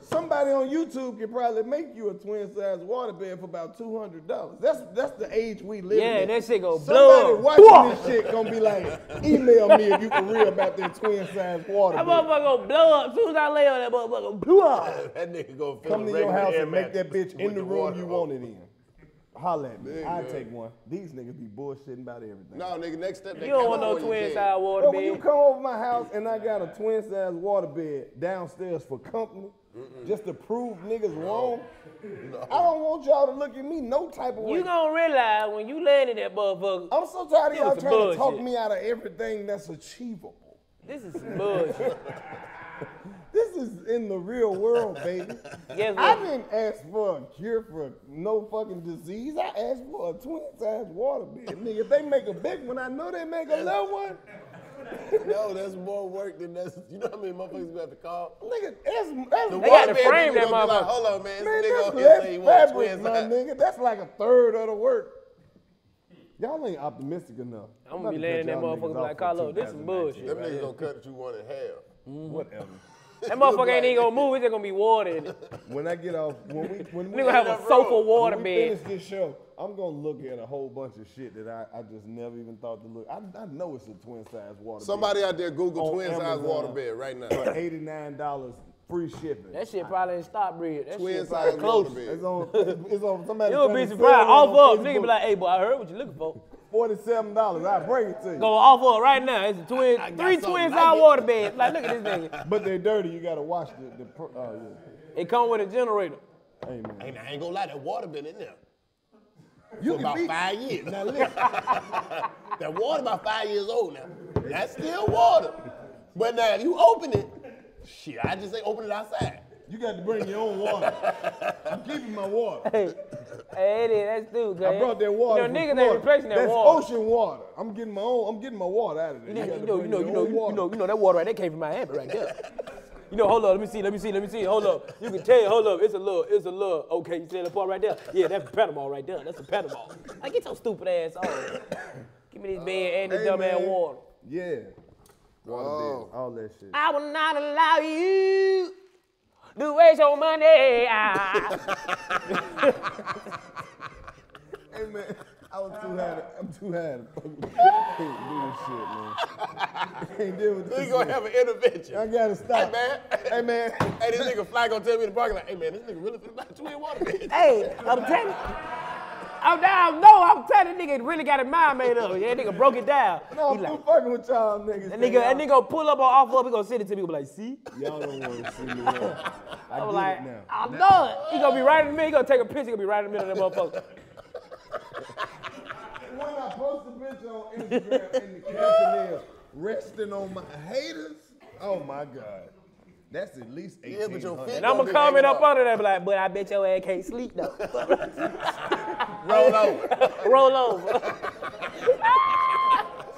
Speaker 3: somebody on YouTube could probably make you a twin size water bed for about two hundred dollars. That's that's the age we live
Speaker 4: Yeah,
Speaker 3: in.
Speaker 4: that shit go blow
Speaker 3: Somebody
Speaker 4: up.
Speaker 3: watching
Speaker 4: Whoa.
Speaker 3: this shit gonna be like, email me if you can read about that twin size water
Speaker 4: That
Speaker 3: bed.
Speaker 4: motherfucker gonna blow up. As soon as I lay on that motherfucker, blew up.
Speaker 1: that nigga gonna fill
Speaker 3: Come
Speaker 1: the
Speaker 3: to your
Speaker 1: regular
Speaker 3: house
Speaker 1: air
Speaker 3: and make that
Speaker 1: mattress
Speaker 3: bitch in
Speaker 1: with
Speaker 3: the room
Speaker 1: water
Speaker 3: you
Speaker 1: on.
Speaker 3: want it in. Holla at me.
Speaker 1: Nigga.
Speaker 3: I take one. These niggas be bullshitting about everything.
Speaker 1: No, nigga, next step. They
Speaker 4: You don't
Speaker 1: come
Speaker 4: want no
Speaker 1: on your
Speaker 4: twin
Speaker 1: bed.
Speaker 4: side water
Speaker 3: Bro, when you
Speaker 4: bed.
Speaker 3: come over my house and I got a twin size water bed downstairs for company, just to prove niggas wrong, I don't want y'all to look at me no type of way.
Speaker 4: You gonna realize when you land in that motherfucker.
Speaker 3: I'm so tired of
Speaker 4: It
Speaker 3: y'all
Speaker 4: was
Speaker 3: trying to talk
Speaker 4: bullshit.
Speaker 3: me out of everything that's achievable.
Speaker 4: This is some bullshit.
Speaker 3: This is in the real world, baby.
Speaker 4: Guess
Speaker 3: I
Speaker 4: what?
Speaker 3: didn't ask for a cure for no fucking disease. I asked for a twin size water bed. Nigga, if they make a big one, I know they make a little one.
Speaker 1: No, that's more work than that's. You know how many motherfuckers we have to call?
Speaker 3: Nigga, that's, that's
Speaker 1: The
Speaker 4: They
Speaker 1: water
Speaker 4: got to
Speaker 1: bed
Speaker 4: frame
Speaker 1: nigga
Speaker 4: that
Speaker 1: gonna be like,
Speaker 4: motherfucker.
Speaker 1: Hold on, man.
Speaker 3: Man,
Speaker 1: This nigga
Speaker 3: that's
Speaker 1: on here say he
Speaker 3: less
Speaker 1: want
Speaker 3: fabric,
Speaker 1: twins.
Speaker 3: my nigga. That's like a third of the work. Y'all ain't optimistic enough.
Speaker 4: I'm
Speaker 3: about
Speaker 4: gonna be
Speaker 3: to
Speaker 4: laying
Speaker 3: cut
Speaker 4: in that
Speaker 3: y'all
Speaker 4: motherfucker
Speaker 3: niggas
Speaker 4: like,
Speaker 3: off
Speaker 4: Carlo,
Speaker 3: for
Speaker 4: this is
Speaker 3: 2019.
Speaker 4: bullshit.
Speaker 1: Them niggas gonna cut you one in half.
Speaker 3: Whatever.
Speaker 4: That motherfucker ain't even gonna move. It's just gonna be water in it.
Speaker 3: When I get off, when we when we
Speaker 4: Nigga have a sofa water
Speaker 3: when we
Speaker 4: bed.
Speaker 3: finish this show, I'm gonna look at a whole bunch of shit that I, I just never even thought to look. I, I know it's a twin size water.
Speaker 1: Somebody
Speaker 3: bed
Speaker 1: out there Google
Speaker 3: on
Speaker 1: twin size
Speaker 3: Amazon
Speaker 1: water bed right now.
Speaker 3: for eighty nine dollars free shipping.
Speaker 4: That shit probably ain't stop bread. That
Speaker 1: Twin
Speaker 4: shit probably
Speaker 1: size water
Speaker 4: close.
Speaker 1: bed.
Speaker 3: It's on. It's on somebody.
Speaker 4: You'll
Speaker 3: trying
Speaker 4: be
Speaker 3: to sell
Speaker 4: surprised.
Speaker 3: it on
Speaker 4: Off up, nigga
Speaker 3: Facebook.
Speaker 4: be like, hey boy, I heard what you looking for.
Speaker 3: forty-seven dollars. I bring it to you.
Speaker 4: Go off up right now. It's a twin,
Speaker 1: got
Speaker 4: three
Speaker 1: something
Speaker 4: twins
Speaker 1: like
Speaker 4: out
Speaker 1: it.
Speaker 4: water bed. Like, look at this nigga.
Speaker 3: But they're dirty. You gotta wash the. the pro- oh
Speaker 4: It come with a generator.
Speaker 3: yeah. Hey man.
Speaker 1: Hey, now, I ain't gonna lie, that water been in there.
Speaker 3: You
Speaker 1: for about five years. Now listen, that water about five years old now. That's still water. But now if you open it, shit, I just say open it outside.
Speaker 3: You got to bring your own water. I'm keeping my water.
Speaker 4: Hey, hey, it is. That's dude.
Speaker 3: I brought that water.
Speaker 4: You know,
Speaker 3: from
Speaker 4: niggas ain't
Speaker 3: Florida.
Speaker 4: replacing that
Speaker 3: That's
Speaker 4: water.
Speaker 3: ocean water. I'm getting my own. I'm getting my water out of there.
Speaker 4: You know,
Speaker 3: gotta
Speaker 4: you know, you
Speaker 3: bring
Speaker 4: know,
Speaker 3: your
Speaker 4: you know,
Speaker 3: own
Speaker 4: you know, you know, that water right there came from Miami right there. You know, hold up, let me see, let me see, let me see. Hold up. You can tell, hold up, it's a little, it's a little. Okay, you see that part right there? Yeah, that's a Panama right there. That's a Panama. Like, get your stupid ass on. Give me this bed and this
Speaker 3: Uh, Hey,
Speaker 4: dumb ass
Speaker 3: man.
Speaker 4: water.
Speaker 3: Yeah. Water bill, all that shit.
Speaker 4: I will not allow you to waste your money. Ah.
Speaker 3: Hey man, I was too high. To, I'm too high. To fuck with I can't do this shit, man. I can't deal with this.
Speaker 1: We gonna
Speaker 3: man.
Speaker 1: have an intervention.
Speaker 3: I gotta stop.
Speaker 1: Hey man.
Speaker 3: Hey man.
Speaker 1: Hey, this nigga Fly gonna tell me in the parking lot. Hey man, this nigga really finna buy two in water. bitch."
Speaker 4: hey, I'm telling you. I'm down. No, I'm telling you, nigga really got his mind made up. Yeah, nigga broke it down.
Speaker 3: No, I'm fucking with y'all niggas.
Speaker 4: That nigga, that nigga gonna pull up on offer up, he gonna send it to me, he gonna be like, see?
Speaker 3: Y'all don't want to see me. win. I
Speaker 4: I'm
Speaker 3: did
Speaker 4: like,
Speaker 3: it now.
Speaker 4: I know it. He gonna be right in the middle, he gonna take a picture, he gonna be right in the middle of that motherfucker.
Speaker 3: When I post a bitch on Instagram and the caption is resting on my haters. Oh my god, that's at least eighteen
Speaker 4: Yeah,
Speaker 3: hundred.
Speaker 4: but your feet And I'ma comment up under that, be like, but I bet your ass can't sleep though.
Speaker 3: Roll over.
Speaker 4: Roll over.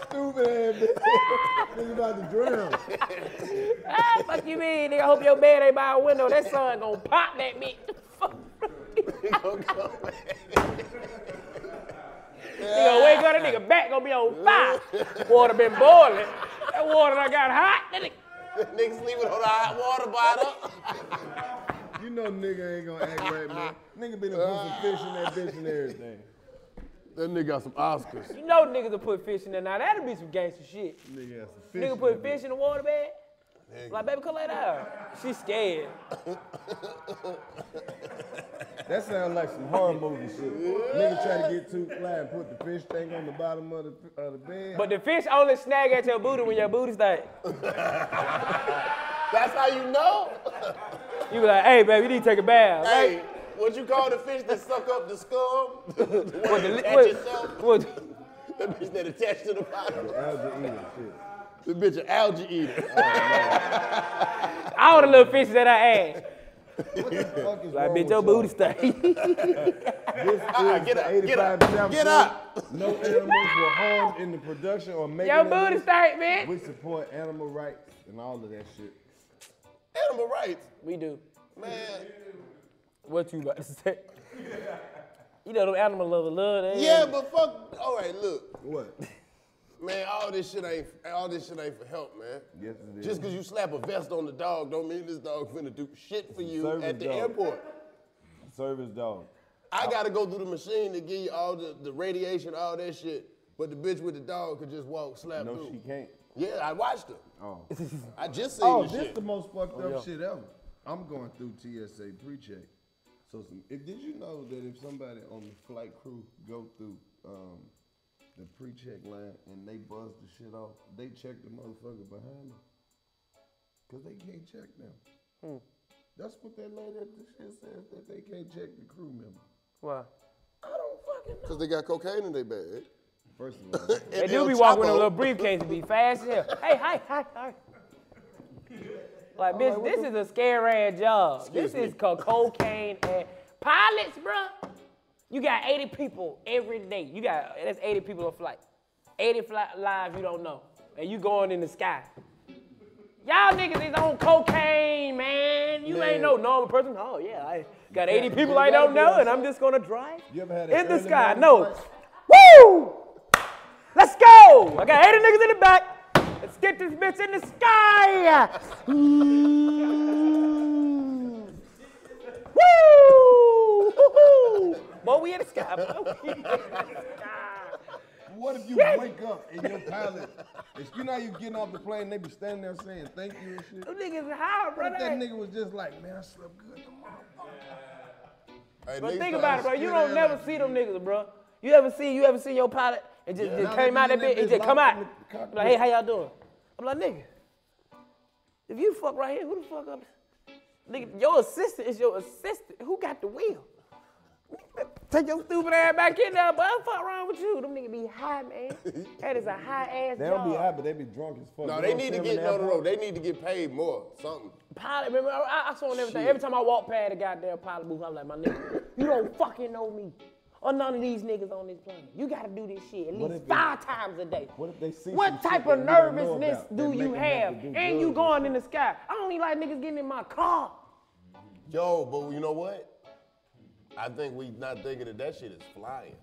Speaker 3: Stupid ass bitch. Nigga about to drown.
Speaker 4: ah, fuck you mean, nigga? Hope your bed ain't by a window. That sun gonna pop that bitch. Nigga gonna wake up, that nigga back gonna be on fire. Water been boiling. That water done got hot. That nigga.
Speaker 1: Niggas sleeping on a hot water bottle.
Speaker 3: You know nigga ain't gonna act right,
Speaker 1: Uh-huh.
Speaker 3: man. Nigga been put some fish in that bitch and everything.
Speaker 1: That nigga got some Oscars.
Speaker 4: You know niggas will put fish in there. Now that'll be some gangster shit.
Speaker 3: Nigga got some fish.
Speaker 4: Nigga
Speaker 3: in
Speaker 4: put
Speaker 3: that
Speaker 4: fish in the water bed. Like, baby, come lay down. She scared.
Speaker 3: bitch. That sounds like some horror movie shit. Nigga try to get too fly and put the fish thing on the bottom of the, of the bed.
Speaker 4: But the fish only snag at your booty when your booty's like.
Speaker 1: That's how you know.
Speaker 4: You be like, hey, baby, you need to take a bath.
Speaker 1: Hey, what you call the fish that suck up the scum? the
Speaker 4: What,
Speaker 1: one
Speaker 4: the
Speaker 1: that
Speaker 4: li-
Speaker 1: attach
Speaker 4: what-
Speaker 1: itself? The bitch that attached to the bottom.
Speaker 3: algae eater shit. Oh,
Speaker 1: The bitch an algae eater.
Speaker 4: All the little fishes that I had.
Speaker 3: What the fuck is
Speaker 4: Like,
Speaker 3: wrong
Speaker 4: bitch, your
Speaker 3: with y'all?
Speaker 4: booty stink.
Speaker 3: This
Speaker 4: Ah,
Speaker 1: Uh-uh,
Speaker 3: is
Speaker 1: get
Speaker 3: the
Speaker 1: up, get
Speaker 3: 85
Speaker 1: up,
Speaker 3: South
Speaker 1: get
Speaker 3: Show.
Speaker 1: up.
Speaker 3: No animals were harmed in the production or making
Speaker 4: Your
Speaker 3: of
Speaker 4: booty
Speaker 3: this.
Speaker 4: stink, bitch.
Speaker 3: We support animal rights and all of that shit.
Speaker 1: Animal rights.
Speaker 4: We do.
Speaker 1: Man.
Speaker 4: What you about to say? You know them animal lovers love that.
Speaker 1: Yeah, but fuck. All right, look,
Speaker 3: What?
Speaker 1: man. All this shit ain't. All this shit ain't for help, man.
Speaker 3: Yes, it is.
Speaker 1: Just because you slap a vest on the dog, don't mean this dog finna do shit for you
Speaker 3: Service
Speaker 1: at the
Speaker 3: dog.
Speaker 1: airport.
Speaker 3: Service dog.
Speaker 1: I gotta go through the machine to give you all the, the radiation, all that shit. But the bitch with the dog could just walk, slap
Speaker 3: No,
Speaker 1: through.
Speaker 3: she can't.
Speaker 1: Yeah, I watched her.
Speaker 3: Oh.
Speaker 1: I just seen
Speaker 3: Oh,
Speaker 1: the
Speaker 3: this
Speaker 1: shit.
Speaker 3: the most fucked
Speaker 1: Oh,
Speaker 3: up
Speaker 1: yeah.
Speaker 3: shit ever. I'm going through TSA pre-check. So some, if, did you know that if somebody on the flight crew go through um, the pre-check line and they buzz the shit off, they check the motherfucker behind them. Cause they can't check them. That's what that lady at the shit says that they can't check the crew member.
Speaker 4: Why?
Speaker 1: Cause they got cocaine in their bag.
Speaker 3: First of all,
Speaker 4: They do be walking with a little briefcase and be fast as hell. Hey, hi, hi, hi. Like, bitch, this is a scary ass job.
Speaker 1: Excuse
Speaker 4: this is
Speaker 1: me.
Speaker 4: co- cocaine and pilots, bruh. You got 80 people every day. You got that's 80 people on flight. 80 fly, lives you don't know, and you going in the sky. Y'all niggas is on cocaine, man. You
Speaker 3: Man.
Speaker 4: ain't no normal person. Oh yeah, I got 80
Speaker 3: Yeah,
Speaker 4: people
Speaker 3: you
Speaker 4: I
Speaker 3: gotta
Speaker 4: don't
Speaker 3: be
Speaker 4: know,
Speaker 3: on
Speaker 4: and I'm just gonna drive.
Speaker 3: you ever had an
Speaker 4: In the
Speaker 3: early
Speaker 4: sky,
Speaker 3: morning
Speaker 4: no.
Speaker 3: flight?
Speaker 4: Woo! Let's go! I got 80 niggas in the back. Let's get this bitch in the sky! Mm. Woo! Woo-hoo! Boy, we in the sky. boy. We in the sky.
Speaker 3: What if you
Speaker 4: Yes.
Speaker 3: wake up and your pilot, it's, you know how you getting off the plane, they be standing there saying thank you and shit.
Speaker 4: Them niggas high,
Speaker 3: What
Speaker 4: brother.
Speaker 3: if that nigga was just like, man, I slept good tomorrow.
Speaker 4: But think about it, bro. You don't never see them niggas, bro. You ever see you ever see your pilot and just,
Speaker 3: Yeah.
Speaker 4: just
Speaker 3: Nah,
Speaker 4: came
Speaker 3: they
Speaker 4: out
Speaker 3: be
Speaker 4: that
Speaker 3: in that
Speaker 4: bitch and
Speaker 3: bitch
Speaker 4: just come
Speaker 3: locked
Speaker 4: out.
Speaker 3: in the
Speaker 4: Be Like, hey, how y'all doing? I'm like, nigga, if you fuck right here, who the fuck up? Nigga, your assistant is your assistant. Who got the wheel? Take your stupid ass back in there, but fuck wrong with you? Them niggas be high, man. That is a high ass
Speaker 3: They don't
Speaker 4: job.
Speaker 3: be high, but they be drunk as fuck.
Speaker 1: No,
Speaker 3: You
Speaker 1: they
Speaker 3: don't
Speaker 1: need
Speaker 3: see
Speaker 1: to
Speaker 3: 'em
Speaker 1: get
Speaker 3: in
Speaker 1: no, no, no.
Speaker 3: airport?
Speaker 1: They need to get paid more. Something.
Speaker 4: Pilot, remember, I, I saw him everything.
Speaker 1: Shit.
Speaker 4: Every time I walk past the goddamn pilot booth, I'm like, my nigga, you don't fucking know me. or none of these niggas on this planet. You gotta do this shit at
Speaker 3: What
Speaker 4: least
Speaker 3: if they-
Speaker 4: five times a day. What
Speaker 3: if they see
Speaker 4: What
Speaker 3: some
Speaker 4: type
Speaker 3: shit
Speaker 4: of
Speaker 3: they don't know
Speaker 4: nervousness
Speaker 3: about
Speaker 4: do
Speaker 3: that
Speaker 4: you
Speaker 3: make 'em have
Speaker 4: have?
Speaker 3: to do
Speaker 4: And you
Speaker 3: drugs
Speaker 4: going in the sky. I don't even like niggas getting in my car.
Speaker 1: Yo, but you know what? I think we not thinking that that shit is flying.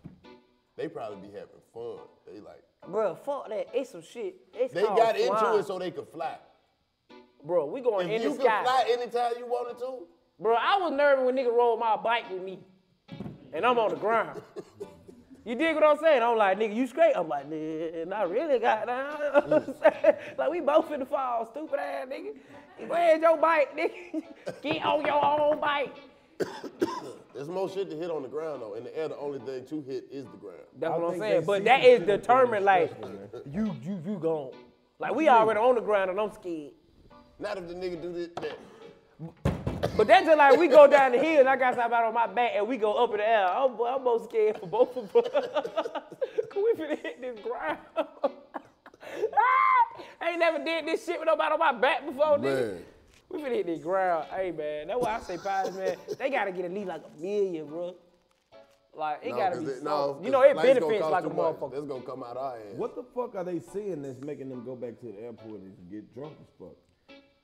Speaker 1: They probably be having fun. They like,
Speaker 4: Bruh, fuck that. It's some shit. It's
Speaker 1: they
Speaker 4: called
Speaker 1: got into
Speaker 4: flying.
Speaker 1: it so they could fly.
Speaker 4: Bro, we going
Speaker 1: if
Speaker 4: in
Speaker 1: you
Speaker 4: the
Speaker 1: could
Speaker 4: sky.
Speaker 1: fly anytime you wanted to,
Speaker 4: Bro, I was nervous when nigga rode my bike with me, and I'm on the ground. You dig what I'm saying? I'm like, nigga, you straight? I'm like, nigga, not really, goddamn. You know what I'm saying? like, we both in the fall, stupid ass nigga. Where's your bike, nigga? Get on your own bike.
Speaker 1: there's more shit to hit on the ground though. In the air, the only thing to hit is the ground.
Speaker 4: That's what I'm saying. But that is determined, like, you, you, you gone. Like, we already on the ground, and I'm scared.
Speaker 1: Not if the nigga do this, that.
Speaker 4: But that's just like we go down the hill and I got somebody on my back and we go up in the air. I'm, I'm most scared for both of us. Cause we finna hit this ground. Ah! I ain't never did this shit with nobody on my back before, nigga.
Speaker 1: Man.
Speaker 4: We finna hit this ground. Hey, man, that's why I say pilots, man. They gotta get at least like a million, bro. Like, it
Speaker 1: No,
Speaker 4: gotta
Speaker 1: 'cause
Speaker 4: be
Speaker 1: it-
Speaker 4: no,
Speaker 1: no,
Speaker 4: You know, it
Speaker 1: 'cause flights gonna
Speaker 4: benefits
Speaker 1: cost
Speaker 4: like a
Speaker 1: too much.
Speaker 4: motherfucker.
Speaker 1: That's gonna come out our ass.
Speaker 3: What the fuck are they seeing that's making them go back to the airport and get drunk as fuck?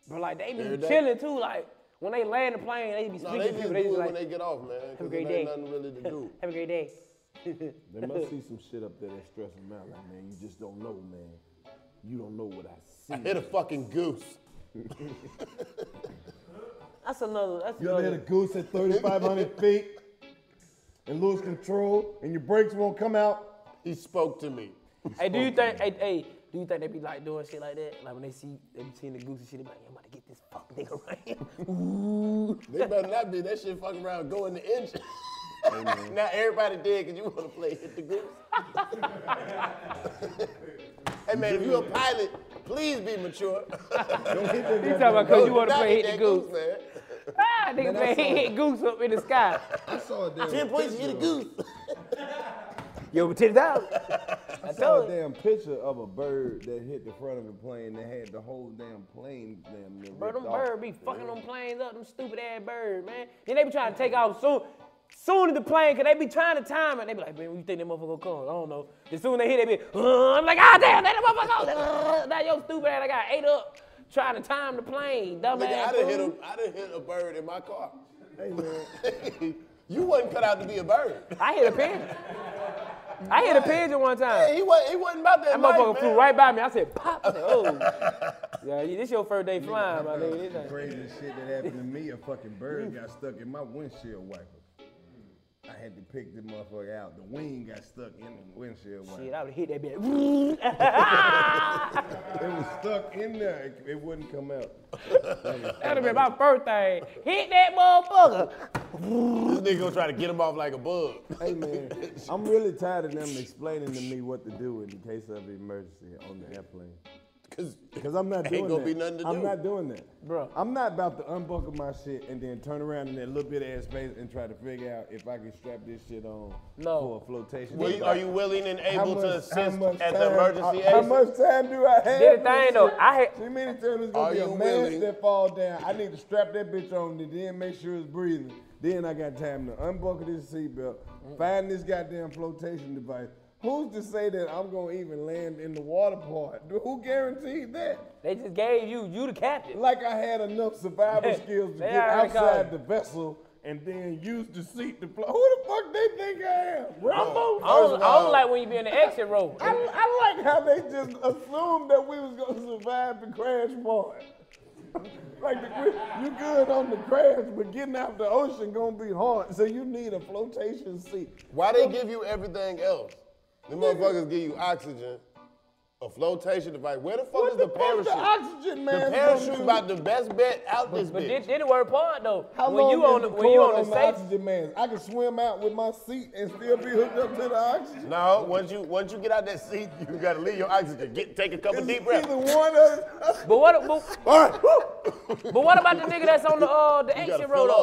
Speaker 4: But like, they
Speaker 3: Every
Speaker 4: be
Speaker 3: day.
Speaker 4: chilling too. Like, when they land the plane, they be
Speaker 1: No,
Speaker 4: speaking
Speaker 1: they
Speaker 4: to
Speaker 1: just
Speaker 4: people.
Speaker 1: do
Speaker 4: They
Speaker 1: it
Speaker 4: just
Speaker 1: when
Speaker 4: like,
Speaker 1: they get off, man.
Speaker 4: Have a
Speaker 1: Cause
Speaker 4: great
Speaker 1: there
Speaker 4: day.
Speaker 1: ain't nothing really to do.
Speaker 4: Have a great day.
Speaker 3: They must see some shit up there that's stressing them out. Like, man, you just don't know, man. You don't know what I see.
Speaker 1: I hit a fucking goose.
Speaker 4: That's another. That's
Speaker 3: You ever hit a
Speaker 4: another.
Speaker 3: goose at 3,500 feet and lose control and your brakes won't come out?
Speaker 1: He spoke to me.
Speaker 4: Hey, do you think? Hey, hey, do you think they be like doing shit like that? Like when they see they be seeing the goose and shit, they be like, I'm about to get this fuck nigga right here.
Speaker 1: they better not be. That shit fucking around go in the engine. now everybody dead because you want to play hit the goose. hey man, if you a pilot, please be mature. Don't hit
Speaker 4: He talking about 'cause you wanna
Speaker 1: not
Speaker 4: play hit the
Speaker 1: that
Speaker 4: goose.
Speaker 1: man.
Speaker 4: ah, nigga,
Speaker 1: Man, I
Speaker 4: man,
Speaker 1: saw
Speaker 4: he hit goose up in the sky.
Speaker 3: I saw a damn
Speaker 1: Ten points, you hit a goose.
Speaker 4: Yo, but ten thousand.
Speaker 3: I saw a damn picture of a bird that hit the front of a plane that had the whole damn plane damn near
Speaker 4: Bro,
Speaker 3: ripped
Speaker 4: them
Speaker 3: off.
Speaker 4: birds be fucking them planes up, them stupid ass birds, man. Then they be trying to take off soon. Soon as the plane, cause they be trying to time it. They be like, man, when you think that motherfucker gonna come? I don't know. As soon as they hit, they be, "Uh," I'm like, ah, damn, that motherfucker. Uh, now your stupid ass, I got ate up trying to time the plane, dumb
Speaker 1: Nigga,
Speaker 4: ass.
Speaker 1: I done hit
Speaker 4: fool.
Speaker 1: a, I done hit a bird in my car. Hey man, you wasn't cut out to be a bird.
Speaker 4: I hit a pigeon. I hit a pigeon one time.
Speaker 1: Yeah, he wasn't. He wasn't about
Speaker 4: That
Speaker 1: that.
Speaker 4: motherfucker
Speaker 1: life, man.
Speaker 4: flew right by me. I said, pop. I said, oh. yeah, you- this your first day flying, my nigga. This ain't-
Speaker 3: Crazy shit that happened to me. A fucking bird got stuck in my windshield wiper. I had to pick the motherfucker out. The wing got stuck in the windshield wiper.
Speaker 4: Shit, I would hit that bitch.
Speaker 3: It was stuck in there. It, it wouldn't come out.
Speaker 4: That'd have been my first thing. Hit that motherfucker.
Speaker 1: This nigga gonna try to get him off like a bug.
Speaker 3: Hey man, I'm really tired of them explaining to me what to do in case of emergency on the airplane.
Speaker 1: Cause,
Speaker 3: I'm not
Speaker 1: ain't
Speaker 3: doing
Speaker 1: gonna
Speaker 3: that.
Speaker 1: be nothing to
Speaker 3: I'm
Speaker 1: do.
Speaker 3: not doing that,
Speaker 4: bro.
Speaker 3: I'm not about to unbuckle my shit and then turn around in that little bit of ass space and try to figure out if I can strap this shit on for a flotation.
Speaker 1: Will you- are you willing and able to assist at the
Speaker 3: time-
Speaker 1: emergency
Speaker 3: How, how
Speaker 1: exit?
Speaker 3: much time do I have?
Speaker 4: Did the thing, though, I had.
Speaker 3: See, many times it's gonna
Speaker 1: Are
Speaker 3: be a
Speaker 1: you
Speaker 3: man
Speaker 1: willing?
Speaker 3: that fall down. I need to strap that bitch on and then make sure it's breathing. Then I got time to unbuckle this seatbelt, find this goddamn flotation device. Who's to say that I'm gonna even land in the water part? Who guaranteed that?
Speaker 4: They just gave you, you the captain.
Speaker 3: Like I had enough survival skills to
Speaker 4: They
Speaker 3: get
Speaker 4: already called
Speaker 3: outside
Speaker 4: it.
Speaker 3: the vessel and then use the seat to float. Who the fuck they think I am? Rambo?
Speaker 4: I don't, I don't like when you be in the exit row.
Speaker 3: I, I like how they just assumed that we was gonna survive the crash part. like the, we- you good on the crash, but getting out the ocean gonna be hard. So you need a flotation seat.
Speaker 1: Why they give you everything else? The motherfuckers give you oxygen, a flotation device. Where the fuck is the, parachute?
Speaker 3: the oxygen
Speaker 1: The
Speaker 3: man's
Speaker 1: parachute
Speaker 3: gonna
Speaker 1: about the best bet out this
Speaker 4: But, but
Speaker 1: bitch.
Speaker 4: this, this the word part though.
Speaker 3: How
Speaker 4: when
Speaker 3: long
Speaker 4: you
Speaker 3: is
Speaker 4: on
Speaker 3: the
Speaker 4: the, when you
Speaker 3: cord
Speaker 4: on the safe,
Speaker 3: oxygen man? I can swim out with my seat and still be hooked up to the oxygen.
Speaker 1: No, once you once you get out that seat, you gotta leave your oxygen. Get take a couple deep breaths.
Speaker 3: Either one of
Speaker 4: but what, but, but what about the nigga that's on the uh the
Speaker 1: You gotta
Speaker 4: exit
Speaker 1: fill
Speaker 4: row
Speaker 1: up.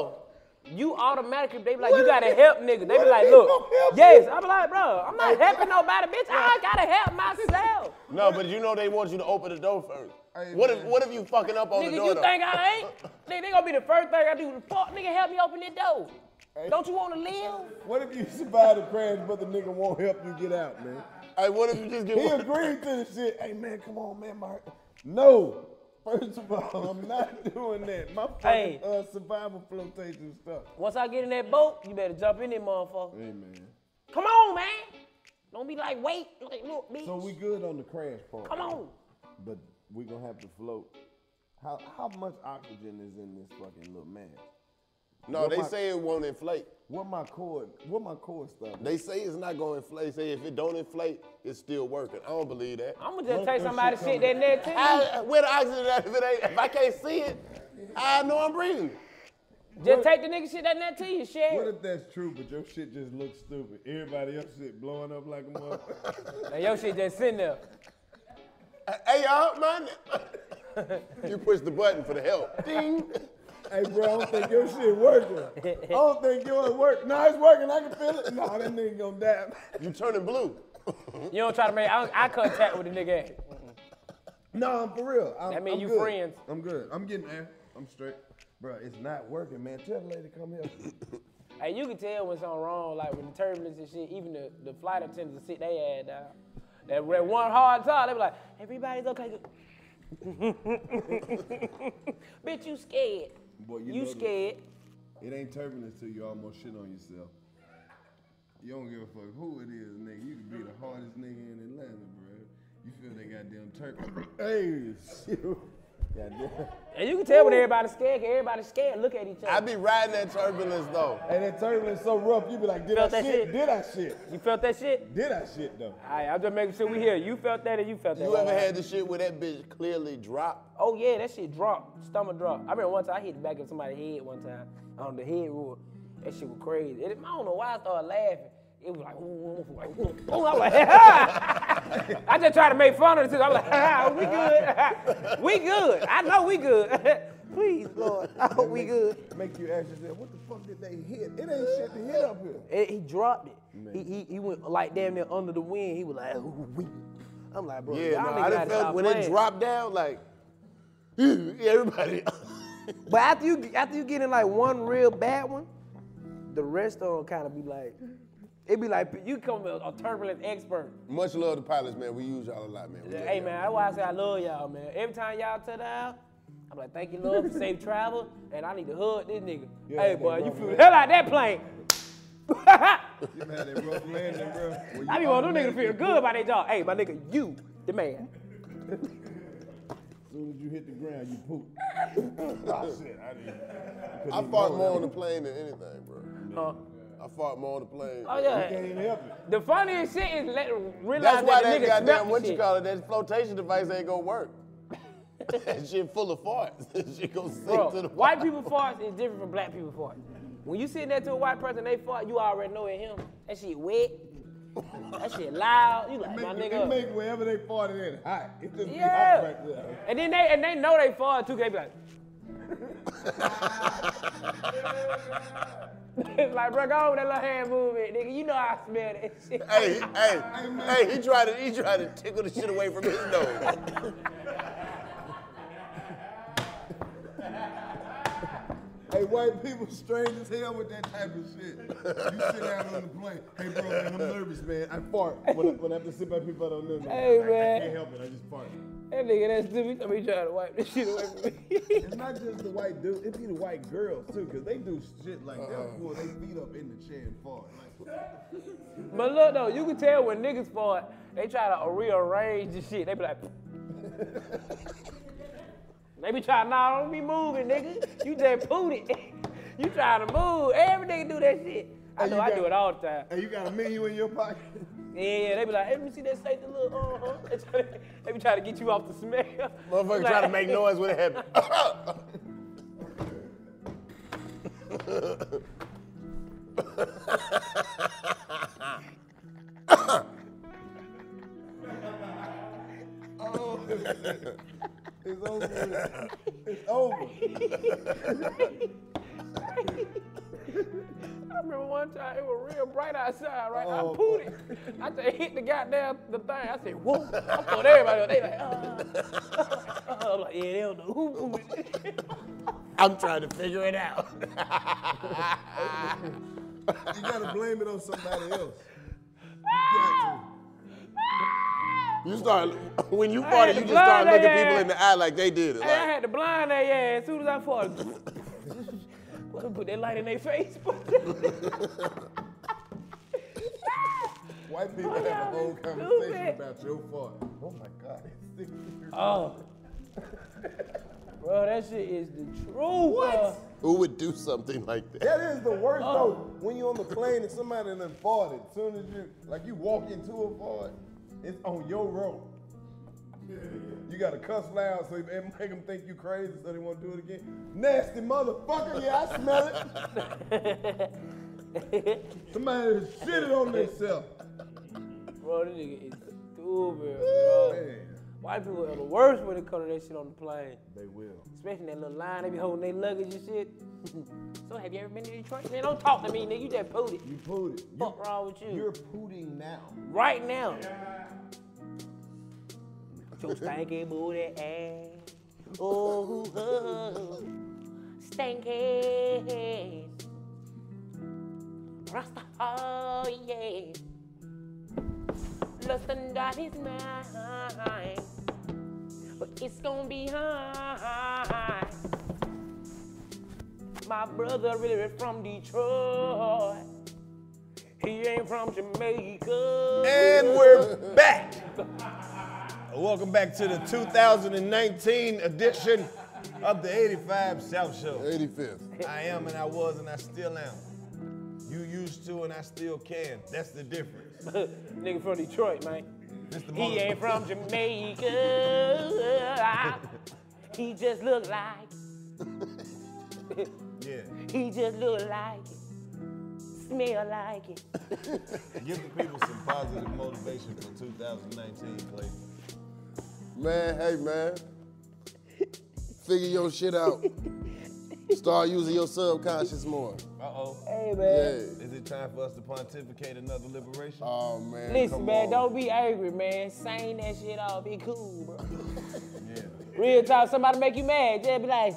Speaker 4: though? You automatically they be like,
Speaker 3: What
Speaker 4: you
Speaker 3: if
Speaker 4: gotta
Speaker 3: he-
Speaker 4: help nigga. They
Speaker 3: what
Speaker 4: be
Speaker 3: if
Speaker 4: like,
Speaker 3: he
Speaker 4: look,
Speaker 3: don't help
Speaker 4: yes.
Speaker 3: you?
Speaker 4: I'm like, bro, I'm not helping nobody, bitch. I gotta help myself.
Speaker 1: No, but you know they want you to open the door first.
Speaker 4: Hey,
Speaker 1: what if
Speaker 4: man.
Speaker 1: what if you fucking up on
Speaker 4: nigga,
Speaker 1: the door?
Speaker 4: you
Speaker 1: though?
Speaker 4: think I ain't? nigga, they gonna be the first thing I do. Fuck, nigga, help me open this door. Don't you want to live?
Speaker 3: What if you survive the crash, but the nigga won't help you get out, man?
Speaker 1: Hey, what if you just get
Speaker 3: He
Speaker 1: one-
Speaker 3: agreed to the shit. Hey, man, come on, man. My... No. First of all, I'm not doing that. My fucking
Speaker 4: Hey.
Speaker 3: uh, survival flotation stuff.
Speaker 4: Once I get in that boat, you better jump in it, motherfucker.
Speaker 3: Hey, man.
Speaker 4: Come on, man. Don't be like, wait, like, look, bitch.
Speaker 3: So we good on the crash part.
Speaker 4: Come on.
Speaker 3: But we gonna have to float. How how much oxygen is in this fucking little mask?
Speaker 1: No, they say it won't inflate.
Speaker 3: What my cord? What my cord stuff?
Speaker 1: They say it's not gonna inflate. Say if it don't inflate, it's still working. I don't believe that.
Speaker 4: I'm gonna just take somebody shit that next to
Speaker 1: I,
Speaker 4: you.
Speaker 1: where the oxygen at if it ain't, if I can't see it, I know I'm breathing.
Speaker 4: Just take the nigga shit that next to you, shit.
Speaker 3: What if that's true, but your shit just looks stupid? Everybody else shit blowing up like a motherfucker.
Speaker 4: Now your shit just sitting there.
Speaker 1: Hey y'all, man. you push the button for the help. Ding.
Speaker 3: Hey bro, I don't think your shit working. I don't think yours work. No, it's working. I can feel it. No, that nigga gonna die.
Speaker 1: You turning blue.
Speaker 4: You don't try to make eye, eye contact with the nigga.
Speaker 3: No, I'm for real. I'm,
Speaker 4: That mean
Speaker 3: I'm
Speaker 4: you
Speaker 3: good.
Speaker 4: friends.
Speaker 3: I'm good. I'm getting there. I'm straight. Bro, it's not working, man. Tell the lady to come help me.
Speaker 4: Hey, you can tell when something wrong, like when the turbulence and shit. Even the, the flight attendants will sit they ass down. That, that one hard time, they be like, everybody's okay. Bitch, you scared.
Speaker 3: Boy,
Speaker 4: You
Speaker 3: know the-
Speaker 4: scared.
Speaker 3: It ain't turbulence till you almost shit on yourself. You don't give a fuck who it is, nigga. You could be the hardest nigga in Atlanta, bro. You feel that goddamn turbulence. hey, shoot. Goddamn.
Speaker 4: And you can tell when everybody's scared, 'cause everybody's scared. Look at each other.
Speaker 1: I be riding that turbulence though.
Speaker 3: And that turbulence so rough, you be like, did
Speaker 4: Felt
Speaker 3: I
Speaker 4: that
Speaker 3: shit?
Speaker 4: shit?
Speaker 3: Did I shit?
Speaker 4: You felt that shit?
Speaker 3: Did I shit though?
Speaker 4: All right, I'm just making sure we here. You felt that and you felt that.
Speaker 1: You ever had the shit where that bitch clearly dropped?
Speaker 4: Oh yeah, that shit dropped, stomach dropped. I remember one time I hit the back of somebody's head one time on the head rule. That shit was crazy. It, I don't know why I started laughing. It was like, ooh, ooh, ooh, ooh, ooh. I was like, I just tried to make fun of the I was like, we good, we good. I know we good. Please, Lord, I hope we good.
Speaker 3: Make you ask yourself, what the fuck did they hit? It ain't shit to hit up here.
Speaker 4: It- he dropped it. He, he he went like damn near under the wind. He was like, ooh, we. I'm like, bro,
Speaker 1: yeah,
Speaker 4: y'all
Speaker 1: no,
Speaker 4: niggas
Speaker 1: I
Speaker 4: gotta
Speaker 1: done
Speaker 4: stop
Speaker 1: felt when
Speaker 4: playing.
Speaker 1: it dropped down, like everybody.
Speaker 4: But after you after you get in like one real bad one, the rest of them kind of be like, it be like you come a, a turbulent expert.
Speaker 1: Much love to pilots, man. We use y'all a lot, man. We love
Speaker 4: Hey man, that's why I say I love y'all, man. Every time y'all turn out, I'm like, thank you, Lord, for safe travel, and I need to hug this nigga. hey boy, you flew the hell out that plane.
Speaker 3: You had that rough landing, bro. Well, you
Speaker 4: I be want them niggas to feel
Speaker 3: automatically-
Speaker 4: good about their job. Hey, my nigga, you the man.
Speaker 3: As soon as you hit the ground, you poop. oh, shit, I didn't.
Speaker 1: I fought more on the plane than anything, bro.
Speaker 4: Huh?
Speaker 1: I fought more on the plane.
Speaker 4: Oh yeah. The funniest shit is let realize
Speaker 1: That's
Speaker 4: that
Speaker 1: why that
Speaker 4: the nigga snapped
Speaker 1: goddamn
Speaker 4: the
Speaker 1: what you
Speaker 4: shit.
Speaker 1: call it, that flotation device ain't gonna work. that shit full of farts. That shit gonna sink
Speaker 4: Bro,
Speaker 1: to the
Speaker 4: white people farts is different from black people farts. When you sitting there to a white person, they fart, you already know it him. That shit wet. that shit loud. You like
Speaker 3: Make,
Speaker 4: my
Speaker 3: it
Speaker 4: nigga.
Speaker 3: make wherever they farted in hot. It just be
Speaker 4: Yeah.
Speaker 3: hot right there.
Speaker 4: and then they and they know they fart too. They be like, it's like bro, go over that little hand movement, nigga. You know I smell that shit.
Speaker 1: Hey, hey, hey, he tried to he tried to tickle the shit away from his nose.
Speaker 3: Hey, white people strange as hell with that type of shit. You sit down on the plane. Hey, bro, man, I'm nervous, man. I fart when I, when I have to sit by people I don't know. man.
Speaker 4: Hey,
Speaker 3: I- I
Speaker 4: man.
Speaker 3: can't help it. I just fart.
Speaker 4: That nigga, that's stupid. Let me try to wipe this shit away from me.
Speaker 3: it's not just the white dude. It be the white girls too, cause they do shit like that. Pull they feet up in the chair and fart.
Speaker 4: But look though, you can tell when niggas fart, they try to rearrange the shit. They be like, they be trying, nah, don't be moving, nigga. You just poot it. you trying to move. Every nigga do that shit. I
Speaker 3: Hey,
Speaker 4: know
Speaker 3: you
Speaker 4: I
Speaker 3: got-
Speaker 4: do it all the time.
Speaker 3: Hey, you got a menu in your pocket?
Speaker 4: Yeah, they be like, hey, let me see that safety little, uh-huh. They, try to, they be trying to get you off the smell.
Speaker 1: Motherfucker
Speaker 4: Like-
Speaker 1: try to make noise when it happened.
Speaker 3: Oh, it's over. It's over.
Speaker 4: I remember one time it was real bright outside, right?
Speaker 3: Oh,
Speaker 4: I pooted. I said, hit the goddamn the thing. I said, whoa. I told everybody, they like, uh, uh, uh, uh. I'm like, yeah, they don't know who pooted.
Speaker 3: I'm trying to figure it out.
Speaker 2: You gotta blame it on somebody else.
Speaker 1: You start when you
Speaker 4: I
Speaker 1: farted,
Speaker 4: had
Speaker 1: you
Speaker 4: to
Speaker 1: just start
Speaker 4: blind
Speaker 1: looking
Speaker 4: that
Speaker 1: people in the
Speaker 4: ass.
Speaker 1: eye like they did it.
Speaker 4: Hey, I
Speaker 1: Like,
Speaker 4: had to blind their ass as soon as I farted. put that light in their face.
Speaker 2: White
Speaker 4: Oh,
Speaker 2: people have a whole conversation about your fart. Oh my God.
Speaker 4: oh. Bro, that shit is the truth. bruh.
Speaker 1: who would do something like that?
Speaker 2: That is the worst
Speaker 4: Oh.
Speaker 2: though. When you're on the plane and somebody done farted, as soon as you like you walk into a fart, it's on your row. You gotta cuss loud so it make them think you crazy so they won't do it again. Nasty motherfucker, yeah, I smell it. somebody done shitted on themselves.
Speaker 4: Bro, this nigga is stupid, bro. White people are the worst when it comes to that shit on the plane.
Speaker 2: They will.
Speaker 4: Especially that little line, they be holding their luggage and shit. so have you ever been to Detroit? Man, don't talk to me, nigga. You just pooted.
Speaker 2: You pooted.
Speaker 4: Fuck wrong with you?
Speaker 2: You're pooting now.
Speaker 4: Right now. Your stinky booty ass. Oh, oh, stinky. Rasta, oh yeah. Lust and God is mine. But it's gonna be high. My brother really from Detroit. He ain't from Jamaica.
Speaker 3: And we're back. Welcome back to the 2019 edition of the 85 South Show.
Speaker 1: 85th.
Speaker 3: I am and I was and I still am. You used to and I still can. That's the difference.
Speaker 4: Nigga from Detroit, man. He
Speaker 3: mother-
Speaker 4: ain't from Jamaica. he just look like. it.
Speaker 3: Yeah.
Speaker 4: He just look like it. Smell like it.
Speaker 3: Give the people some positive motivation for 2019, Clay.
Speaker 1: Man, hey man. Figure your shit out. Start using your subconscious more.
Speaker 3: Uh-oh.
Speaker 4: Hey, man.
Speaker 3: Is it time for us to pontificate another liberation?
Speaker 1: Oh man.
Speaker 4: Listen, man, don't be angry, man. Sing that shit off. Be cool, bro. Real talk, somebody make you mad, just be like,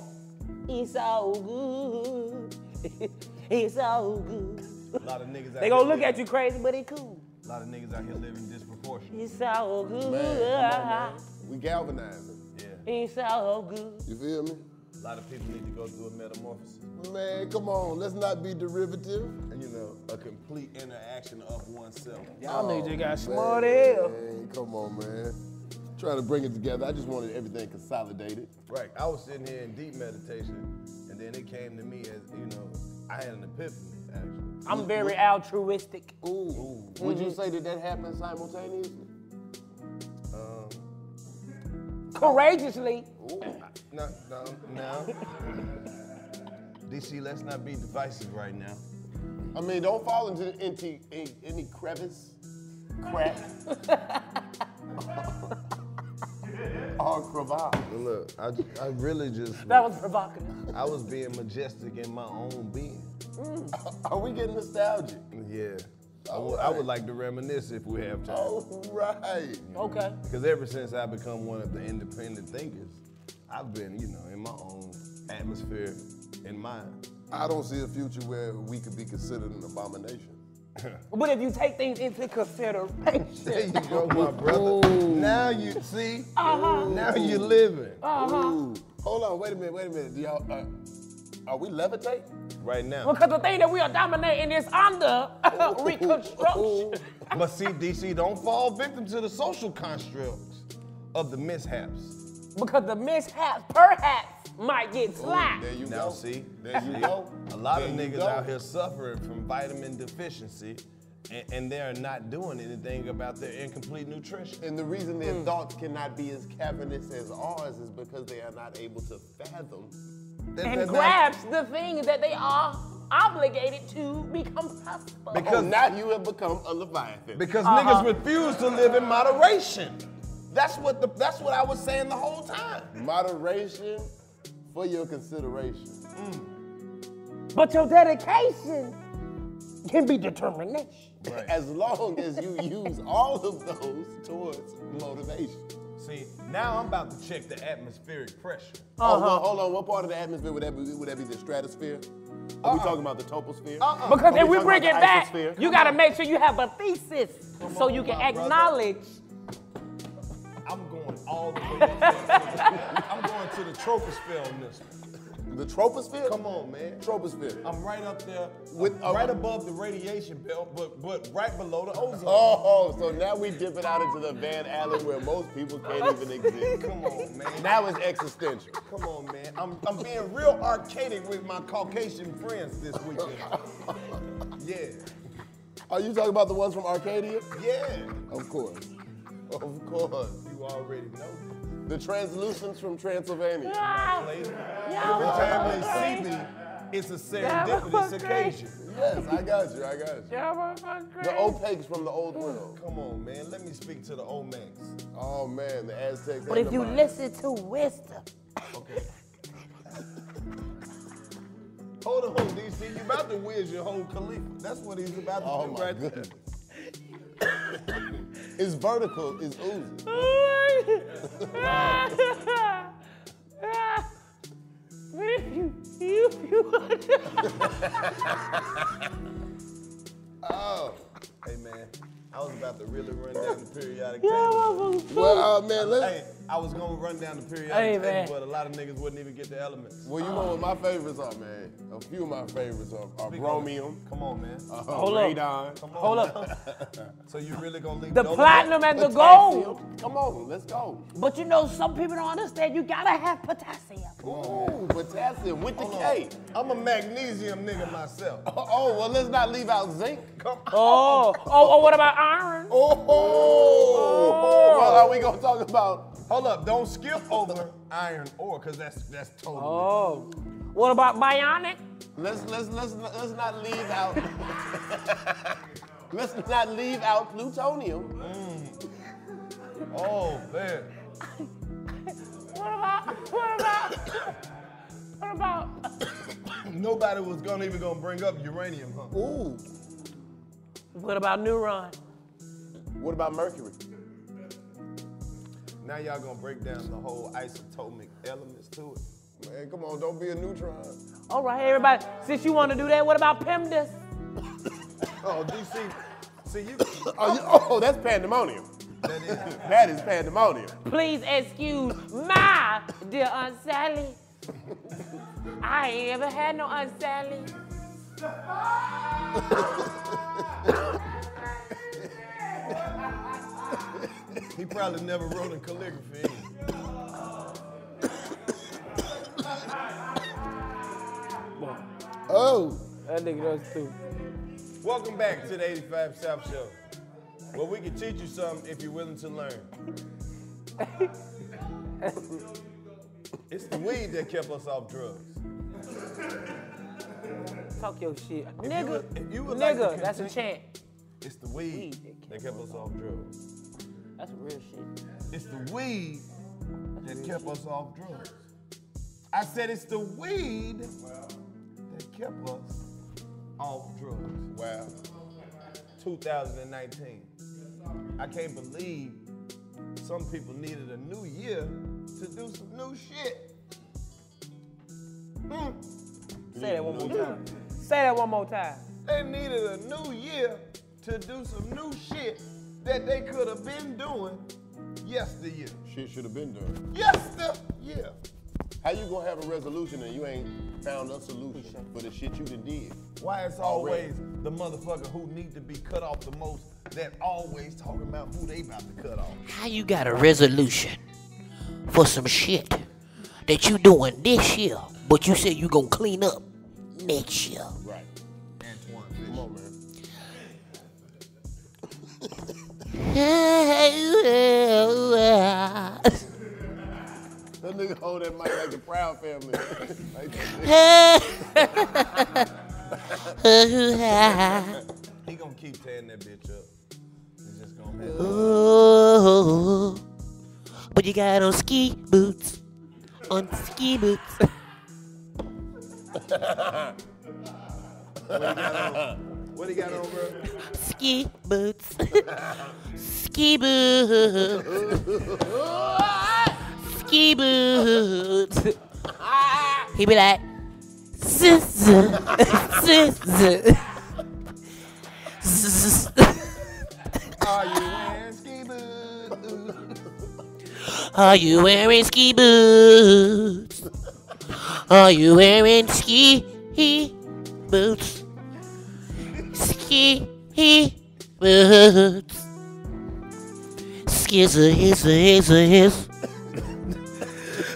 Speaker 4: it's all good. it's all good.
Speaker 3: A lot of niggas out
Speaker 4: They gonna look at you crazy, but it cool.
Speaker 3: A lot of niggas out here living disproportionate.
Speaker 4: It's all good.
Speaker 1: We galvanizing.
Speaker 3: Yeah.
Speaker 4: It's all good.
Speaker 1: You feel me?
Speaker 3: A lot of people need to go through a metamorphosis.
Speaker 1: Man, come on. Let's not be derivative.
Speaker 3: And you know, a complete interaction of oneself.
Speaker 1: Oh, man. Man, Come on, man. Trying to bring it together. I just wanted everything consolidated.
Speaker 3: Right. I was sitting here in deep meditation, and then it came to me as, you know, I had an epiphany, actually.
Speaker 4: I'm very altruistic.
Speaker 1: Ooh. Would you
Speaker 4: Mhm.
Speaker 1: say that that happened simultaneously?
Speaker 3: Um,
Speaker 1: Um,
Speaker 4: Courageously.
Speaker 3: no, no, no. DC, let's not be divisive right now.
Speaker 1: I mean, don't fall into any, any, any crevice. Crap.
Speaker 3: All cravat. Look, I, I really just.
Speaker 4: That was provocative.
Speaker 3: I was being majestic in my own being.
Speaker 1: Are we getting nostalgic?
Speaker 3: Yeah. I would- I would like to reminisce if we have time.
Speaker 1: All right.
Speaker 4: Okay.
Speaker 3: Because ever since I become one of the independent thinkers, I've been, you know, in my own atmosphere in mind.
Speaker 1: I don't see a future where we could be considered an abomination.
Speaker 4: But if you take things into consideration.
Speaker 3: There you go, my brother. Now you see. Now you living.
Speaker 4: Uh-huh.
Speaker 1: Ooh. Hold on, wait a minute, wait a minute. Do y'all, uh, are we levitating?
Speaker 3: Right now.
Speaker 4: Because the thing that we are dominating is under reconstruction.
Speaker 3: But see, DC, don't fall victim to the social constructs of the mishaps.
Speaker 4: Because the mishaps perhaps might get slapped.
Speaker 3: now see,
Speaker 1: There you
Speaker 3: see?
Speaker 1: go.
Speaker 3: A lot of
Speaker 1: There you
Speaker 3: niggas
Speaker 1: go.
Speaker 3: out here suffering from vitamin deficiency, and, and they are not doing anything about their incomplete nutrition.
Speaker 1: And the reason
Speaker 4: Hmm.
Speaker 1: their thoughts cannot be as cavernous as ours is because they are not able to fathom. that-
Speaker 4: and
Speaker 1: that- that-
Speaker 4: grabs the things that they are obligated to become possible.
Speaker 1: Because now you have become a leviathan.
Speaker 3: Because niggas refuse to live in moderation. That's what the that's what I was saying the whole time.
Speaker 1: Moderation for your consideration. Mm.
Speaker 4: But your dedication can be determination.
Speaker 1: As long as you use all of those towards motivation.
Speaker 3: See, now I'm about to check the atmospheric pressure.
Speaker 4: Uh-huh.
Speaker 1: Oh, well, hold on. What part of the atmosphere would that be? Would that be the stratosphere? Are we talking about the toposphere?
Speaker 4: Uh-uh. Because if we bring it back, you gotta make sure you have a thesis so you can
Speaker 3: my brother.
Speaker 4: acknowledge.
Speaker 3: I'm going all the way up there. I'm going to the troposphere on this one.
Speaker 1: The troposphere?
Speaker 3: Come on, man.
Speaker 1: Troposphere.
Speaker 3: I'm right up there,
Speaker 1: With-
Speaker 3: I'm right
Speaker 1: uh,
Speaker 3: above the radiation belt, but but right below the ozone.
Speaker 1: Oh, so now we dipping out into the Van Allen where most people can't even exist.
Speaker 3: Come on, man.
Speaker 1: Now it's existential.
Speaker 3: Come on, man. I'm, I'm being real arcadic with my Caucasian friends this weekend. yeah.
Speaker 1: Are you talking about the ones from Arcadia?
Speaker 3: Yeah.
Speaker 1: Of course. Of course.
Speaker 3: You already know.
Speaker 1: The translucents from Transylvania.
Speaker 3: Lady, Every time they see me, it's a serendipitous occasion.
Speaker 1: Yes, I got you. I got you. The opaques from the old world.
Speaker 3: Come on, man. Let me speak to the Olmecs.
Speaker 1: Oh man, the Aztecs.
Speaker 4: But if
Speaker 1: and the
Speaker 4: you
Speaker 1: Mayans.
Speaker 4: listen to wisdom,
Speaker 3: Hold on, DC. You about to whiz your whole Khalifa. That's what he's about to
Speaker 1: Oh
Speaker 3: do
Speaker 1: my
Speaker 3: right there.
Speaker 1: goodness. It's vertical, it's oozing.
Speaker 4: you, you,
Speaker 1: Oh.
Speaker 3: Hey, man. I was about to really run down the periodic
Speaker 1: Yeah,
Speaker 3: table.
Speaker 1: motherfucker. Well, uh, man, let's-
Speaker 3: Hey, I was going to run down the periodic
Speaker 1: Hey,
Speaker 3: table,
Speaker 1: man.
Speaker 3: but a lot of niggas wouldn't even get the elements.
Speaker 1: Well, you know what my favorites are, man. A few of my favorites are, are
Speaker 3: Speak on it.
Speaker 1: bromium.
Speaker 3: Come on, man.
Speaker 1: Uh,
Speaker 3: Hold up.
Speaker 1: radon.
Speaker 3: Come on. Hold up. so you really gonna leave
Speaker 4: The
Speaker 3: no
Speaker 4: platinum and the
Speaker 1: Potassium.
Speaker 4: gold.
Speaker 1: Come on, let's go.
Speaker 4: But you know, some people don't understand. You gotta have potassium.
Speaker 1: Ooh, potassium with the K.
Speaker 3: I'm a magnesium nigga myself.
Speaker 1: Oh, oh, well, let's not leave out zinc.
Speaker 3: Come
Speaker 4: Oh, oh, oh, what about iron? Oh.
Speaker 1: Oh, well, are we gonna talk about?
Speaker 3: Hold up! Don't skip over iron ore, cause that's that's totally.
Speaker 4: Oh, what about bionic?
Speaker 1: Let's let's let's let's not leave out. let's not leave out plutonium.
Speaker 3: Mm. Oh man.
Speaker 4: What about, what about, what about?
Speaker 3: Nobody was gonna even gonna bring up uranium, huh?
Speaker 1: Ooh.
Speaker 4: What about neuron?
Speaker 1: What about mercury?
Speaker 3: Now y'all gonna break down the whole isotomic elements to it.
Speaker 1: Man, come on, don't be a neutron.
Speaker 4: All right, everybody. Since you want to do that, what about PEMDAS?
Speaker 3: Oh, DC. See you.
Speaker 1: Oh, you- oh, that's pandemonium.
Speaker 3: That is.
Speaker 1: That is pandemonium.
Speaker 4: Please excuse my dear Aunt Sally. I ain't ever had no Aunt Sally.
Speaker 3: He probably never wrote in calligraphy. either.
Speaker 1: Oh.
Speaker 4: That nigga does too.
Speaker 3: Welcome back to the 85 South Show. Well, we can teach you something if you're willing to learn. it's the weed that kept us off drugs.
Speaker 4: Talk your shit.
Speaker 3: If
Speaker 4: nigga,
Speaker 3: you would- if you would like
Speaker 4: nigga,
Speaker 3: to
Speaker 4: that's a
Speaker 3: continue-
Speaker 4: chant.
Speaker 3: It's the weed, that kept us off drugs.
Speaker 4: That's real shit.
Speaker 3: It's the weed that kept us off drugs. I said it's the weed that kept us off drugs. Wow. 2019. I can't believe some people needed a new year to do some new shit. Hmm.
Speaker 4: Say that one more time. Say that one more time.
Speaker 3: They needed a new year to do some new shit that they could have been doing yesteryear.
Speaker 1: Shit should have been done.
Speaker 3: Yesteryear.
Speaker 1: How you gonna have a resolution and you ain't found a solution for the shit you done did?
Speaker 3: Why it's
Speaker 1: Already.
Speaker 3: always the motherfucker who need to be cut off the most that always talking about who they about to cut off.
Speaker 2: How you got a resolution for some shit that you doing this year, but you said you gonna clean up next year?
Speaker 1: Right.
Speaker 3: Antoine Come on,
Speaker 1: man. That nigga hold that mic like the Proud Family. Like that.
Speaker 3: he gonna keep tearing that bitch up. He's just gonna have
Speaker 2: Ooh, but you got on ski boots, on ski boots.
Speaker 3: What he got on? What he got on, bro?
Speaker 2: Ski boots. Ski boots. neighborhood. he be like, sister, sister.
Speaker 21: Are you wearing ski boots?
Speaker 2: Are you wearing ski boots? Are you wearing ski he boots? Ski he boots. Skizzer, hizzer, hizzer, hizz.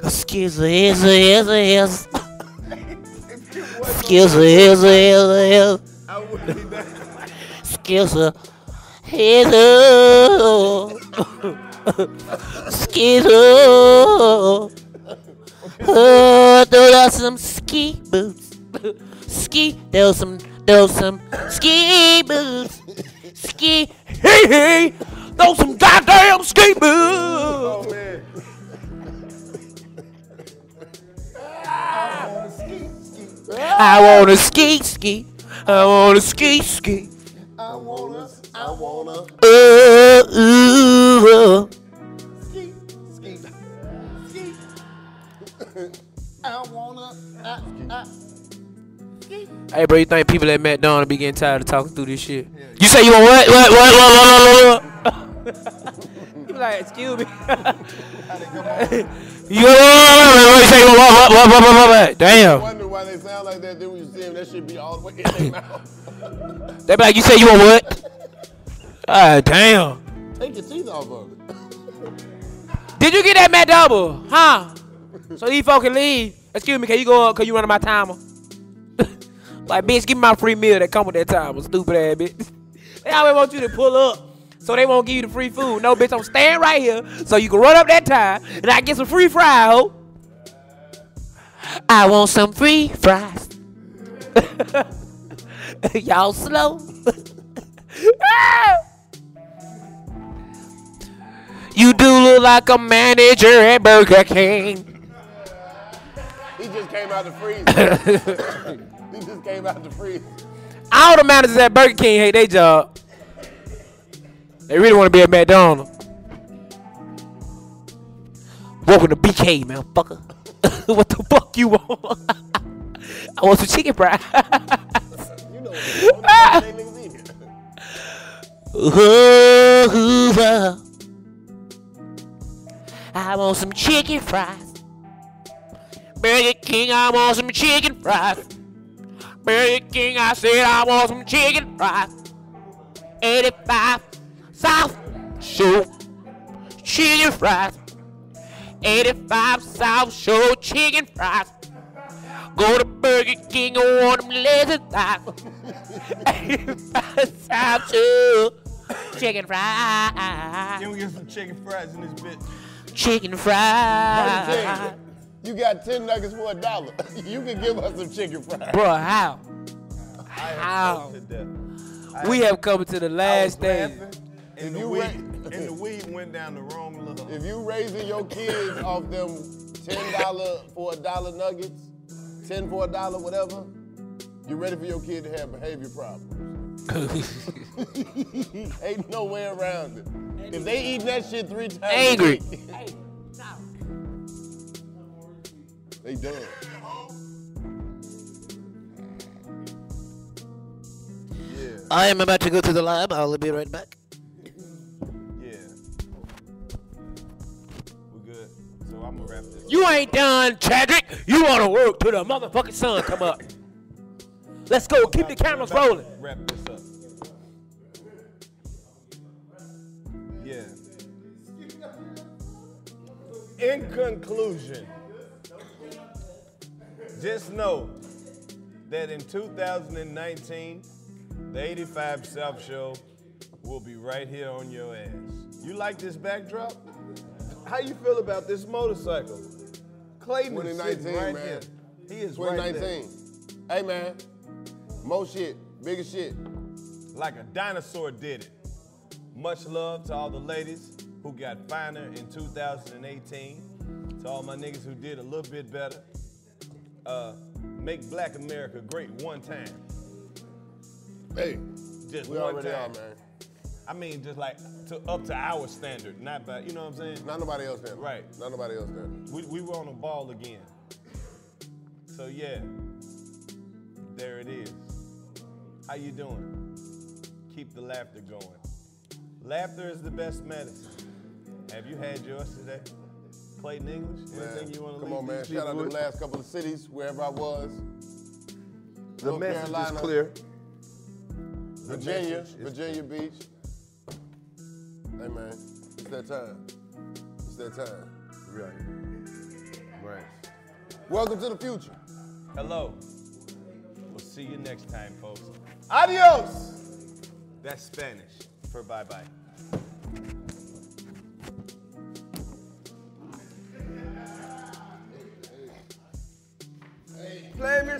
Speaker 2: Skizzer, hizzer, hizzer, hizz. Skizzer, hizzer, hizzer, hizz. Skizzer, hizzer. Skizzer. Oh, those are some ski boots. Ski, those some, those some ski boots. Ski, hey, hey, those some goddamn ski boots.
Speaker 21: Oh, man.
Speaker 2: I wanna ski ski. I wanna ski ski.
Speaker 21: I wanna, I wanna.
Speaker 2: Uh, uh, uh.
Speaker 21: I wanna, I, I.
Speaker 4: Hey, bro, you think people at McDonald's be getting tired of talking through this shit?
Speaker 2: You say you want what? What? What? What? What? What? what?
Speaker 4: You be like, excuse me.
Speaker 2: You you say you want what? What? What? What? What? what? Damn.
Speaker 1: wonder why they sound like that. Then when you see them, that should be all the way in their mouth.
Speaker 2: They be like, you say you want what? Ah, damn.
Speaker 1: Take your teeth off of it.
Speaker 4: Did you get that Matt Double? Huh? So these folks can leave. Excuse me, can you go up? Cause you running my timer. like, bitch, give me my free meal that come with that timer, stupid ass bitch. They always want you to pull up. So they won't give you the free food. No, bitch, I'm staying right here so you can run up that time and I get some free fry, ho.
Speaker 2: I want some free fries. Y'all slow.
Speaker 4: You do look like a manager at Burger King.
Speaker 1: He just came out the freezer. he just came out the freezer.
Speaker 4: All the managers at Burger King hate their job. They really want to be at McDonald's. Welcome to BK, man, fucker. what the fuck you want? I want some chicken fries.
Speaker 2: Ooh, Hoover. I want some chicken fries. Burger King, I want some chicken fries. Burger King, I said I want some chicken fries. 85 South Show chicken fries. 85 South Show chicken fries. Go to Burger King and want them lizard thighs. 85 South Show chicken Ah, fries.
Speaker 3: Then we get some chicken fries in this bitch.
Speaker 2: Chicken fries.
Speaker 1: Burger King, You got 10 nuggets for a dollar. You can give us some chicken fries.
Speaker 4: Bro, how?
Speaker 1: How?
Speaker 4: We have come to the last day.
Speaker 3: And the,
Speaker 1: you
Speaker 3: weed,
Speaker 1: ra-
Speaker 3: and the weed went down the wrong level.
Speaker 1: If you raising your kids off them $10 for a dollar nuggets, 10 for a dollar, whatever, you ready for your kid to have behavior problems. Ain't no way around it. If they eating that shit three times a
Speaker 21: Angry.
Speaker 1: week, they done.
Speaker 2: I am about to go to the lab. I'll be right back.
Speaker 3: Yeah. We're good. So I'm gonna wrap this.
Speaker 4: You ain't done, Chadrick. You want to work till the motherfucking sun come up. Let's go. Keep the cameras rolling.
Speaker 3: Wrap this up. Yeah. In conclusion, just know that in 2019, the 85 South Show will be right here on your ass. You like this backdrop? How you feel about this motorcycle? Clayton is sitting
Speaker 1: 2019,
Speaker 3: right
Speaker 1: man.
Speaker 3: here. He is right there.
Speaker 1: 2019. Hey, man. More shit. Bigger shit.
Speaker 3: like a dinosaur did it. Much love to all the ladies who got finer in 2018, to all my niggas who did a little bit better. Uh, make Black America great one time.
Speaker 1: Hey,
Speaker 3: just
Speaker 1: we
Speaker 3: one
Speaker 1: already
Speaker 3: time.
Speaker 1: are, man.
Speaker 3: I mean, just like to up to our standard, not by, you know what I'm saying?
Speaker 1: Not nobody else did.
Speaker 3: Right.
Speaker 1: Not nobody else did.
Speaker 3: We, we were on the ball again. So yeah, there it is. How you doing? Keep the laughter going. Laughter is the best medicine. Have you had yours today? Played in English? Anything you want to
Speaker 1: Come on, man. Shout out to the last couple of cities, wherever I was.
Speaker 3: The
Speaker 1: North
Speaker 3: message is
Speaker 1: Carolina,
Speaker 3: clear.
Speaker 1: Virginia,
Speaker 3: message is
Speaker 1: Virginia Beach. Hey, man, it's that time. It's that time. Right. Right. Welcome to the future.
Speaker 3: Hello. We'll see you next time, folks.
Speaker 1: Adios!
Speaker 3: That's Spanish for bye bye.
Speaker 22: Play me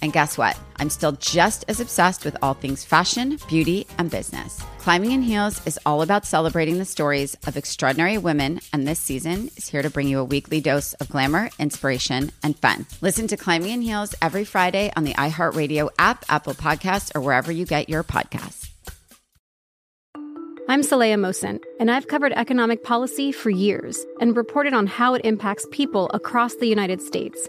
Speaker 23: And guess what? I'm still just as obsessed with all things fashion, beauty, and business. Climbing in Heels is all about celebrating the stories of extraordinary women, and this season is here to bring you a weekly dose of glamour, inspiration, and fun. Listen to Climbing in Heels every Friday on the iHeartRadio app, Apple Podcasts, or wherever you get your podcasts.
Speaker 24: I'm Saleya Mosin, and I've covered economic policy for years and reported on how it impacts people across the United States.